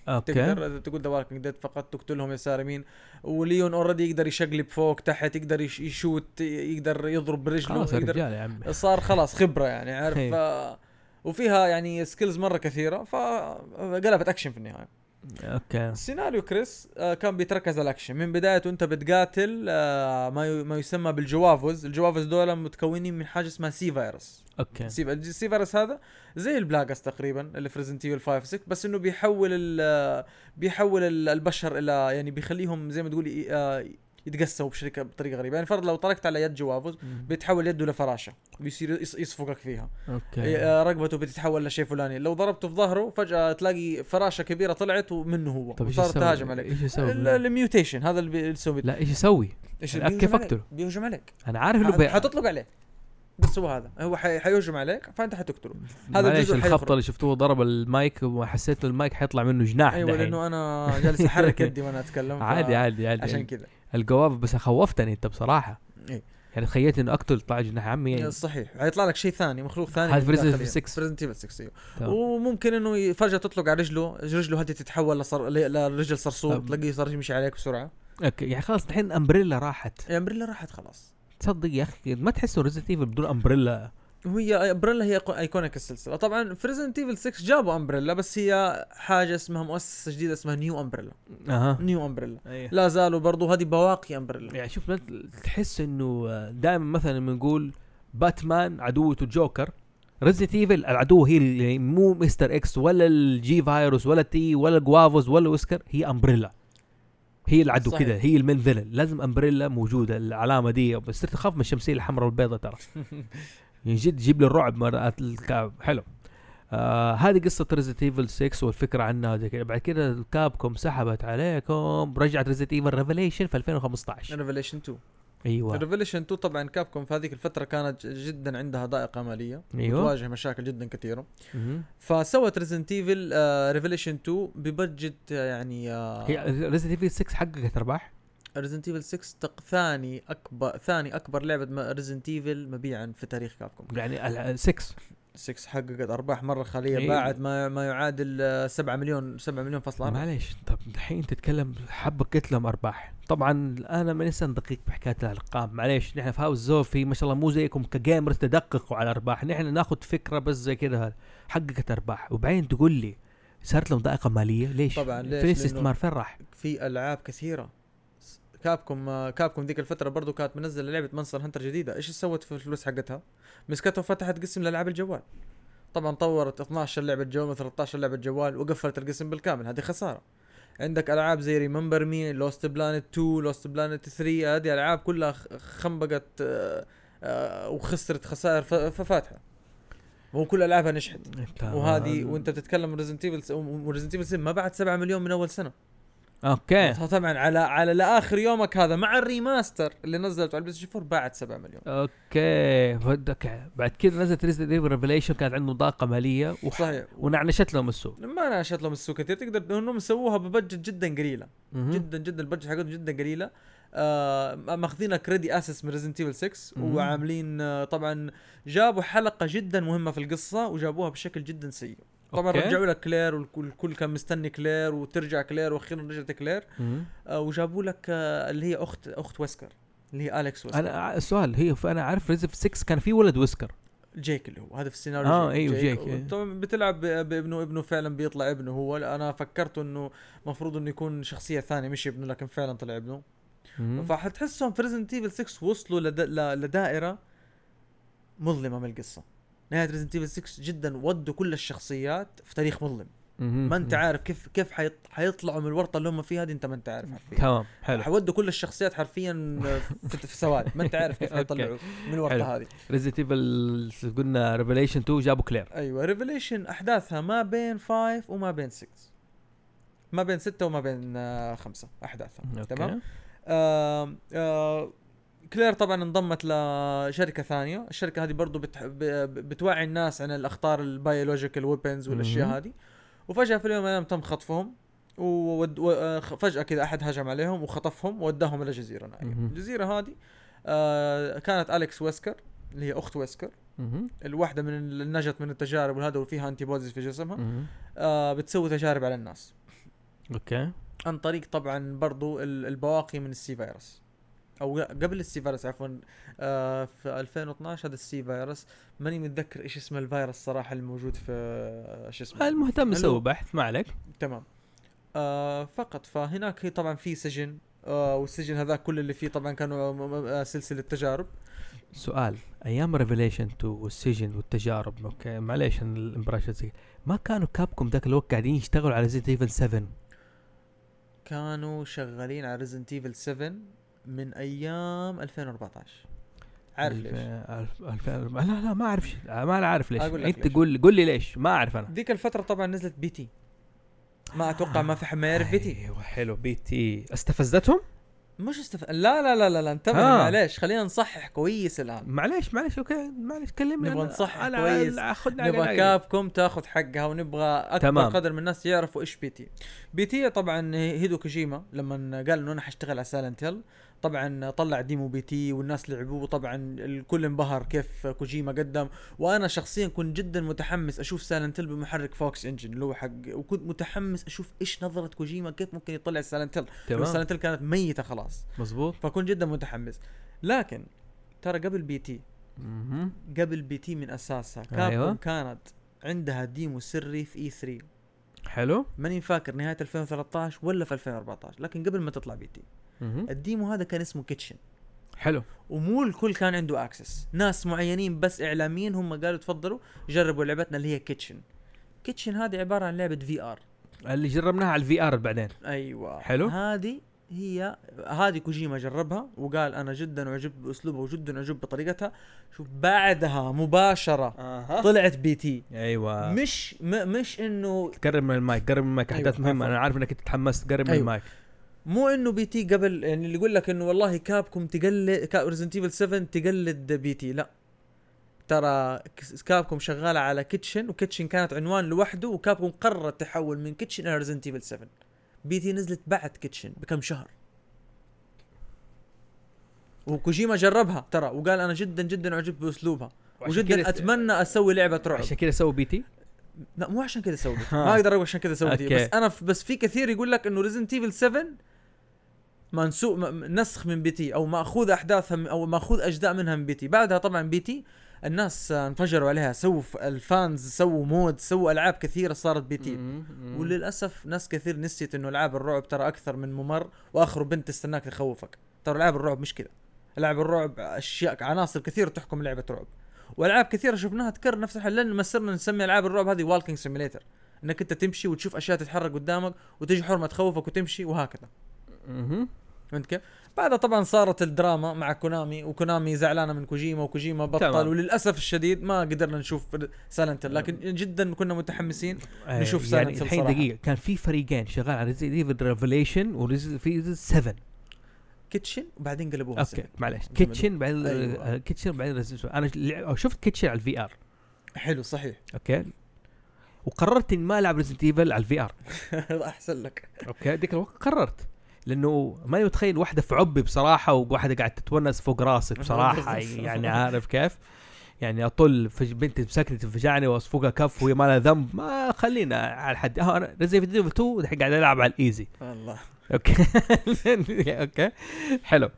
اوكي تقدر تقول ذا والكينج ديد فقط تقتلهم يسار يمين وليون اوريدي يقدر يشقلب فوق تحت يقدر يش- يشوت يقدر يضرب برجله خلاص يقدر الرجال يا عمي صار خلاص خبره يعني عارف أيوة. ف... وفيها يعني سكيلز مره كثيره فقلبت اكشن في النهايه اوكي سيناريو كريس آه، كان بيتركز على الاكشن من بدايته انت بتقاتل آه، ما ي- ما يسمى بالجوافز الجوافز دول متكونين من حاجه اسمها سي فايروس اوكي سي الج- سي فايروس هذا زي البلاجس تقريبا اللي في ريزنت ايفل 5 6 بس انه بيحول ال آه، بيحول ال- البشر الى يعني بيخليهم زي ما تقول ي- آه، يتقسموا بشركه بطريقه غريبه يعني فرض لو طرقت على يد جوافز بيتحول يده لفراشه بيصير يص- يصفقك فيها اوكي آه، رقبته بتتحول لشيء فلاني لو ضربته في ظهره فجاه تلاقي فراشه كبيره طلعت ومنه هو طيب ايش وصارت يسوي؟ تهاجم عليك ايش ال- يسوي؟ الميوتيشن هذا اللي بي- يسوي لا ايش يسوي؟ ايش لا، بيهجم كيف عليك؟ أقتله؟ بيهجم عليك انا عارف انه ح- بي... حتطلق عليه بس هو هذا هو حي- حيهجم عليك فانت حتقتله هذا معليش الجزء الخبطه حيفرق. اللي شفتوه ضرب المايك وحسيت إنه المايك حيطلع منه جناح ايوه دحين لانه انا جالس احرك يدي وانا اتكلم ف- عادي عادي عادي عشان عشان كذا الجواب بس خوفتني انت بصراحه إيه. يعني تخيلت انه اقتل طلع جناح عمي يعني. صحيح حيطلع لك شيء ثاني مخلوق ثاني هذا في Resident Evil 6. بريزنت ايفل 6 ايوه تمام. وممكن انه ي- فجاه تطلق على رجله رجله هذه تتحول لصر... ل- لرجل صرصور طب. تلاقيه صار يمشي عليك بسرعه اوكي يعني خلاص الحين امبريلا راحت امبريلا راحت خلاص تصدق يا اخي ما تحس ريزنت ايفل بدون امبريلا وهي امبريلا هي أيقو- ايكونيك السلسله طبعا في ريزنت ايفل 6 جابوا امبريلا بس هي حاجه اسمها مؤسسه جديده اسمها نيو امبريلا اها نيو امبريلا أيه. لا زالوا برضو هذه بواقي امبريلا يعني شوف مثل- تحس آه، انه دائما مثلا بنقول باتمان عدوته جوكر ريزنت ايفل العدو هي اللي مو مستر اكس ولا الجي فايروس ولا تي ولا جوافوز ولا ويسكر هي امبريلا هي العدو صحيح. كده هي المين فيلن لازم امبريلا موجوده العلامه دي بس صرت اخاف من الشمسيه الحمراء والبيضاء ترى يعني جد جيب لي الرعب مرات الكاب حلو آه هذه قصة ريزنت ايفل 6 والفكرة عنها زي كده بعد كده كابكم سحبت عليكم رجعت ريزنت ايفل ريفليشن في 2015 ريفليشن 2 ايوه ريفليشن 2 طبعا كابكوم في هذيك الفتره كانت جدا عندها ضائقه ماليه أيوة. وتواجه مشاكل جدا كثيره مهم. فسوت ريزنت ايفل ريفليشن 2 ببجت آه، يعني هي ريزنت ايفل 6 حققت ارباح ريزنت ايفل 6 تق- ثاني اكبر ثاني اكبر لعبه ريزنت ايفل مبيعا في تاريخ كابكوم يعني ال- ال- 6 6 حققت ارباح مره خاليه إيه. باعت ما ما يعادل آه، 7 مليون 7 مليون فاصل أربعة. معليش طب الحين تتكلم حبه قلت لهم ارباح طبعا انا من انسان دقيق بحكايه الارقام معليش نحن في هاوس زوفي ما شاء الله مو زيكم كجيمرز تدققوا على الارباح نحن ناخذ فكره بس زي كذا حققت ارباح وبعدين تقول لي صارت لهم ضائقه ماليه ليش؟ طبعاً، ليش؟ فين لأنه- الاستثمار فين راح؟ في العاب كثيره كابكم كابكم آه، ذيك الفتره برضو كانت منزله لعبه منصر هنتر جديده ايش سوت في الفلوس حقتها مسكتها وفتحت قسم لالعاب الجوال طبعا طورت 12 لعبه جوال 13 لعبه جوال وقفلت القسم بالكامل هذه خساره عندك العاب زي ريمبر مي لوست بلانت 2 لوست بلانت 3 هذه العاب كلها خ- خنبقت آه، آه، وخسرت خسائر ف- ف- فاتحه مو كل العابها نجحت إنت- وهذه وانت بتتكلم ريزنت ايفل ريزنت ايفل ما بعد 7 مليون من اول سنه اوكي طبعا على على لاخر يومك هذا مع الريماستر اللي نزلته على البلاي ستيشن 4 باعت 7 مليون اوكي فدك بعد كذا نزلت ريزنت ايفل ريفليشن كانت عندهم ضائقه ماليه وح- صحيح ونعنشت لهم السوق ما ناشط لهم السوق كثير تقدر انهم سووها ببجت جدا قليله مهم. جدا جدا البجت حقتهم جدا قليله آه ماخذين كريدي اسس من ريزنت ايفل 6 مم. وعاملين آه طبعا جابوا حلقه جدا مهمه في القصه وجابوها بشكل جدا سيء طبعا أوكي. رجعوا لك كلير والكل الكل كان مستني كلير وترجع كلير واخيرا رجعت كلير مهم. آه وجابوا لك آه اللي هي اخت اخت ويسكر اللي هي اليكس ويسكر انا السؤال هي انا عارف ريزف 6 كان في ولد ويسكر جيك اللي هو هذا في السيناريو آه، أيوه، جيك، إيه. جيك طبعا بتلعب ب- بابنه ابنه فعلا بيطلع ابنه هو لا، انا فكرت انه المفروض انه يكون شخصيه ثانيه مش ابنه لكن فعلا طلع ابنه مهم. فحتحسهم في ريزنت ايفل 6 وصلوا لد... ل... لدائره مظلمه من القصه نهايه ريزنت ايفل 6 جدا ودوا كل الشخصيات في تاريخ مظلم مهم. ما انت عارف كيف كيف حيط... حيطلعوا من الورطه اللي هم فيها دي انت ما انت عارف حرفيا تمام حلو حودوا كل الشخصيات حرفيا في, في سواد ما انت عارف كيف أوكي. حيطلعوا من حلو. الورطه هذه ريزنت ايفل قلنا ريفليشن 2 جابوا كلير ايوه ريفليشن احداثها ما بين 5 وما بين 6 ما بين 6 وما بين 5 احداثها أوكي. تمام آم، آه، كلير طبعا انضمت لشركه ثانيه الشركه هذه برضو بتح... ب- ب- بتوعي الناس عن الاخطار البيولوجيكال ويبنز والاشياء مهم. هذه وفجاه في اليوم من الايام تم خطفهم وود... و... آه، خ- فجاه كذا احد هجم عليهم وخطفهم وداهم الى جزيره نائيه مهم. الجزيره هذه آه كانت اليكس ويسكر اللي هي اخت ويسكر مهم. الواحده من اللي نجت من التجارب وهذا وفيها انتي بوديز في جسمها مهم. آه بتسوي تجارب على الناس اوكي عن طريق طبعا برضو ال- البواقي من السي فيروس او لا، قبل السي فيروس عفوا آه في 2012 هذا السي فيروس ماني متذكر ايش اسم الفيروس صراحه الموجود في آه، ايش اسمه المهتم حلو. سوى بحث ما عليك تمام آه فقط فهناك هي طبعا في سجن آه والسجن هذا كل اللي فيه طبعا كانوا م- م- آه، سلسله تجارب سؤال ايام ريفليشن 2 والسجن والتجارب اوكي معليش أنا الامبراشة زي ما كانوا كابكم ذاك الوقت قاعدين يشتغلوا على ريزنت ايفل 7 كانوا شغالين على ريزنت ايفل 7 من ايام 2014 عارف الف- ليش؟ الف- الف- لا لا ما اعرف شي- ما انا عارف ليش أقول لك انت ليش. قول قول لي ليش ما اعرف انا ذيك الفترة طبعا نزلت بي تي ما اتوقع ما في حد ما يعرف بي تي ايوه حلو بي تي استفزتهم؟ مش استف... لا لا لا لا, لا انتبه آه. معليش خلينا نصحح كويس الان معليش معليش اوكي معليش كلمني نبغى أنا- نصحح أنا- كويس. أنا- خذنا على نبغى العين. كابكم تاخذ حقها ونبغى اكبر تمام. تمام. قدر من الناس يعرفوا ايش بي تي بي تي طبعا هيدو كوجيما لما قال انه انا حاشتغل على سايلنت هيل طبعا طلع ديمو بي تي والناس لعبوه وطبعا الكل انبهر كيف كوجيما قدم وانا شخصيا كنت جدا متحمس اشوف سايلنت هيل بمحرك فوكس انجن اللي هو حق وكنت متحمس اشوف ايش نظره كوجيما كيف ممكن يطلع سايلنت هيل لو تمام سايلنت هيل كانت ميته خلاص مظبوط فكنت جدا متحمس لكن ترى قبل بي تي مهم. قبل بي تي من اساسها كابكوم أيوة. أيوة. كانت عندها ديمو سري في اي 3 حلو ماني فاكر نهايه 2013 ولا في 2014 لكن قبل ما تطلع بي تي مهم. الديمو هذا كان اسمه كيتشن حلو ومو الكل كان عنده اكسس ناس معينين بس اعلاميين هم قالوا تفضلوا جربوا لعبتنا اللي هي كيتشن كيتشن هذه عباره عن لعبه في ار اللي جربناها على الفي ار بعدين ايوه حلو. هذه هي هذه كوجيما جربها وقال انا جدا اعجبت باسلوبها وجدا اعجبت بطريقتها شوف بعدها مباشره اها طلعت بي تي ايوه مش م مش انه قرب من المايك قرب من المايك أيوة، احداث مهمه عفوا. انا عارف انك أنت تحمست قرب من أيوة. المايك مو انه بي تي قبل يعني اللي يقول لك انه والله كابكم تقلد كاب ريزنت ايفل 7 تقلد بي تي لا ترى كس- كابكم شغاله على كيتشن وكيتشن كانت عنوان لوحده وكابكم قررت تحول من كيتشن الى ريزنت ايفل 7 بي تي نزلت بعد كيتشن بكم شهر وكوجيما جربها ترى وقال انا جدا جدا اعجبت باسلوبها وعشان كده- وجدا اتمنى اسوي لعبه رعب عشان كذا سووا بي تي لا مو عشان كذا سويت ها. ما اقدر اقول عشان كذا سويت أوكي. بس انا ف- بس في كثير يقول لك انه ريزنت ايفل 7 منسوق م- م- نسخ من بي تي او ماخوذ احداثها من- او ماخوذ اجزاء منها من بي تي بعدها طبعا بي تي الناس آه، انفجروا عليها سووا ف- الفانز سووا مود سووا العاب كثيره صارت بي تي وللاسف ناس كثير نسيت انه العاب الرعب ترى اكثر من ممر واخر بنت تستناك تخوفك ترى العاب الرعب مش كذا العاب الرعب اشياء عناصر كثير تحكم لعبه رعب والعاب كثيره شفناها تكرر نفس الحل لان ما صرنا نسمي العاب الرعب هذه والكينج سيميليتر انك انت تمشي وتشوف اشياء تتحرك قدامك وتجي حرمه تخوفك وتمشي وهكذا مهم. فهمت كيف؟ بعدها طبعا صارت الدراما مع كونامي وكونامي زعلانه من كوجيما وكوجيما بطل تمام. تمام. وللاسف الشديد ما قدرنا نشوف سالنتر لكن جدا كنا متحمسين آه، نشوف يعني Silent Hill الحين صراحة. دقيقه كان في فريقين شغال على ريزد ايفل ريفليشن وريزد 7 كيتشن وبعدين قلبوها اوكي سلك. معلش جميل. كيتشن بعدين أيوة. آه، كيتشن بعدين Resident Evil. انا لع- شفت كيتشن على الفي ار حلو صحيح اوكي وقررت اني ما العب ريزد ايفل على الفي ار احسن لك اوكي ذيك الوقت قررت لانه ماني متخيل واحده في عبي بصراحه وواحده قاعده تتونس فوق راسك بصراحه يعني عارف كيف؟ يعني اطل في بنت مسكني تنفجعني واصفقها كف وهي ما لها ذنب ما خلينا على حد آه، ها انا ريزنت ايفل 2 الحين قاعد العب على الايزي الله اوكي اوكي حلو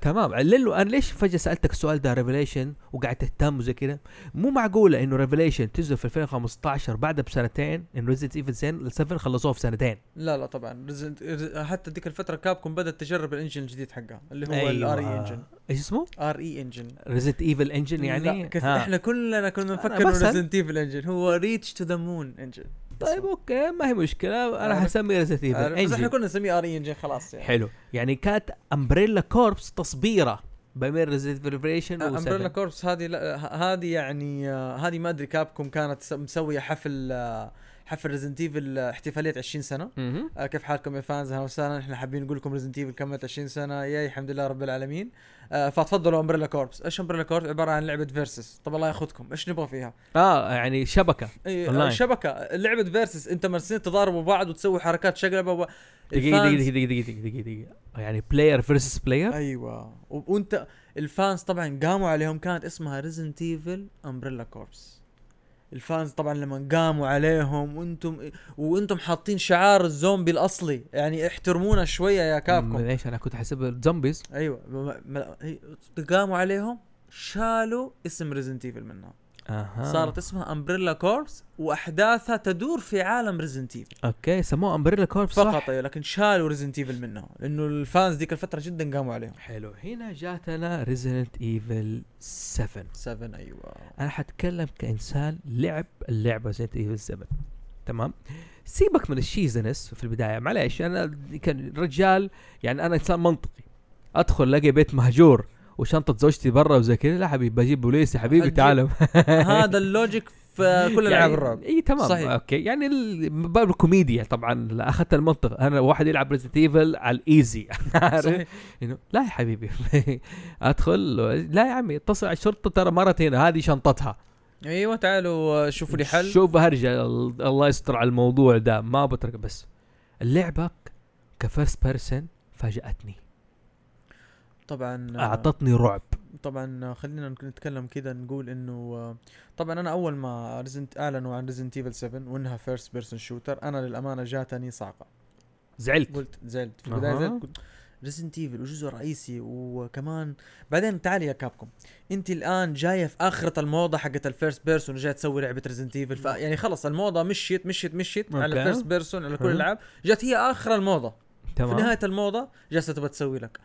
تمام ليلو انا ليش فجاه سالتك السؤال ده ريفليشن وقاعد تهتم وزي كده مو معقوله انه ريفليشن تنزل في 2015 بعدها بسنتين انه ريزنت ايفل 7 خلصوه في سنتين لا لا طبعا Resident- Re- حتى ذيك الفتره كابكم بدات تجرب الانجن الجديد حقها اللي هو أيوة. E الار اي انجن ايش اسمه؟ ار اي انجن ريزنت ايفل انجن يعني E لا كث... ها. احنا كلنا كنا نفكر أنا انه بسأل. ريزنت ايفل انجن هو ريتش تو ذا مون انجن طيب اوكي ما هي مشكله انا عارف. حسمي ريزنت ايفل بس احنا انجن كنا نسميه ار اي انجن خلاص يعني حلو يعني كانت امبريلا كوربس تصبيره بين ريزنت ريفليشن امبريلا وامبريلا كوربس آه، هذه لا ه- هذه يعني آه، هذه ما ادري كابكم كانت س- مسويه حفل آه، حفل آه، ريزنت ايفل احتفاليه 20 سنه آه، كيف حالكم يا فانز اهلا وسهلا احنا حابين نقول لكم ريزنت ايفل كملت 20 سنه ياي الحمد لله رب العالمين آه، فتفضلوا امبريلا كوربس ايش امبريلا كوربس عباره عن لعبه فيرسس طب الله ياخذكم ايش نبغى فيها اه يعني شبكه إيه، أونلاين. آه، شبكه لعبه فيرسس انت مرسين تضاربوا بعض وتسوي حركات شقلبه و... دقيقه الفانز- دقيقه دقيقه دقيقه دقيقه دقيقه يعني بلاير فيرسس بلاير ايوه و- وانت الفانز طبعا قاموا عليهم كانت اسمها ريزنت ايفل امبريلا كوربس الفانز طبعا لما قاموا عليهم وانتم وانتم حاطين شعار الزومبي الاصلي يعني احترمونا شويه يا كابكم ليش انا كنت احسب زومبيز ايوه ما- ما- هي- قاموا عليهم شالوا اسم ريزنت ايفل منها اها صارت اسمها امبريلا كوربس واحداثها تدور في عالم ريزنت ايفل اوكي سموه امبريلا كوربس صح فقط ايوه لكن شالوا ريزنت ايفل منها لانه الفانز ذيك الفتره جدا قاموا عليهم حلو هنا جاتنا ريزنت ايفل 7 7 ايوه انا حتكلم كانسان لعب اللعبه ريزنت ايفل 7 تمام سيبك من الشيزنس في البدايه معليش انا كان رجال يعني انا انسان منطقي ادخل الاقي بيت مهجور وشنطه زوجتي برا وزي كذا لا حبيبي بجيب بوليس يا حبيبي هتجيب- تعالوا هذا اللوجيك في يعني كل العاب الرعب اي تمام صحيح. صحيح. اوكي يعني ال- من باب الكوميديا طبعا لا، اخذت المنطق انا واحد يلعب ريزنت ايفل على الايزي عارف؟ صحيح إنه لا يا حبيبي ادخل لا يا عمي اتصل على الشرطه ترى مرت هنا هذه شنطتها ايوه تعالوا آه، شوفوا لي حل شوف هرجه ال- الله يستر على الموضوع ده ما بترك بس اللعبه كفيرست بيرسون فاجاتني طبعا آه، اعطتني رعب طبعا آه، خلينا نك- نتكلم كده نقول انه آه، طبعا انا اول ما ريزنت اعلنوا عن ريزنت ايفل 7 وانها فيرست بيرسون شوتر انا للامانه جاتني صعقه زعلت قلت زعلت في أها. البدايه زعلت قلت ريزنت ايفل وجزء رئيسي وكمان بعدين تعالي يا كابكم انت الان جايه في اخره الموضه حقت الفيرست بيرسون وجايه تسوي لعبه ريزنت ايفل ف... يعني خلاص الموضه مشيت مشيت مشيت على أوكي. الفيرست بيرسون على كل أها. الالعاب جت هي اخر الموضه في تمام نهايه الموضه جالسه تبغى تسوي لك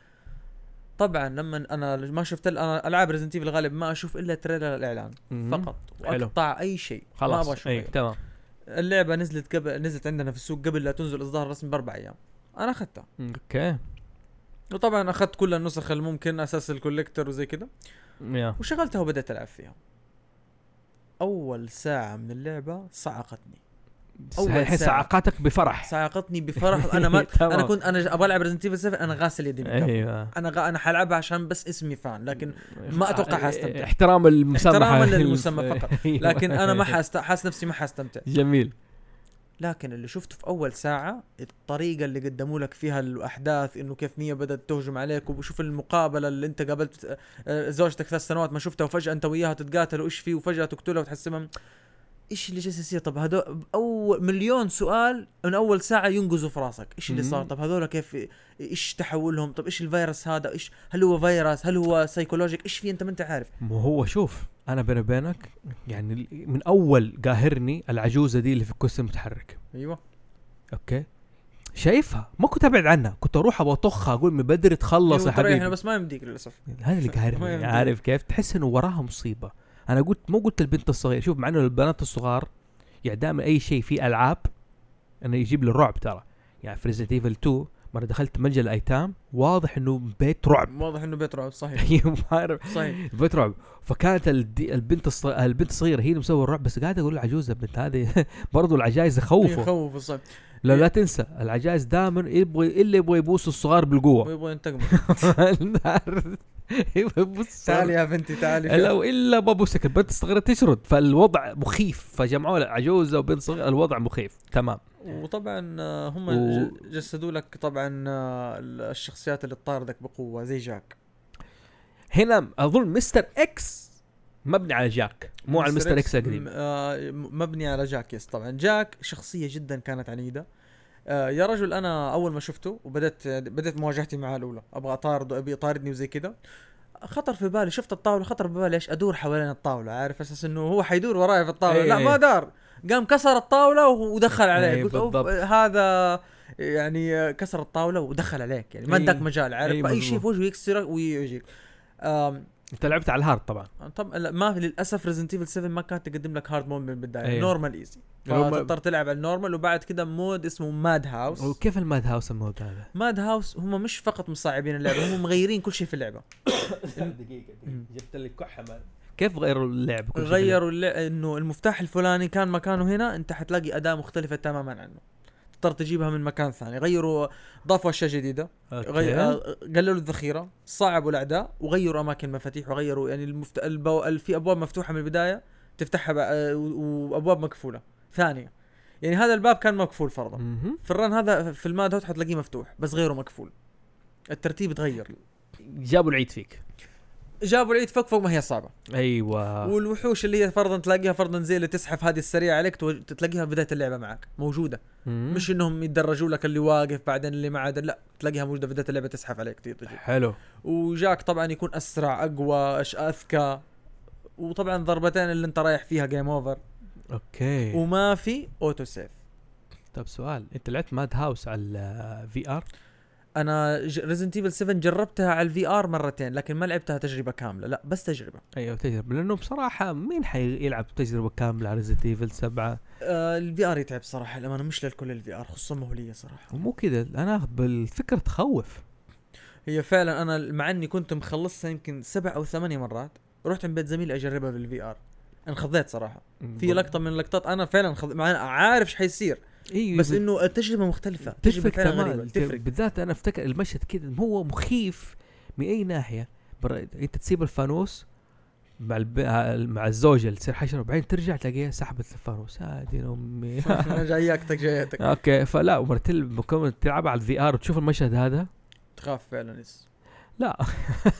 طبعا لما انا ما شفت ال- انا العاب ريزنت ايفل غالبا ما اشوف الا تريلر الاعلان مهم. فقط حلو. واقطع اي شيء ما ابغى خلاص إيه. اشوف اي أي. تمام اللعبه نزلت قبل نزلت عندنا في السوق قبل لا تنزل اصدار رسمي باربع ايام انا اخذتها اوكي وطبعا اخذت كل النسخ الممكن اساس الكوليكتر وزي كذا يا وشغلتها وبدات العب فيها اول ساعه من اللعبه صعقتني أول الحين ساعة. صعقتك بفرح صعقتني بفرح انا ما تمام. انا كنت انا ابغى العب ريزنت ايفل 7 انا غاسل يدي من قبل. ايوه انا غ... انا حلعبها عشان بس اسمي فان لكن ما أتوقع حأستمتع. احترام المسمى أيوة. احتراما للمسمى فقط. لكن انا ما حست... حاس نفسي ما حاستمتع جميل لكن اللي شفته في اول ساعه الطريقه اللي قدموا لك فيها الاحداث انه كيف ميا بدات تهجم عليك وبشوف المقابله اللي انت قابلت آه، زوجتك ثلاث سنوات ما شفتها وفجاه انت وياها تتقاتلوا ايش فيه وفجاه تقتلها وتحسبها ايش اللي جالس يصير طب هذول اول مليون سؤال من اول ساعه ينقزوا في راسك ايش اللي مم. صار طب هذول كيف ايش تحولهم طب ايش الفيروس هذا ايش هل هو فيروس هل هو سايكولوجيك ايش في انت ما انت عارف ما هو شوف انا بيني وبينك يعني ال- من اول قاهرني العجوزه دي اللي في الكرسي المتحرك ايوه اوكي شايفها ما كنت ابعد عنها كنت اروح ابغى اطخها اقول من بدري تخلص يا احنا حبيبي بس ما يمديك للاسف هذا اللي ما قاهرني يمديك. عارف كيف تحس انه وراها مصيبه انا قلت مو قلت البنت الصغيره شوف مع انه البنات الصغار يعني دائما اي شيء فيه العاب انه يجيب لي الرعب ترى يعني في ريزنت ايفل 2 مره دخلت ملجا الايتام واضح انه بيت رعب واضح انه بيت رعب صحيح يعني ما أعرف صحيح بيت رعب فكانت الدي البنت الص... البنت الصغيره هي اللي مسوي الرعب بس قاعد اقول العجوزه البنت هذه برضو العجائز يخوفوا يخوف بالظبط لا لا تنسى العجائز دائما يبغى الا يبغى يبوس الصغار بالقوه ويبغى ينتقم يبغى يبوس الصغار. تعالي يا بنتي تعالي لو الا بابوسك البنت الصغيره تشرد فالوضع مخيف فجمعوا لها عجوزه وبنت صغيره الوضع مخيف تمام وطبعا آه، هم و- ج- جسدوا لك طبعا آه، الشخصيات اللي تطاردك بقوه زي جاك هنا اظن مستر اكس مبني على جاك مو على مستر اكس م- قديم آه، م- مبني على جاك يس طبعا جاك شخصيه جدا كانت عنيده آه، يا رجل انا اول ما شفته وبدات بدات مواجهتي معاه الاولى ابغى اطارده ابي يطاردني وزي كذا خطر في بالي شفت الطاوله خطر في بالي ايش ادور حوالين الطاوله عارف اساس انه هو حيدور وراي في الطاوله أي لا أي. ما دار قام كسر الطاوله ودخل عليه أي قلت أوف، إيه، بالضبط. هذا يعني كسر الطاوله ودخل عليك يعني ما أي. اداك مجال أي عارف اي شيء مظبوط. في وجهه يكسرك ويجيك آم، انت لعبت على الهارد طبعا طب لا ما للاسف ريزنت ايفل 7 ما كانت تقدم لك هارد مود من البدايه أيوه. أيه. نورمال ايزي نورمال. فتضطر تلعب على النورمال وبعد كده مود اسمه ماد هاوس وكيف الماد هاوس المود هذا؟ ماد هاوس هم مش فقط مصعبين اللعبه هم مغيرين كل شيء في اللعبه دقيقة دقيقة جبت لك كحة مان كيف غيروا اللعب كل شيء غيروا اللع- انه المفتاح الفلاني كان مكانه هنا انت حتلاقي اداه مختلفه تماما عنه تضطر تجيبها من مكان ثاني غيروا ضافوا اشياء جديده أوكي. غي... آه، قللوا الذخيره صعبوا الاعداء وغيروا اماكن المفاتيح وغيروا يعني المفت... البو... ال- في ابواب مفتوحه من البدايه تفتحها ب... آه، و- وابواب مقفوله ثانيه يعني هذا الباب كان مقفول فرضا مهم. في الرن هذا في الماد هوت حتلاقيه مفتوح بس غيره مقفول الترتيب تغير جابوا العيد فيك جابوا العيد فوق فوق ما هي صعبه ايوه والوحوش اللي هي فرضا تلاقيها فرضا زي اللي تسحف هذه السريعه عليك تو- تلاقيها في بدايه اللعبه معك موجوده مم. مش انهم يتدرجوا لك اللي واقف بعدين اللي ما عاد لا تلاقيها موجوده بدايه اللعبه تسحب عليك تجي- تجي. حلو وجاك طبعا يكون اسرع اقوى أش- اذكى وطبعا ضربتين اللي انت رايح فيها جيم اوفر اوكي وما في اوتو سيف طب سؤال انت لعبت ماد هاوس على آه، الفي ار انا ريزنت ايفل 7 جربتها على الفي ار مرتين لكن ما لعبتها تجربه كامله لا بس تجربه ايوه تجربه لانه بصراحه مين حيلعب تجربه كامله على ريزنت ايفل 7 آه الفي ار يتعب صراحه لما انا مش للكل الفي ار خصوصا ما هو لي صراحه ومو كذا انا بالفكره تخوف هي فعلا انا مع اني كنت مخلصها يمكن سبع او ثمانية مرات رحت عند بيت زميلي اجربها بالفي ار انخضيت صراحه في لقطه من اللقطات انا فعلا خض... مع أنا عارف ايش حيصير ايوه بس انه التجربه مختلفه تجربه تفرق فعلا تماما غريبه تفرق بالذات انا افتكر المشهد كذا هو مخيف من اي ناحيه بر... انت تسيب الفانوس مع الب... مع الزوجه اللي تصير حشره وبعدين ترجع تلاقيها سحبت الفانوس يا دين امي انا جاياكتك جاياتك اوكي فلا ومرتل بكون تلعبها على الفي ار وتشوف المشهد هذا تخاف فعلا يس لا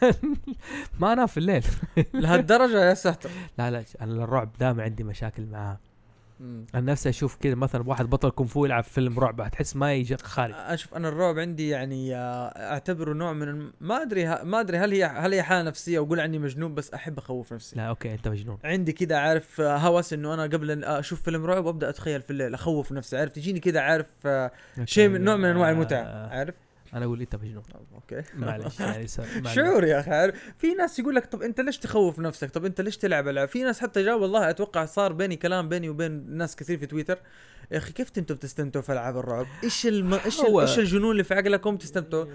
ما انام في الليل لهالدرجه يا ساتر لا لا انا الرعب دائما عندي مشاكل معاه انا نفسي اشوف كذا مثلا واحد بطل كونغ فو يلعب فيلم رعب هتحس ما يجيك خارج اشوف انا الرعب عندي يعني آه، اعتبره نوع من الم... ما ادري ه... ما ادري هل هي هل هي حاله نفسيه واقول عني مجنون بس احب اخوف نفسي لا اوكي انت مجنون عندي كذا عارف آه، هوس انه انا قبل أن اشوف فيلم رعب وابدا اتخيل في الليل اخوف نفسي عارف تجيني كذا عارف آه، شيء من نوع من انواع المتعه عارف انا اقول انت مجنون اوكي معلش يعني س- معلش. شعور يا اخي عارف؟ في ناس يقول لك طب انت ليش تخوف نفسك طب انت ليش تلعب العاب في ناس حتى جاء والله اتوقع صار بيني كلام بيني وبين ناس كثير في تويتر يا اخي كيف انتم بتستمتعوا في العاب الرعب ايش الم... ايش ال... هو- ايش الجنون اللي في عقلكم تستمتعوا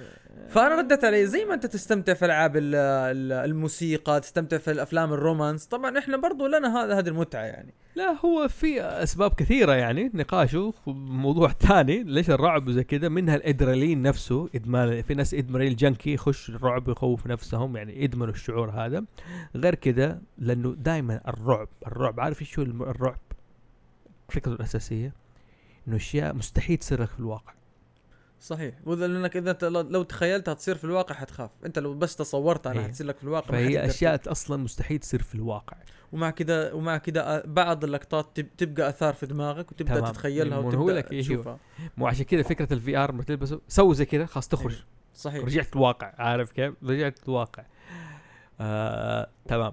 فانا ردت عليه زي ما انت تستمتع في العاب ال- ال- الموسيقى تستمتع في الافلام الرومانس طبعا احنا برضو لنا هذا هذه المتعه يعني لا هو في اسباب كثيره يعني نقاشه في موضوع ثاني ليش الرعب وزي كذا منها الادرينالين نفسه ادمان في ناس ادرينالين جنكي يخش الرعب يخوف نفسهم يعني ادمنوا الشعور هذا غير كذا لانه دائما الرعب الرعب عارف ايش هو الم- الرعب فكرته الاساسيه انه اشياء مستحيل تصير لك في الواقع صحيح وذا لانك اذا ت- لو تصير تصير في الواقع حتخاف انت لو بس تصورتها إيه. انا حتصير لك في الواقع ما فهي حتقدر اشياء اصلا مستحيل تصير في الواقع ومع كذا ومع كذا بعض اللقطات تب- تبقى اثار في دماغك وتبدا تمام. تمام. تتخيلها من هو وتبدا لك إيه هو. تشوفها مو عشان كذا فكره الفي ار تلبسه سوي زي كذا خلاص تخرج صحيح رجعت الواقع عارف كيف؟ رجعت الواقع. آه، تمام.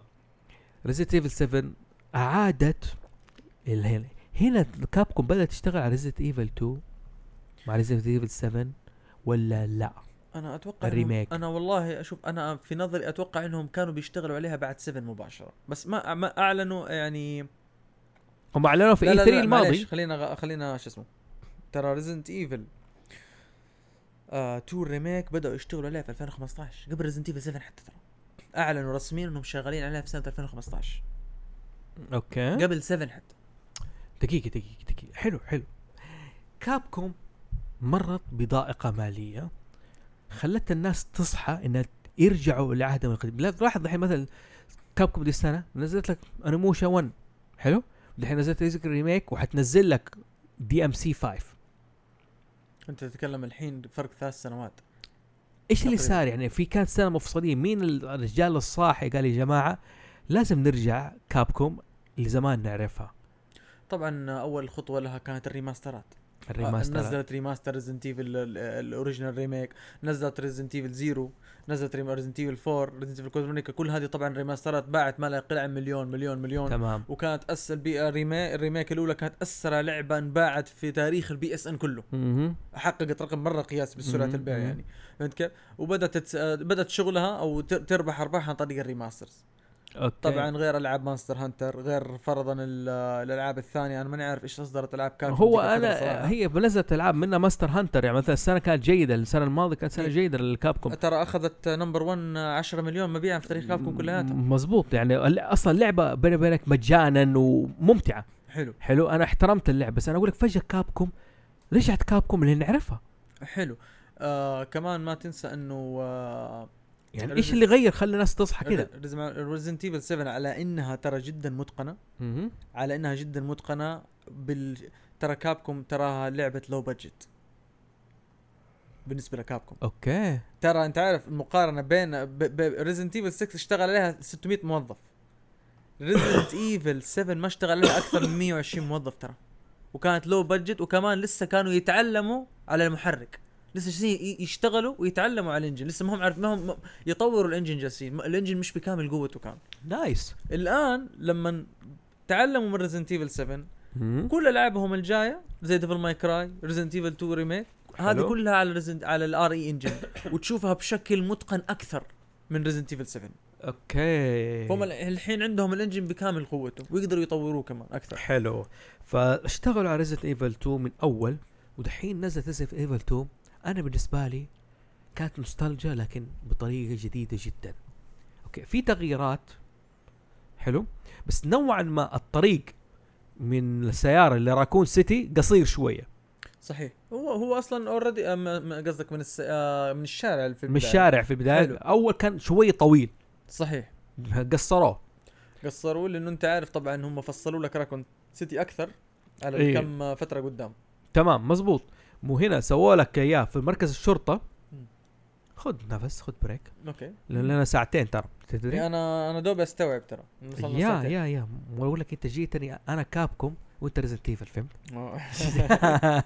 ريزيت ايفل 7 اعادت ال- هنا- هنا كابكوم بدات تشتغل على ريزيت ايفل 2 مع ريزيت ايفل 7 ولا لا؟ انا اتوقع إنهم- الريميك. انا والله اشوف انا في نظري اتوقع انهم كانوا بيشتغلوا عليها بعد 7 مباشره بس ما ما اعلنوا يعني هم اعلنوا في اي 3 معليش، E الماضي خلينا غ- خلينا شو اسمه ترى ريزنت ايفل آه، تو ريميك بداوا يشتغلوا عليها في 2015 قبل ريزنت ايفل 7 حتى ترى اعلنوا رسميا انهم شغالين عليها في سنه 2015 أه؟ اوكي قبل 7 حتى دقيقه دقيقه دقيقه حلو حلو كابكوم مرت بضائقه ماليه خلت الناس تصحى انها يرجعوا لعهدهم القديم لا تلاحظ الحين مثلا كابكوم دي السنه نزلت لك انيموشا 1 حلو دحين نزلت ريزك ريميك وحتنزل لك دي ام سي 5 انت تتكلم الحين فرق ثلاث سنوات ايش اللي تقريباً. صار يعني في كانت سنه مفصليه مين الرجال الصاحي قال يا جماعه لازم نرجع كابكوم لزمان نعرفها طبعا اول خطوه لها كانت الريماسترات آه، الريماستر نزلت ريماستر ريزنت ايفل الاوريجنال ريميك نزلت ريزنت ايفل زيرو نزلت ريزنت ايفل 4 ريزنت ايفل كوزمونيكا كل هذه طبعا ريماسترات باعت ما لا يقل عن مليون مليون مليون تمام وكانت اسهل بي الريميك, الريميك الاولى كانت اسرع لعبه انباعت في تاريخ البي اس ان كله مهم. حققت رقم مره قياسي بسرعه مم، البيع مم. يعني فهمت كيف؟ وبدات تس- آه، بدات شغلها او تر- تربح ارباح عن طريق الريماسترز اوكي طبعا غير العاب مانستر هانتر غير فرضا ال- الالعاب الثانيه انا ماني عارف ايش اصدرت العاب كابكوم هو ذيك الفترة انا صراحة. هي نزلت العاب منها ماستر هانتر يعني مثلا السنه كانت جيده السنه الماضيه كانت سنه إيه. جيده للكابكوم ترى اخذت نمبر 1 10 مليون مبيعا في تاريخ كابكوم كلياتها مزبوط يعني ال- اصلا لعبه بيني وبينك مجانا وممتعه حلو حلو انا احترمت اللعبه بس انا اقول لك فجاه كابكوم رجعت كابكوم اللي نعرفها حلو آه كمان ما تنسى انه آه يعني Resident- ايش اللي غير خلى الناس تصحى كذا ريزنت ايفل 7 على انها ترى جدا متقنه مهم. على انها جدا متقنه بال ترى كابكوم تراها لعبه لو بادجت بالنسبه لكابكوم اوكي ترى انت عارف المقارنه بين ريزنت ايفل 6 اشتغل عليها 600 موظف ريزنت ايفل 7 ما اشتغل عليها اكثر من 120 موظف ترى وكانت لو بادجت وكمان لسه كانوا يتعلموا على المحرك لسه جالسين ي- يشتغلوا ويتعلموا على الانجن لسه ما هم عارف ما هم يطوروا الانجن جالسين ما- الانجن مش بكامل قوته كان نايس الان لما تعلموا من ريزنت ايفل 7 مهم. كل العابهم الجايه زي ديفل ماي كراي ريزنت ايفل 2 ريميك هذه حلو. كلها على ريزنت على الار اي انجن وتشوفها بشكل متقن اكثر من ريزنت ايفل 7 اوكي فهم ال- الحين عندهم الانجن بكامل قوته ويقدروا يطوروه كمان اكثر حلو فاشتغلوا على ريزنت ايفل 2 من اول ودحين نزلت ريزنت ايفل 2 انا بالنسبه لي كانت نوستالجيا لكن بطريقه جديده جدا اوكي في تغييرات حلو بس نوعا ما الطريق من السياره لراكون سيتي قصير شويه صحيح هو هو اصلا اوريدي قصدك من الس... آه، من الشارع اللي في من البداية. الشارع في البدايه حلو. اول كان شوي طويل صحيح قصروه قصروا لانه انت عارف طبعا هم فصلوا لك راكون سيتي اكثر على إيه. كم آه، فتره قدام تمام مزبوط مو هنا سووا لك اياه في مركز الشرطه مم. خذ نفس خذ بريك اوكي لان انا ساعتين ترى تدري انا انا دوبي استوعب ترى وصلنا إيه. يا ساعتين. يا يا مو اقول لك انت جيتني انا كابكم وانت ريزنت ايفل فهمت؟ آه.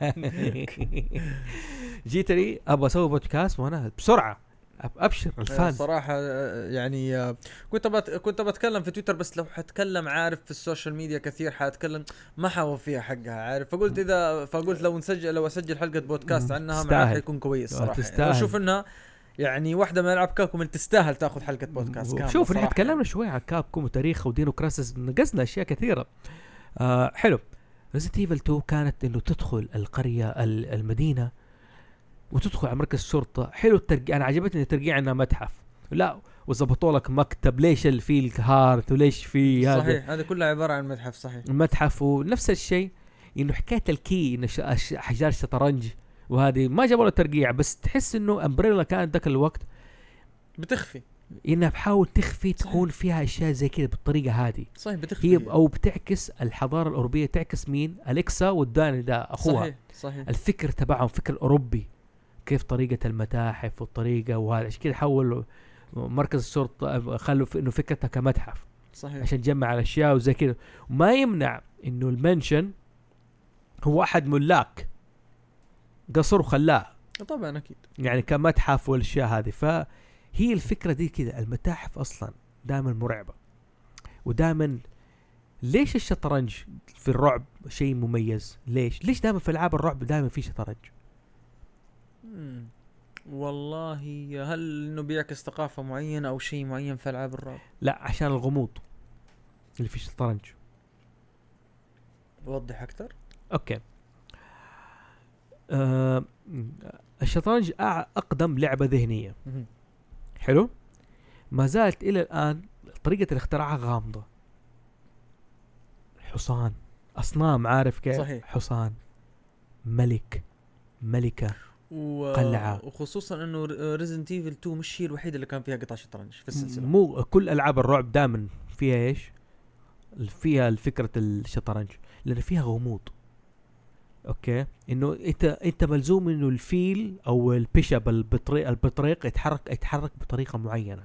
جيتني ابغى اسوي بودكاست وانا بسرعه أب- ابشر آه، الفان صراحة آه، يعني آه، كنت بت... كنت بتكلم في تويتر بس لو حتكلم عارف في السوشيال ميديا كثير حاتكلم ما حوفيها حقها عارف فقلت اذا فقلت لو نسجل لو اسجل حلقة بودكاست مم، عنها معاه تستاهل. حيكون كويس آه، صراحة تستاهل. تستاهل اشوف انها يعني واحدة من العاب كاكم اللي تستاهل تاخذ حلقة بودكاست كاملة شوف نحن صراحة. يعني. تكلمنا شوي عن كاب كوم وتاريخه ودينوكراسس نقزنا اشياء كثيره آه حلو ريزنت ايفل 2 كانت انه تدخل القريه ال- المدينه وتدخل على مركز شرطه حلو الترقيع انا عجبتني الترقيع انها متحف لا وظبطوا لك مكتب ليش اللي فيه الكهارت وليش فيه هذا صحيح هذه كلها عبارة عن متحف صحيح المتحف ونفس الشيء انه حكايه الكي انه ش- أش- احجار الشطرنج وهذه ما جابوا له ترقيع بس تحس انه امبريلا كانت ذاك الوقت بتخفي انها بحاول تخفي صحيح. تكون فيها اشياء زي كذا بالطريقه هذه صحيح بتخفي هي او بتعكس الحضاره الاوروبيه تعكس مين؟ اليكسا والداني ده اخوها صحيح صحيح الفكر تبعهم فكر اوروبي كيف طريقه المتاحف والطريقه وهذا عشان كذا حولوا مركز الشرطه خلوا في- انه فكرتها كمتحف صحيح عشان تجمع الاشياء وزي كذا وما يمنع انه المنشن هو احد ملاك قصر وخلاه طبعا اكيد يعني كمتحف والاشياء هذه فهي الفكره دي كذا المتاحف اصلا دائما مرعبه ودائما ليش الشطرنج في الرعب شيء مميز ليش ليش دائما في العاب الرعب دائما في شطرنج مم. والله هل انه بيعكس ثقافة معينة او شيء معين في العاب الرعب؟ لا عشان الغموض اللي في الشطرنج وضح اكثر اوكي آه الشطرنج أع- اقدم لعبه ذهنيه حلو ما زالت الى الان طريقه الاختراعها غامضه حصان اصنام عارف كيف صحيح. حصان ملك ملكه و... قلعة. وخصوصا انه ريزنت ايفل 2 مش هي الوحيدة اللي كان فيها قطع شطرنج في السلسلة مو كل العاب الرعب دائما فيها ايش فيها فكره الشطرنج لان فيها غموض اوكي انه انت انت ملزوم انه الفيل او البيشب البطريق البطريق يتحرك يتحرك بطريقه معينه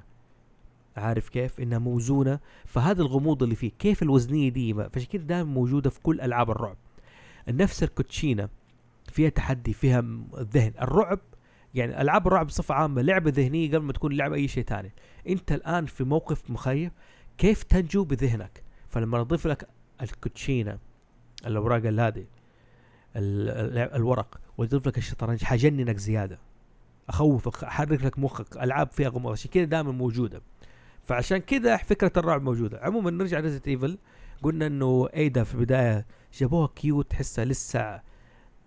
عارف كيف انها موزونه فهذا الغموض اللي فيه كيف الوزنيه دي ما- فعشان كده دائما موجوده في كل العاب الرعب نفس الكوتشينه فيها تحدي فيها م- الذهن الرعب يعني العاب الرعب بصفه عامه لعبه ذهنيه قبل ما تكون لعبه اي شيء ثاني انت الان في موقف مخيف كيف تنجو بذهنك فلما نضيف لك الكوتشينه الاوراق الهادي ال- ال- الورق واضيف لك الشطرنج حجننك زياده اخوفك احرك لك مخك العاب فيها غموض عشان كذا دائما موجوده فعشان كذا فكره الرعب موجوده عموما نرجع ريزنت ايفل قلنا انه ايدا في البدايه جابوها كيوت تحسها لسه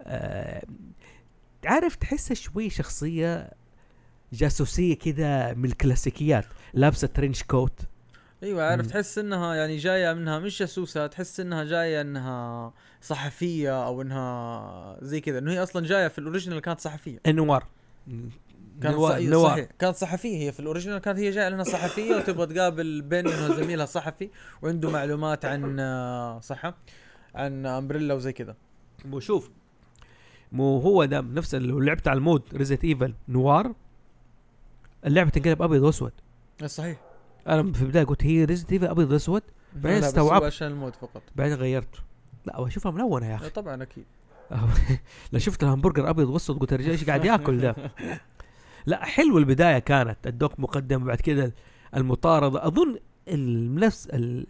آه عارف تحسها شوي شخصيه جاسوسيه كذا من الكلاسيكيات لابسه ترنش كوت ايوه عارف مم. تحس انها يعني جاية منها مش جاسوسة تحس انها جاية انها صحفية او انها زي كذا انه هي اصلا جاية في الاوريجينال كانت صحفية انوار كانت نوار- صح- نوار. صحيح كانت صحفيه هي في الاوريجينال كانت هي جايه لانها صحفيه وتبغى تقابل بين انه زميلها صحفي وعنده معلومات عن آه، صحه عن امبريلا وزي كذا مو شوف مو هو ده نفس اللي لعبت على المود ريزت ايفل نوار اللعبه تنقلب ابيض واسود صحيح انا في البدايه قلت هي ريزت ايفل ابيض واسود بعدين استوعبت. عشان الموت فقط بعدين غيرت لا بشوفها ملونه يا اخي طبعا اكيد لا شفت الهمبرجر ابيض واسود قلت يا رجال ايش قاعد ياكل ده لا حلو البدايه كانت الدوك مقدم بعد كده المطارده اظن ال- نفس ال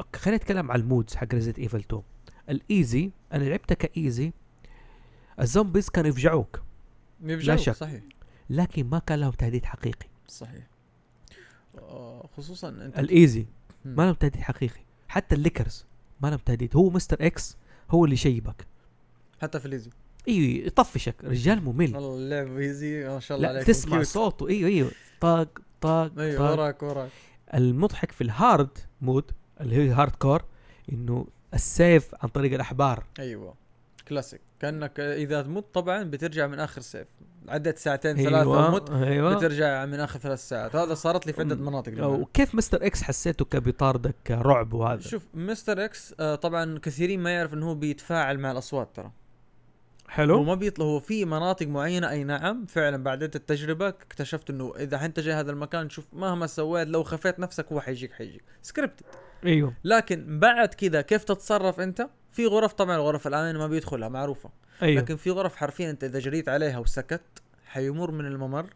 أوك، خليني اتكلم عن المودز حق ريزنت ايفل 2 الايزي انا لعبتها كايزي الزومبيز كانوا يفجعوك نبجاوب شك. صحيح لكن ما كان لهم تهديد حقيقي صحيح آه، خصوصا انت الايزي مم. ما لهم تهديد حقيقي حتى الليكرز ما لهم تهديد هو مستر اكس هو اللي يشيبك حتى في ليزي ايوه يطفشك رجال ممل والله اللعب ليزي ما شاء الله إيه. لا عليك تسمع طيب. كيوت. صوته ايوه ايوه طاق طاق ايوه طاق وراك وراك المضحك في الهارد مود اللي هي هارد كور انه السيف عن طريق الاحبار ايوه كلاسيك كانك اذا تموت طبعا بترجع من اخر سيف عدت ساعتين أيوة، ثلاثه ومت ايوه بترجع من اخر ثلاث ساعات هذا صارت لي في عده أم، مناطق جماعة. وكيف مستر اكس حسيته كبيطاردك كرعب وهذا شوف مستر اكس آه، طبعا كثيرين ما يعرف انه هو بيتفاعل مع الاصوات ترى هو حلو ما بيطلع هو في مناطق معينه اي نعم فعلا بعد عدة التجربه اكتشفت انه اذا انت جاي هذا المكان شوف مهما سويت لو خفيت نفسك هو حيجيك حيجيك سكريبت ايوه لكن بعد كذا كيف تتصرف انت في غرف طبعا الغرف الامن ما بيدخلها معروفه ايوه لكن في غرف حرفيا انت اذا جريت عليها وسكت حيمر من الممر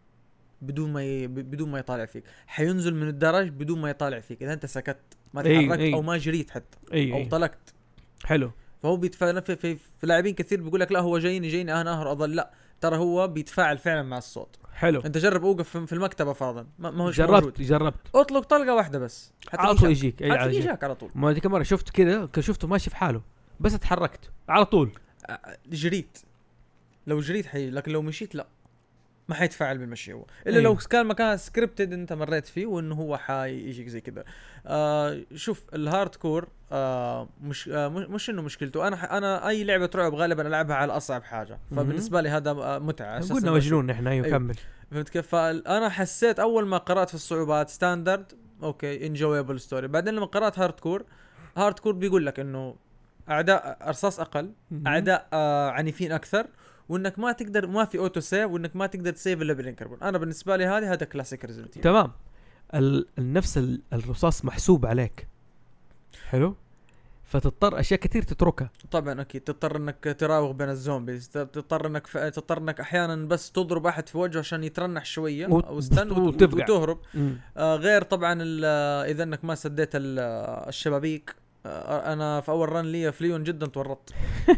بدون ما ي... بدون ما يطالع فيك حينزل من الدرج بدون ما يطالع فيك اذا انت سكت ما إي، تحركت إي. او ما جريت حتى اي او اي طلقت أيوة، حلو فهو بيتفاعل في, في, في لاعبين كثير بيقول لك لا هو جايني جايني انا اهرب اظل لا ترى هو بيتفاعل فعلا مع الصوت حلو انت جرب اوقف في- في المكتبه فرضا ما ما هو موجود. جربت جربت اطلق طلقه واحده بس على طول يجاك. يجيك اي على حتلاقيه طول جاك على طول ما ذيك المره شفت كذا ك- شفته ماشي في حاله بس اتحركت على طول آه، جريت لو جريت حي لكن لو مشيت لا ما حيتفاعل بالمشي هو الا أيوه. لو كان مكان سكريبتد انت مريت فيه وانه هو حيجيك زي كذا آه شوف الهارد كور آه مش آه مش مش انه مشكلته انا ح- انا اي لعبه رعب غالبا العبها على اصعب حاجه مهم. فبالنسبه لي هذا آه، متعه أساساً قلنا بشوف. مجنون احنا ايوه أيوه. كمل فهمت كيف؟ فانا حسيت اول ما قرات في الصعوبات ستاندرد اوكي انجويبل ستوري بعدين لما قرات هارد كور هارد كور بيقول لك انه اعداء ارصاص اقل اعداء آه عنيفين اكثر وانك ما تقدر ما في اوتو سيف وانك ما تقدر تسيف الا بالانكربون انا بالنسبه لي هذه هذا كلاسيك ريزنت تمام ال... نفس ال... الرصاص محسوب عليك حلو فتضطر اشياء كثير تتركها طبعا اكيد تضطر انك تراوغ بين الزومبيز تضطر انك ف... تضطر انك احيانا بس تضرب احد في وجهه عشان يترنح شويه وت- او استن وت... وتفقع. وتهرب آه غير طبعا ال- آه، اذا انك ما سديت ال- آه، الشبابيك آه، انا في اول رن لي في ليون جدا تورطت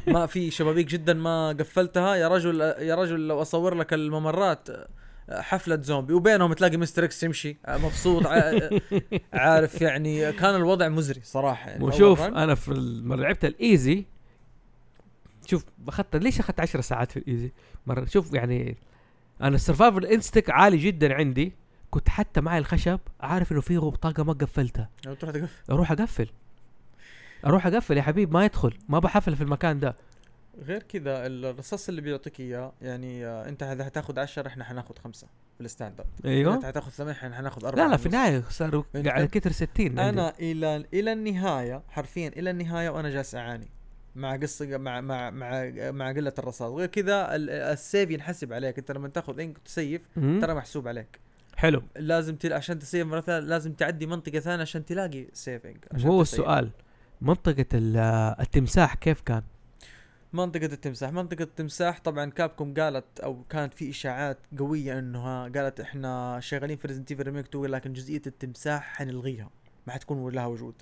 ما في شبابيك جدا ما قفلتها يا رجل آه، يا رجل لو اصور لك الممرات آه، حفله زومبي وبينهم تلاقي مستر اكس يمشي آه، مبسوط ع- عارف يعني كان الوضع مزري صراحه يعني في أول وشوف رن. انا في ال- لما لعبت الايزي شوف اخذت ليش اخذت 10 ساعات في الايزي مره شوف يعني انا السرفايفل انستك عالي جدا عندي كنت حتى معي الخشب عارف انه في غب- طاقه ما قفلتها لو تروح تقفل اروح اقفل اروح اقفل يا حبيب ما يدخل ما بحفل في المكان ده غير كذا الرصاص اللي بيعطيك اياه يعني آه، انت اذا حتاخذ 10 احنا حناخذ خمسه في الستاندرد انت ايوه حتاخذ 8 احنا حناخذ لا اربعه لا في ونص. النهايه صاروا أيوه. أنت- يعني كتر 60 عندي. انا الى الى النهايه حرفيا الى النهايه وانا جالس اعاني مع قصه مع مع مع مع قله الرصاص غير كذا ال- السيف ينحسب عليك انت لما تاخذ انك تسيف مم. ترى محسوب عليك حلو لازم تل... عشان تسيف مره ثانيه لازم تعدي منطقه ثانيه عشان تلاقي سيفنج هو السؤال منطقة ال- التمساح كيف كان؟ منطقة التمساح منطقة التمساح طبعا كابكم قالت او كانت في اشاعات قوية انها قالت احنا شغالين في ريزنت ايفل ريميك 2 لكن جزئية التمساح حنلغيها ما حتكون لها وجود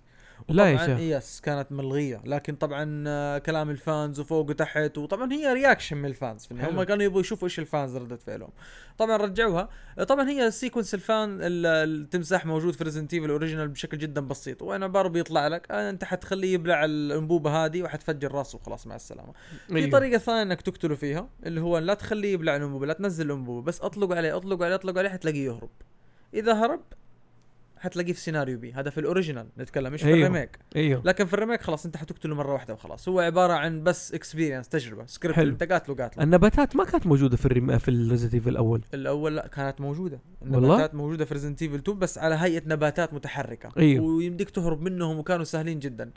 لا يا طبعاً شيخ. يس كانت ملغيه لكن طبعا آه، كلام الفانز وفوق وتحت وطبعا هي رياكشن من الفانز في النهايه حلو. هم كانوا يبغوا يشوفوا ايش الفانز رده فعلهم طبعا رجعوها آه، طبعا هي السيكونس الفان ال- التمساح موجود في ريزنت ايفل الاوريجينال بشكل جدا بسيط وانا بارو بيطلع لك آه، انت حتخليه يبلع الانبوبه هذه وحتفجر راسه وخلاص مع السلامه إيه، أيوه. في طريقه ثانيه انك تقتله فيها اللي هو لا تخليه يبلع الانبوبه لا تنزل الانبوبه بس اطلق عليه اطلق عليه اطلق عليه حتلاقيه يهرب اذا هرب حتلاقيه في سيناريو بي هذا في الاوريجينال نتكلم مش في أيوه. الريميك ايوه لكن في الريميك خلاص انت حتقتله مره واحده وخلاص هو عباره عن بس اكسبيرينس تجربه سكريبت حلو. انت قاتله قاتله النباتات ما كانت موجودة في الريم في الريزنت ايفل الاول الاول لا كانت موجوده والله؟ النباتات موجوده في ريزنت ايفل 2 بس على هيئه نباتات متحركه أيوه. ويمديك تهرب منهم وكانوا سهلين جدا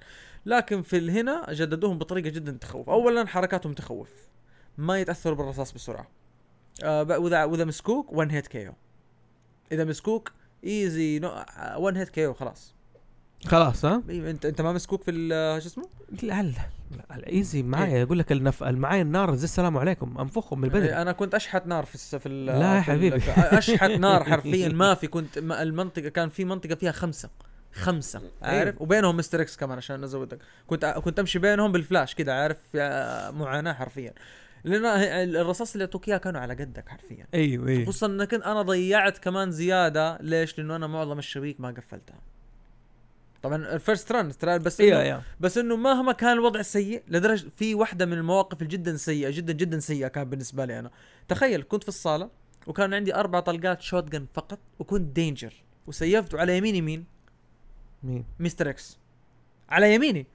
لكن في ال- هنا جددوهم بطريقه جدا تخوف اولا حركاتهم تخوف ما يتاثروا بالرصاص بسرعه آه ب- واذا واذا مسكوك 1 هيت كيو اذا مسكوك آه، ايزي 1 هيت كيو خلاص خلاص ها؟ إيه، انت انت ما مسكوك في ال- شو اسمه لا لا لا، إيه. الايزي معايا اقول لك النف معايا النار زي السلام عليكم انفخهم من البدن إيه، انا كنت اشحت نار في الس... في ال... لا يا في ال- حبيبي. في- اشحت نار حرفيا ما في كنت ما المنطقه كان في منطقه فيها خمسه خمسه أيوه. عارف وبينهم مستر اكس كمان عشان ازودك كنت كنت امشي بينهم بالفلاش كده عارف آه، معاناه حرفيا لان الرصاص اللي اعطوك اياه كانوا على قدك حرفيا ايوه ايوه خصوصا انك انا ضيعت كمان زياده ليش؟ لانه انا معظم الشبيك ما قفلتها طبعا الفيرست ران ترى بس إنه- ايوه ايوه بس انه مهما كان الوضع سيء لدرجه في واحده من المواقف الجدا سيئه جدا جدا سيئه كان بالنسبه لي انا تخيل كنت في الصاله وكان عندي اربع طلقات شوت جن فقط وكنت دينجر وسيفت على يميني مين مين؟ مستر اكس على يميني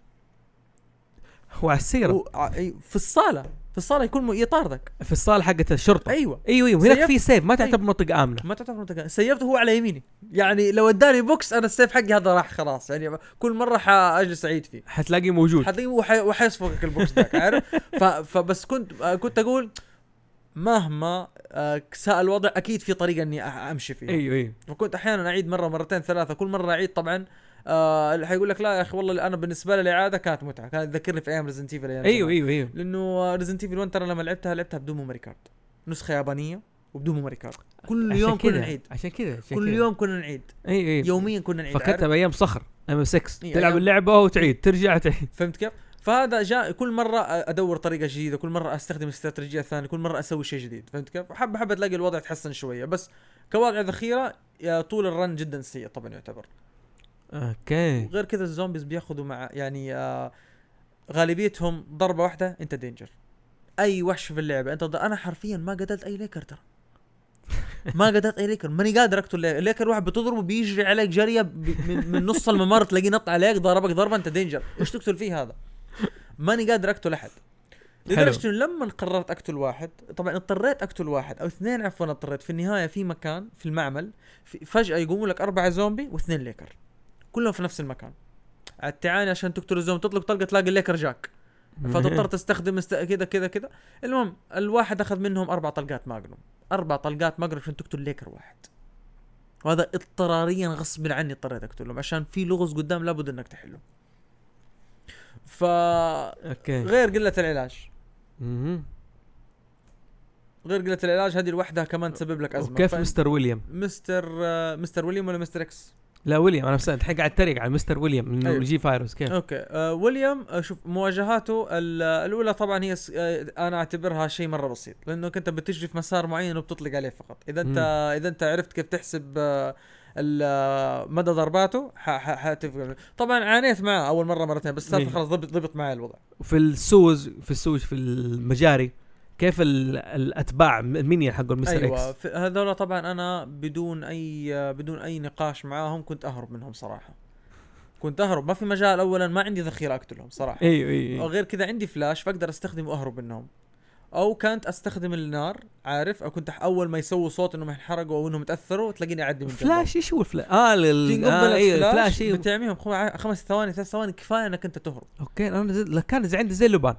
هو على السيرة و... ع- أي- في الصاله في الصاله يكون م- يطاردك في الصالة حقت الشرطة ايوه ايوه ايوه هناك سيف. إيه. في سيف ما تعتبر منطقة امنة ما تعتبر منطقه سيفته هو على يميني يعني لو اداني بوكس انا السيف حقي هذا راح خلاص يعني كل مره حاجلس اعيد فيه حتلاقيه موجود حتلاقيه وحي... وحيصفقك البوكس ذاك عارف ف... فبس كنت آه، كنت اقول مهما آه، ساء الوضع اكيد في طريقه اني أ- امشي فيها ايوه ايوه وكنت احيانا اعيد مره مرتين ثلاثه كل مره اعيد طبعا آه اللي حيقول لك لا يا اخي والله انا بالنسبه لي الاعاده كانت متعه كانت تذكرني في ايام ريزنت ايفل ايوه ايوه ايوه لانه ريزنت ايفل 1 ترى لما لعبتها لعبتها بدون ميموري كارد نسخه يابانيه وبدون ميموري كارد كل عشان يوم كنا كذا- نعيد عشان كذا عشان إيوه، كل كذا. يوم كنا نعيد اي اي يوميا كنا نعيد عارف؟ فكرتها بايام صخر ام 6 إي، تلعب أيام- اللعبه وتعيد ترجع تعيد فهمت كيف؟ فهذا جاء كل مره ادور طريقه جديده، كل مره استخدم استراتيجيه ثانيه، كل مره اسوي شيء جديد، فهمت كيف؟ حبه حبه تلاقي الوضع تحسن شويه، بس كواقع ذخيره يا طول الرن جدا سيء طبعا يعتبر. اوكي وغير كذا الزومبيز بياخذوا مع يعني آه، غالبيتهم ضربه واحده انت دينجر. اي وحش في اللعبه انت ض- انا حرفيا ما قتلت اي ليكر ترى. ما قتلت اي ليكر ماني قادر اقتل ليكر. ليكر واحد بتضربه بيجري عليك جريه ب- من, من نص الممر تلاقيه نط عليك ضربك ضربه انت دينجر ايش تقتل فيه هذا ماني قادر اقتل احد لدرجه إنه لما قررت اقتل واحد طبعا اضطريت اقتل واحد او اثنين عفوا اضطريت في النهايه في مكان في المعمل في فجاه يقوموا لك اربعه زومبي واثنين ليكر كلهم في نفس المكان على التعاني عشان تقتل الزومبي تطلق طلقه تلاقي الليكر جاك فتضطر تستخدم است... كذا كذا كذا المهم الواحد اخذ منهم اربع طلقات ماجنوم اربع طلقات ماجنوم عشان تقتل ليكر واحد وهذا اضطراريا غصب عني اضطريت اقتلهم عشان في لغز قدام لابد انك تحله ف إيه. اوكي غير قله العلاج مهم. غير قله العلاج هذه لوحدها كمان تسبب لك ازمه وكيف فأنت- مستر ويليام؟ مستر آه، مستر ويليام ولا مستر اكس لا ويليام انا بس الحين قاعد اتريق على مستر ويليام انه أيوه. يجي فايروس كيف؟ اوكي آه ويليام آه شوف مواجهاته ال- الاولى طبعا هي س- آه انا اعتبرها شيء مره بسيط لانه انت بتجري في مسار معين وبتطلق عليه فقط اذا انت اذا انت عرفت كيف تحسب آه ال- آه، مدى ضرباته ح- ح- حتفهم طبعا عانيت معاه اول مره مرتين بس الثالثه إيه. خلاص ضبط ضبط معي الوضع في السوز في السوج في المجاري كيف ال- الاتباع المينيون حق مستر ايوه اكس في- هذول طبعا انا بدون اي آه، بدون اي نقاش معاهم كنت اهرب منهم صراحه كنت اهرب ما في مجال اولا ما عندي ذخيره اقتلهم صراحه ايوه ايوه غير كذا عندي فلاش فاقدر استخدمه واهرب منهم او كانت استخدم النار عارف او كنت أح- اول ما يسووا صوت انهم انحرقوا او انهم تاثروا تلاقيني اعدي من جنبهم. فلاش ايش هو الفلاش؟ اه في لل... آه قنبله ايوه إيه، فلاش فلاش ايوه بتعميهم خم- خمس ثواني ثلاث ثواني كفايه انك انت تهرب اوكي انا زي... لا، كان زي عندي زي اللبان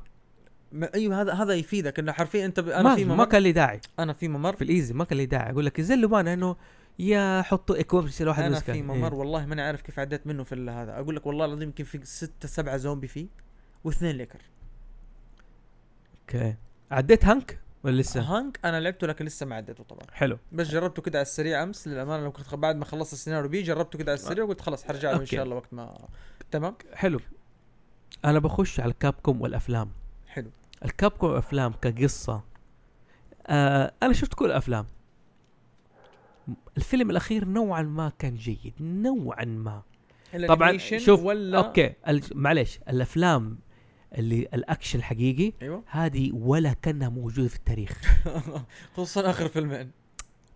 ما- ايوه هذا هذا يفيدك انه حرفيا انت ب... انا ما في ما ممر كان لي داعي انا في ممر في الايزي ما كان لي داعي اقول لك زي اللبان انه يا حطوا اكويب يصير واحد انا مسكين. في إيه. ممر والله ماني عارف كيف عديت منه في ال- هذا اقول لك والله العظيم يمكن في ستة سبعة زومبي فيه واثنين ليكر اوكي عديت هانك ولا لسه؟ هانك انا لعبته لكن لسه ما عديته طبعا حلو بس جربته كده على السريع امس للامانه لو كنت خ- بعد ما خلصت السيناريو بي جربته كده على السريع وقلت خلاص حرجع له ان أوكي. شاء الله وقت ما تمام حلو انا بخش على الكابكوم والافلام حلو الكابكوم والافلام كقصه آه انا شفت كل الافلام الفيلم الاخير نوعا ما كان جيد نوعا ما طبعا الأنيميشن شوف ولا اوكي ال- معليش الافلام اللي الاكشن حقيقي ايوه هذه ولا كانها موجوده في التاريخ خصوصا اخر فيلمين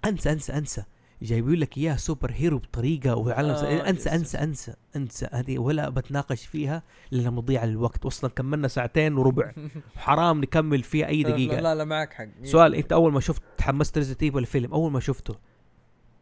انسى انسى انسى جايبين لك اياه سوبر هيرو بطريقه وعالم آه، آه انسى يا انسى انسى انسى هذه ولا بتناقش فيها لانها مضيعه للوقت اصلا كملنا ساعتين وربع حرام نكمل فيها اي دقيقه لا لا معك حق إيه سؤال إيه؟ انت اول ما شفت تحمست ريزنت ايفل الفيلم اول ما شفته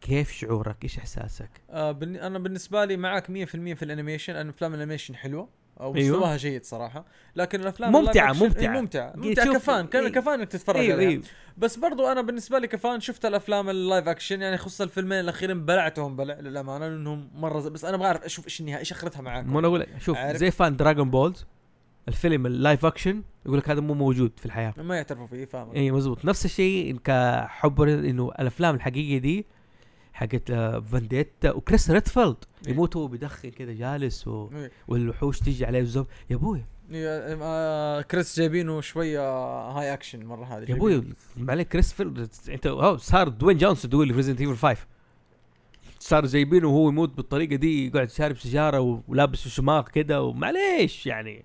كيف شعورك ايش احساسك آه بالن... انا بالنسبه لي معك 100% في الانيميشن لان افلام الانيميشن حلوه او أيوة. مستواها آه، جيد صراحه لكن الافلام ممتعة، اللايف أكشن- ممتعة. إيه، ممتعه إيه، ممتعه شوف- كفان كان إيه. كفان انك تتفرج أيوة عليها إيوه. أيوة. بس برضو انا بالنسبه لي كفان شفت الافلام اللايف اكشن يعني خصوصا الفيلمين الاخيرين بلعتهم بلع للامانه لانهم مره ز... بس انا ابغى اعرف اشوف ايش النهايه ايش اخرتها معاك ما انا اقول لك شوف عارف. زي فان دراجون بولز الفيلم اللايف اكشن يقول لك هذا مو موجود في الحياه ما يعترفوا فيه فاهم اي مزبوط يعني نفس الشيء كحب انه الافلام الحقيقيه دي حقت آه، فانديتا وكريس ريدفيلد إيه. يموت وهو بدخن كذا جالس و... إيه. والوحوش تيجي عليه الزوم يا ابوي يا- آه، كريس جايبينه شويه هاي اكشن المره هذه يا جايبينه. ابوي معليك كريس فيلد انت هو صار دوين جونسون دوين في ريزنت ايفل 5 صار جايبينه وهو يموت بالطريقه دي يقعد شارب سيجاره ولابس شماغ كده ومعليش يعني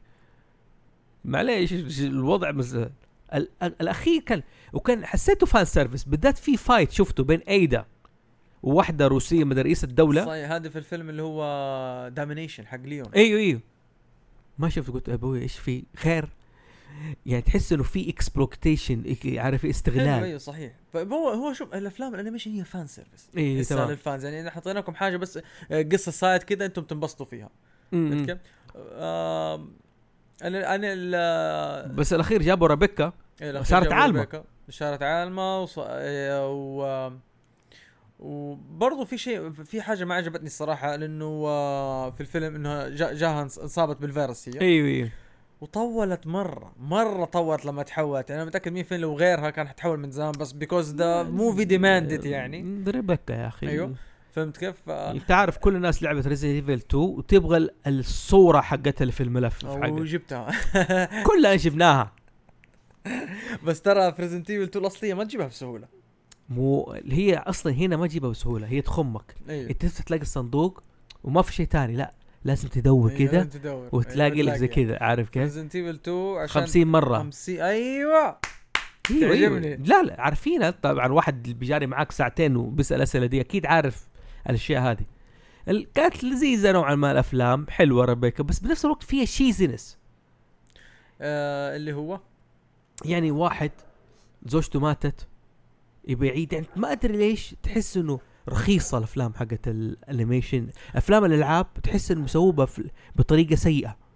معليش الوضع مز... ال- ال- الاخير كان وكان حسيته فان سيرفيس بالذات في فايت شفته بين ايدا وواحده روسيه من رئيس الدوله صحيح هذا في الفيلم اللي هو دامينيشن حق ليون ايوه ايوه ما شفت قلت ابوي ايش في خير يعني تحس انه في اكسبلوكتيشن عارف ايوه استغلال ايوه صحيح فهو هو شوف الافلام الانيميشن هي فان سيرفيس ايوه لسه تمام للفانز يعني اذا حطينا لكم حاجه بس آه، قصه سايد كده انتم تنبسطوا فيها م- م. فهمت كيف؟ آم، انا انا ال- بس الاخير جابوا ريبيكا إيه، الأخير صارت جابوا عالمة. ريبيكا. صارت عالمه وص... إيه، و وبرضه في شيء في حاجه ما عجبتني الصراحه لانه آه، في الفيلم انها جا- جاها انص- انصابت بالفيروس هي ايوه ايوه وطولت مره مره طولت لما تحولت يعني انا متاكد مين فين لو غيرها كان حتحول من زمان بس بيكوز ذا موفي ديماندد يعني ريبكا يا اخي أيوه. فهمت كيف؟ آه، ف... انت عارف كل الناس لعبت ريزنت ايفل 2 وتبغى ال- الصوره حقتها اللي في الملف في حقك آه، وجبتها كلها شفناها بس ترى بريزنت ايفل 2 الاصليه ما تجيبها بسهوله مو هي اصلا هنا ما تجيبها بسهوله هي تخمك ايوه انت تفتح تلاقي الصندوق وما في شيء تاني لا لازم تدور أيوه، كذا لازم تدور. إيه، وتلاقي لك زي كذا عارف كيف؟ ريزنت ايفل 2 عشان 50 مره 50 ايوه ايوه ايوه تعجبني. لا لا عارفينها طبعا واحد بيجاري معاك ساعتين وبيسال الاسئله دي اكيد عارف الاشياء هذه ال- كانت لذيذه نوعا ما الافلام حلوه ربيكا بس بنفس الوقت فيها شيزنس آه اللي هو يعني واحد زوجته ماتت يبي يعيد يعني ما ادري ليش تحس انه رخيصه الافلام حقت الانيميشن افلام الالعاب تحس انه مسوبه في- بطريقه سيئه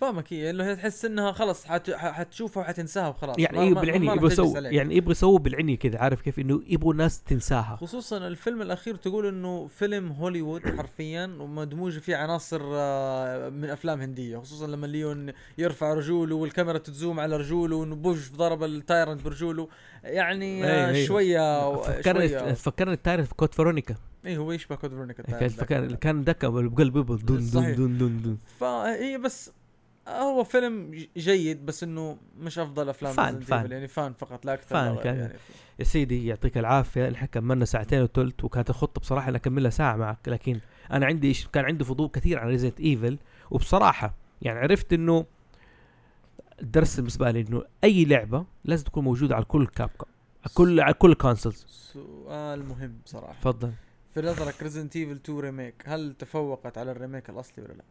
فاهمك هي اللي هي تحس انها خلاص حت... ح- حتشوفها وحتنساها وخلاص يعني ما- ايه ما- بالعني ما راح يبغوا تجلس يسووا عليها. يعني يبغوا يسووا بالعني كذا عارف كيف انه يبغوا الناس تنساها خصوصا الفيلم الاخير تقول انه فيلم هوليوود حرفيا ومدموج فيه عناصر آه، من افلام هنديه خصوصا لما ليون يرفع رجوله والكاميرا تزوم على رجوله وانه بوش ضرب التايرنت برجوله يعني آه، أيوه، أيوه. شويه فكرني شويه فكرني التعرف في كود فرونيكا اي إيه، هو يشبه كود فيرونيكا كان التايرنت ذاك. فكان كان دكه بالقلب يبض دون دون صحيح. دون دون دون فهي بس هو فيلم ج- جيد بس انه مش افضل افلام فان- Resident Evil، فان. يعني فان فقط لا اكثر فان ولا غير كان. يعني. يا سيدي يعطيك العافيه الحين كملنا ساعتين وثلث وكانت الخطه بصراحه اني اكملها ساعه معك لكن انا عندي إيش- كان عندي فضول كثير عن ريزنت ايفل وبصراحه يعني عرفت انه الدرس بالنسبه لي انه اي لعبه لازم تكون موجوده على كل كاب كل على كل كونسولز سؤال مهم صراحه تفضل في نظرك ريزنت ايفل 2 ريميك هل تفوقت على الريميك الاصلي ولا لا؟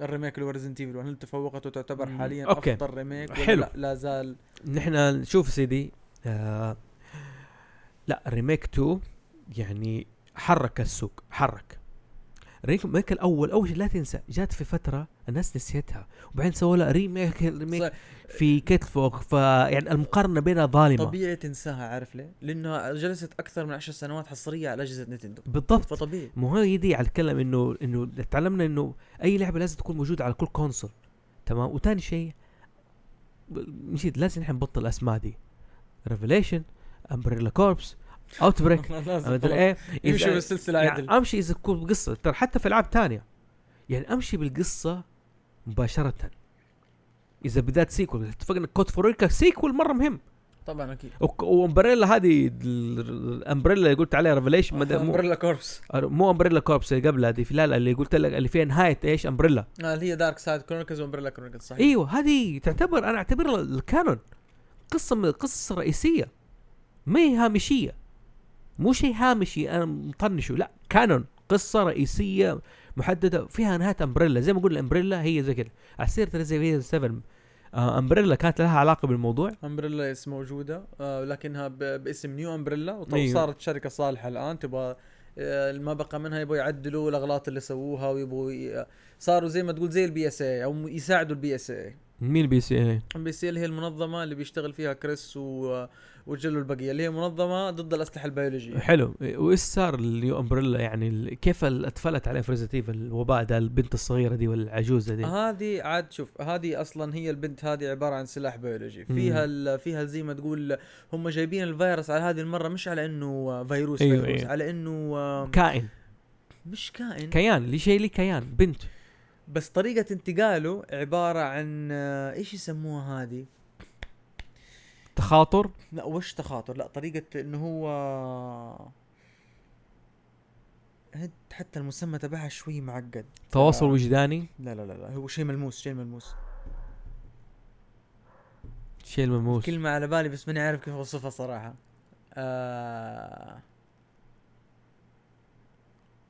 الريميك اللي هو ريزنت ايفل هل تفوقت وتعتبر مم، حاليا أوكي. افضل ريميك ولا حلو. لا, لا زال نحن نشوف سيدي آه لا ريميك 2 يعني حرك السوق حرك ريميك الاول اول شيء لا تنسى جات في فتره الناس نسيتها وبعدين سووا لها ريميك ريميك صح. في كتفوك فيعني المقارنه بينها ظالمه طبيعي تنساها عارف ليه؟ لانها جلست اكثر من 10 سنوات حصريه على اجهزه نتندو بالضبط فطبيعي مو هي دي على الكلام انه انه تعلمنا انه اي لعبه لازم تكون موجوده على كل كونسول تمام وثاني شيء ب- نسيت لازم نحن نبطل الاسماء دي ريفيليشن امبريلا كوربس اوت بريك لازم مدري خلاص. ايه يمشي إذا- بالسلسله عدل يعني امشي اذا تكون بقصه ترى حتى في العاب تانية يعني امشي بالقصه مباشره اذا بدات سيكول اتفقنا كود فوريكا سيكول مره مهم طبعا اكيد وك- وامبريلا هذه ال- الامبريلا اللي قلت عليها ريفيليشن مو, امبريلا كوربس مو امبريلا كوربس اللي قبلها دي لا لا اللي قلت لك اللي فيها نهايه ايش امبريلا آه، اللي هي دارك سايد كرونيكلز وامبريلا كرونيكلز صحيح ايوه هذه تعتبر انا اعتبرها الكانون قصه من القصص الرئيسيه ما هي هامشيه مو شيء هامشي انا مطنشه لا كانون قصه رئيسيه محدده فيها نهايه امبريلا زي ما قلنا امبريلا هي زي كذا على سيره ريزيفيشن 7 آه امبريلا كانت لها علاقه بالموضوع امبريلا اس موجوده آه لكنها ب- باسم نيو امبريلا وطبعا أيوه. أيوه. صارت شركه صالحه الان تبغى آه ما بقى منها يبغوا يعدلوا الاغلاط اللي سووها ويبغوا ي- صاروا زي ما تقول زي البي اس اي او يساعدوا البي اس اي مين بي سي إيه. البي اس اي اللي هي المنظمه اللي بيشتغل فيها كريس و... وجلو البقيه اللي هي منظمه ضد الاسلحه البيولوجيه حلو وايش صار النيو امبريلا يعني ال- كيف ال- اتفلت عليه فريزيتيف الوباء ده البنت الصغيره دي والعجوزه دي هذه عاد شوف هذه اصلا هي البنت هذه عباره عن سلاح بيولوجي فيها ال- فيها زي ما تقول هم جايبين الفيروس على هذه المره مش على انه آه، فيروس أيوه، فيروس أيوه. على انه آه، كائن مش كائن كيان لي شيء لي كيان بنت بس طريقة انتقاله عبارة عن آه، ايش يسموها هذه؟ تخاطر لا وش تخاطر؟ لا طريقة انه هو هت- حتى المسمى تبعها شوي معقد تواصل وجداني لا لا لا, لا هو شيء ملموس شيء ملموس شيء الملموس كلمة على بالي بس ماني عارف كيف اوصفها صراحة آه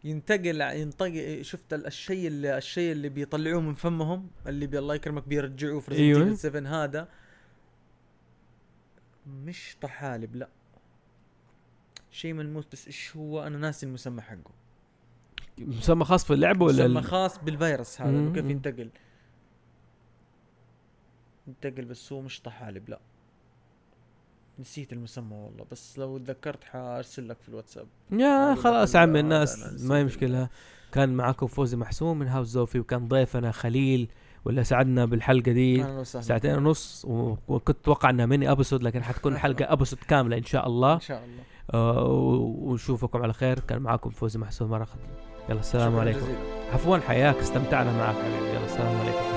ينتقل ينتقل شفت ال- الشيء اللي الشيء اللي بيطلعوه من فمهم اللي بي الله يكرمك بيرجعوه في أيوه. ريزنت 7 هذا مش طحالب لا شيء ملموس بس ايش هو انا ناسي المسمى حقه مسمى خاص في اللعبه ولا مسمى ال... خاص بالفيروس هذا مم، إنه كيف مم. ينتقل ينتقل بس هو مش طحالب لا نسيت المسمى والله بس لو تذكرت حارسل لك في الواتساب يا أقول خلاص لك عمي لا، الناس لا، لا، ما هي نسيت مشكله كان معاكم فوزي محسوم من هاوس زوفي وكان ضيفنا خليل واللي ساعدنا بالحلقه دي اهلا وسهلا إيه. ساعتين ونص و- وكنت اتوقع انها ميني ابسود لكن حتكون حلقه ابسود كامله ان شاء الله ان شاء الله آه، و- ونشوفكم على خير كان معاكم فوزي محسون مرة يلا السلام شكراً عليكم جزيلاً. عفوا حياك استمتعنا معك حبيبي يلا السلام عليكم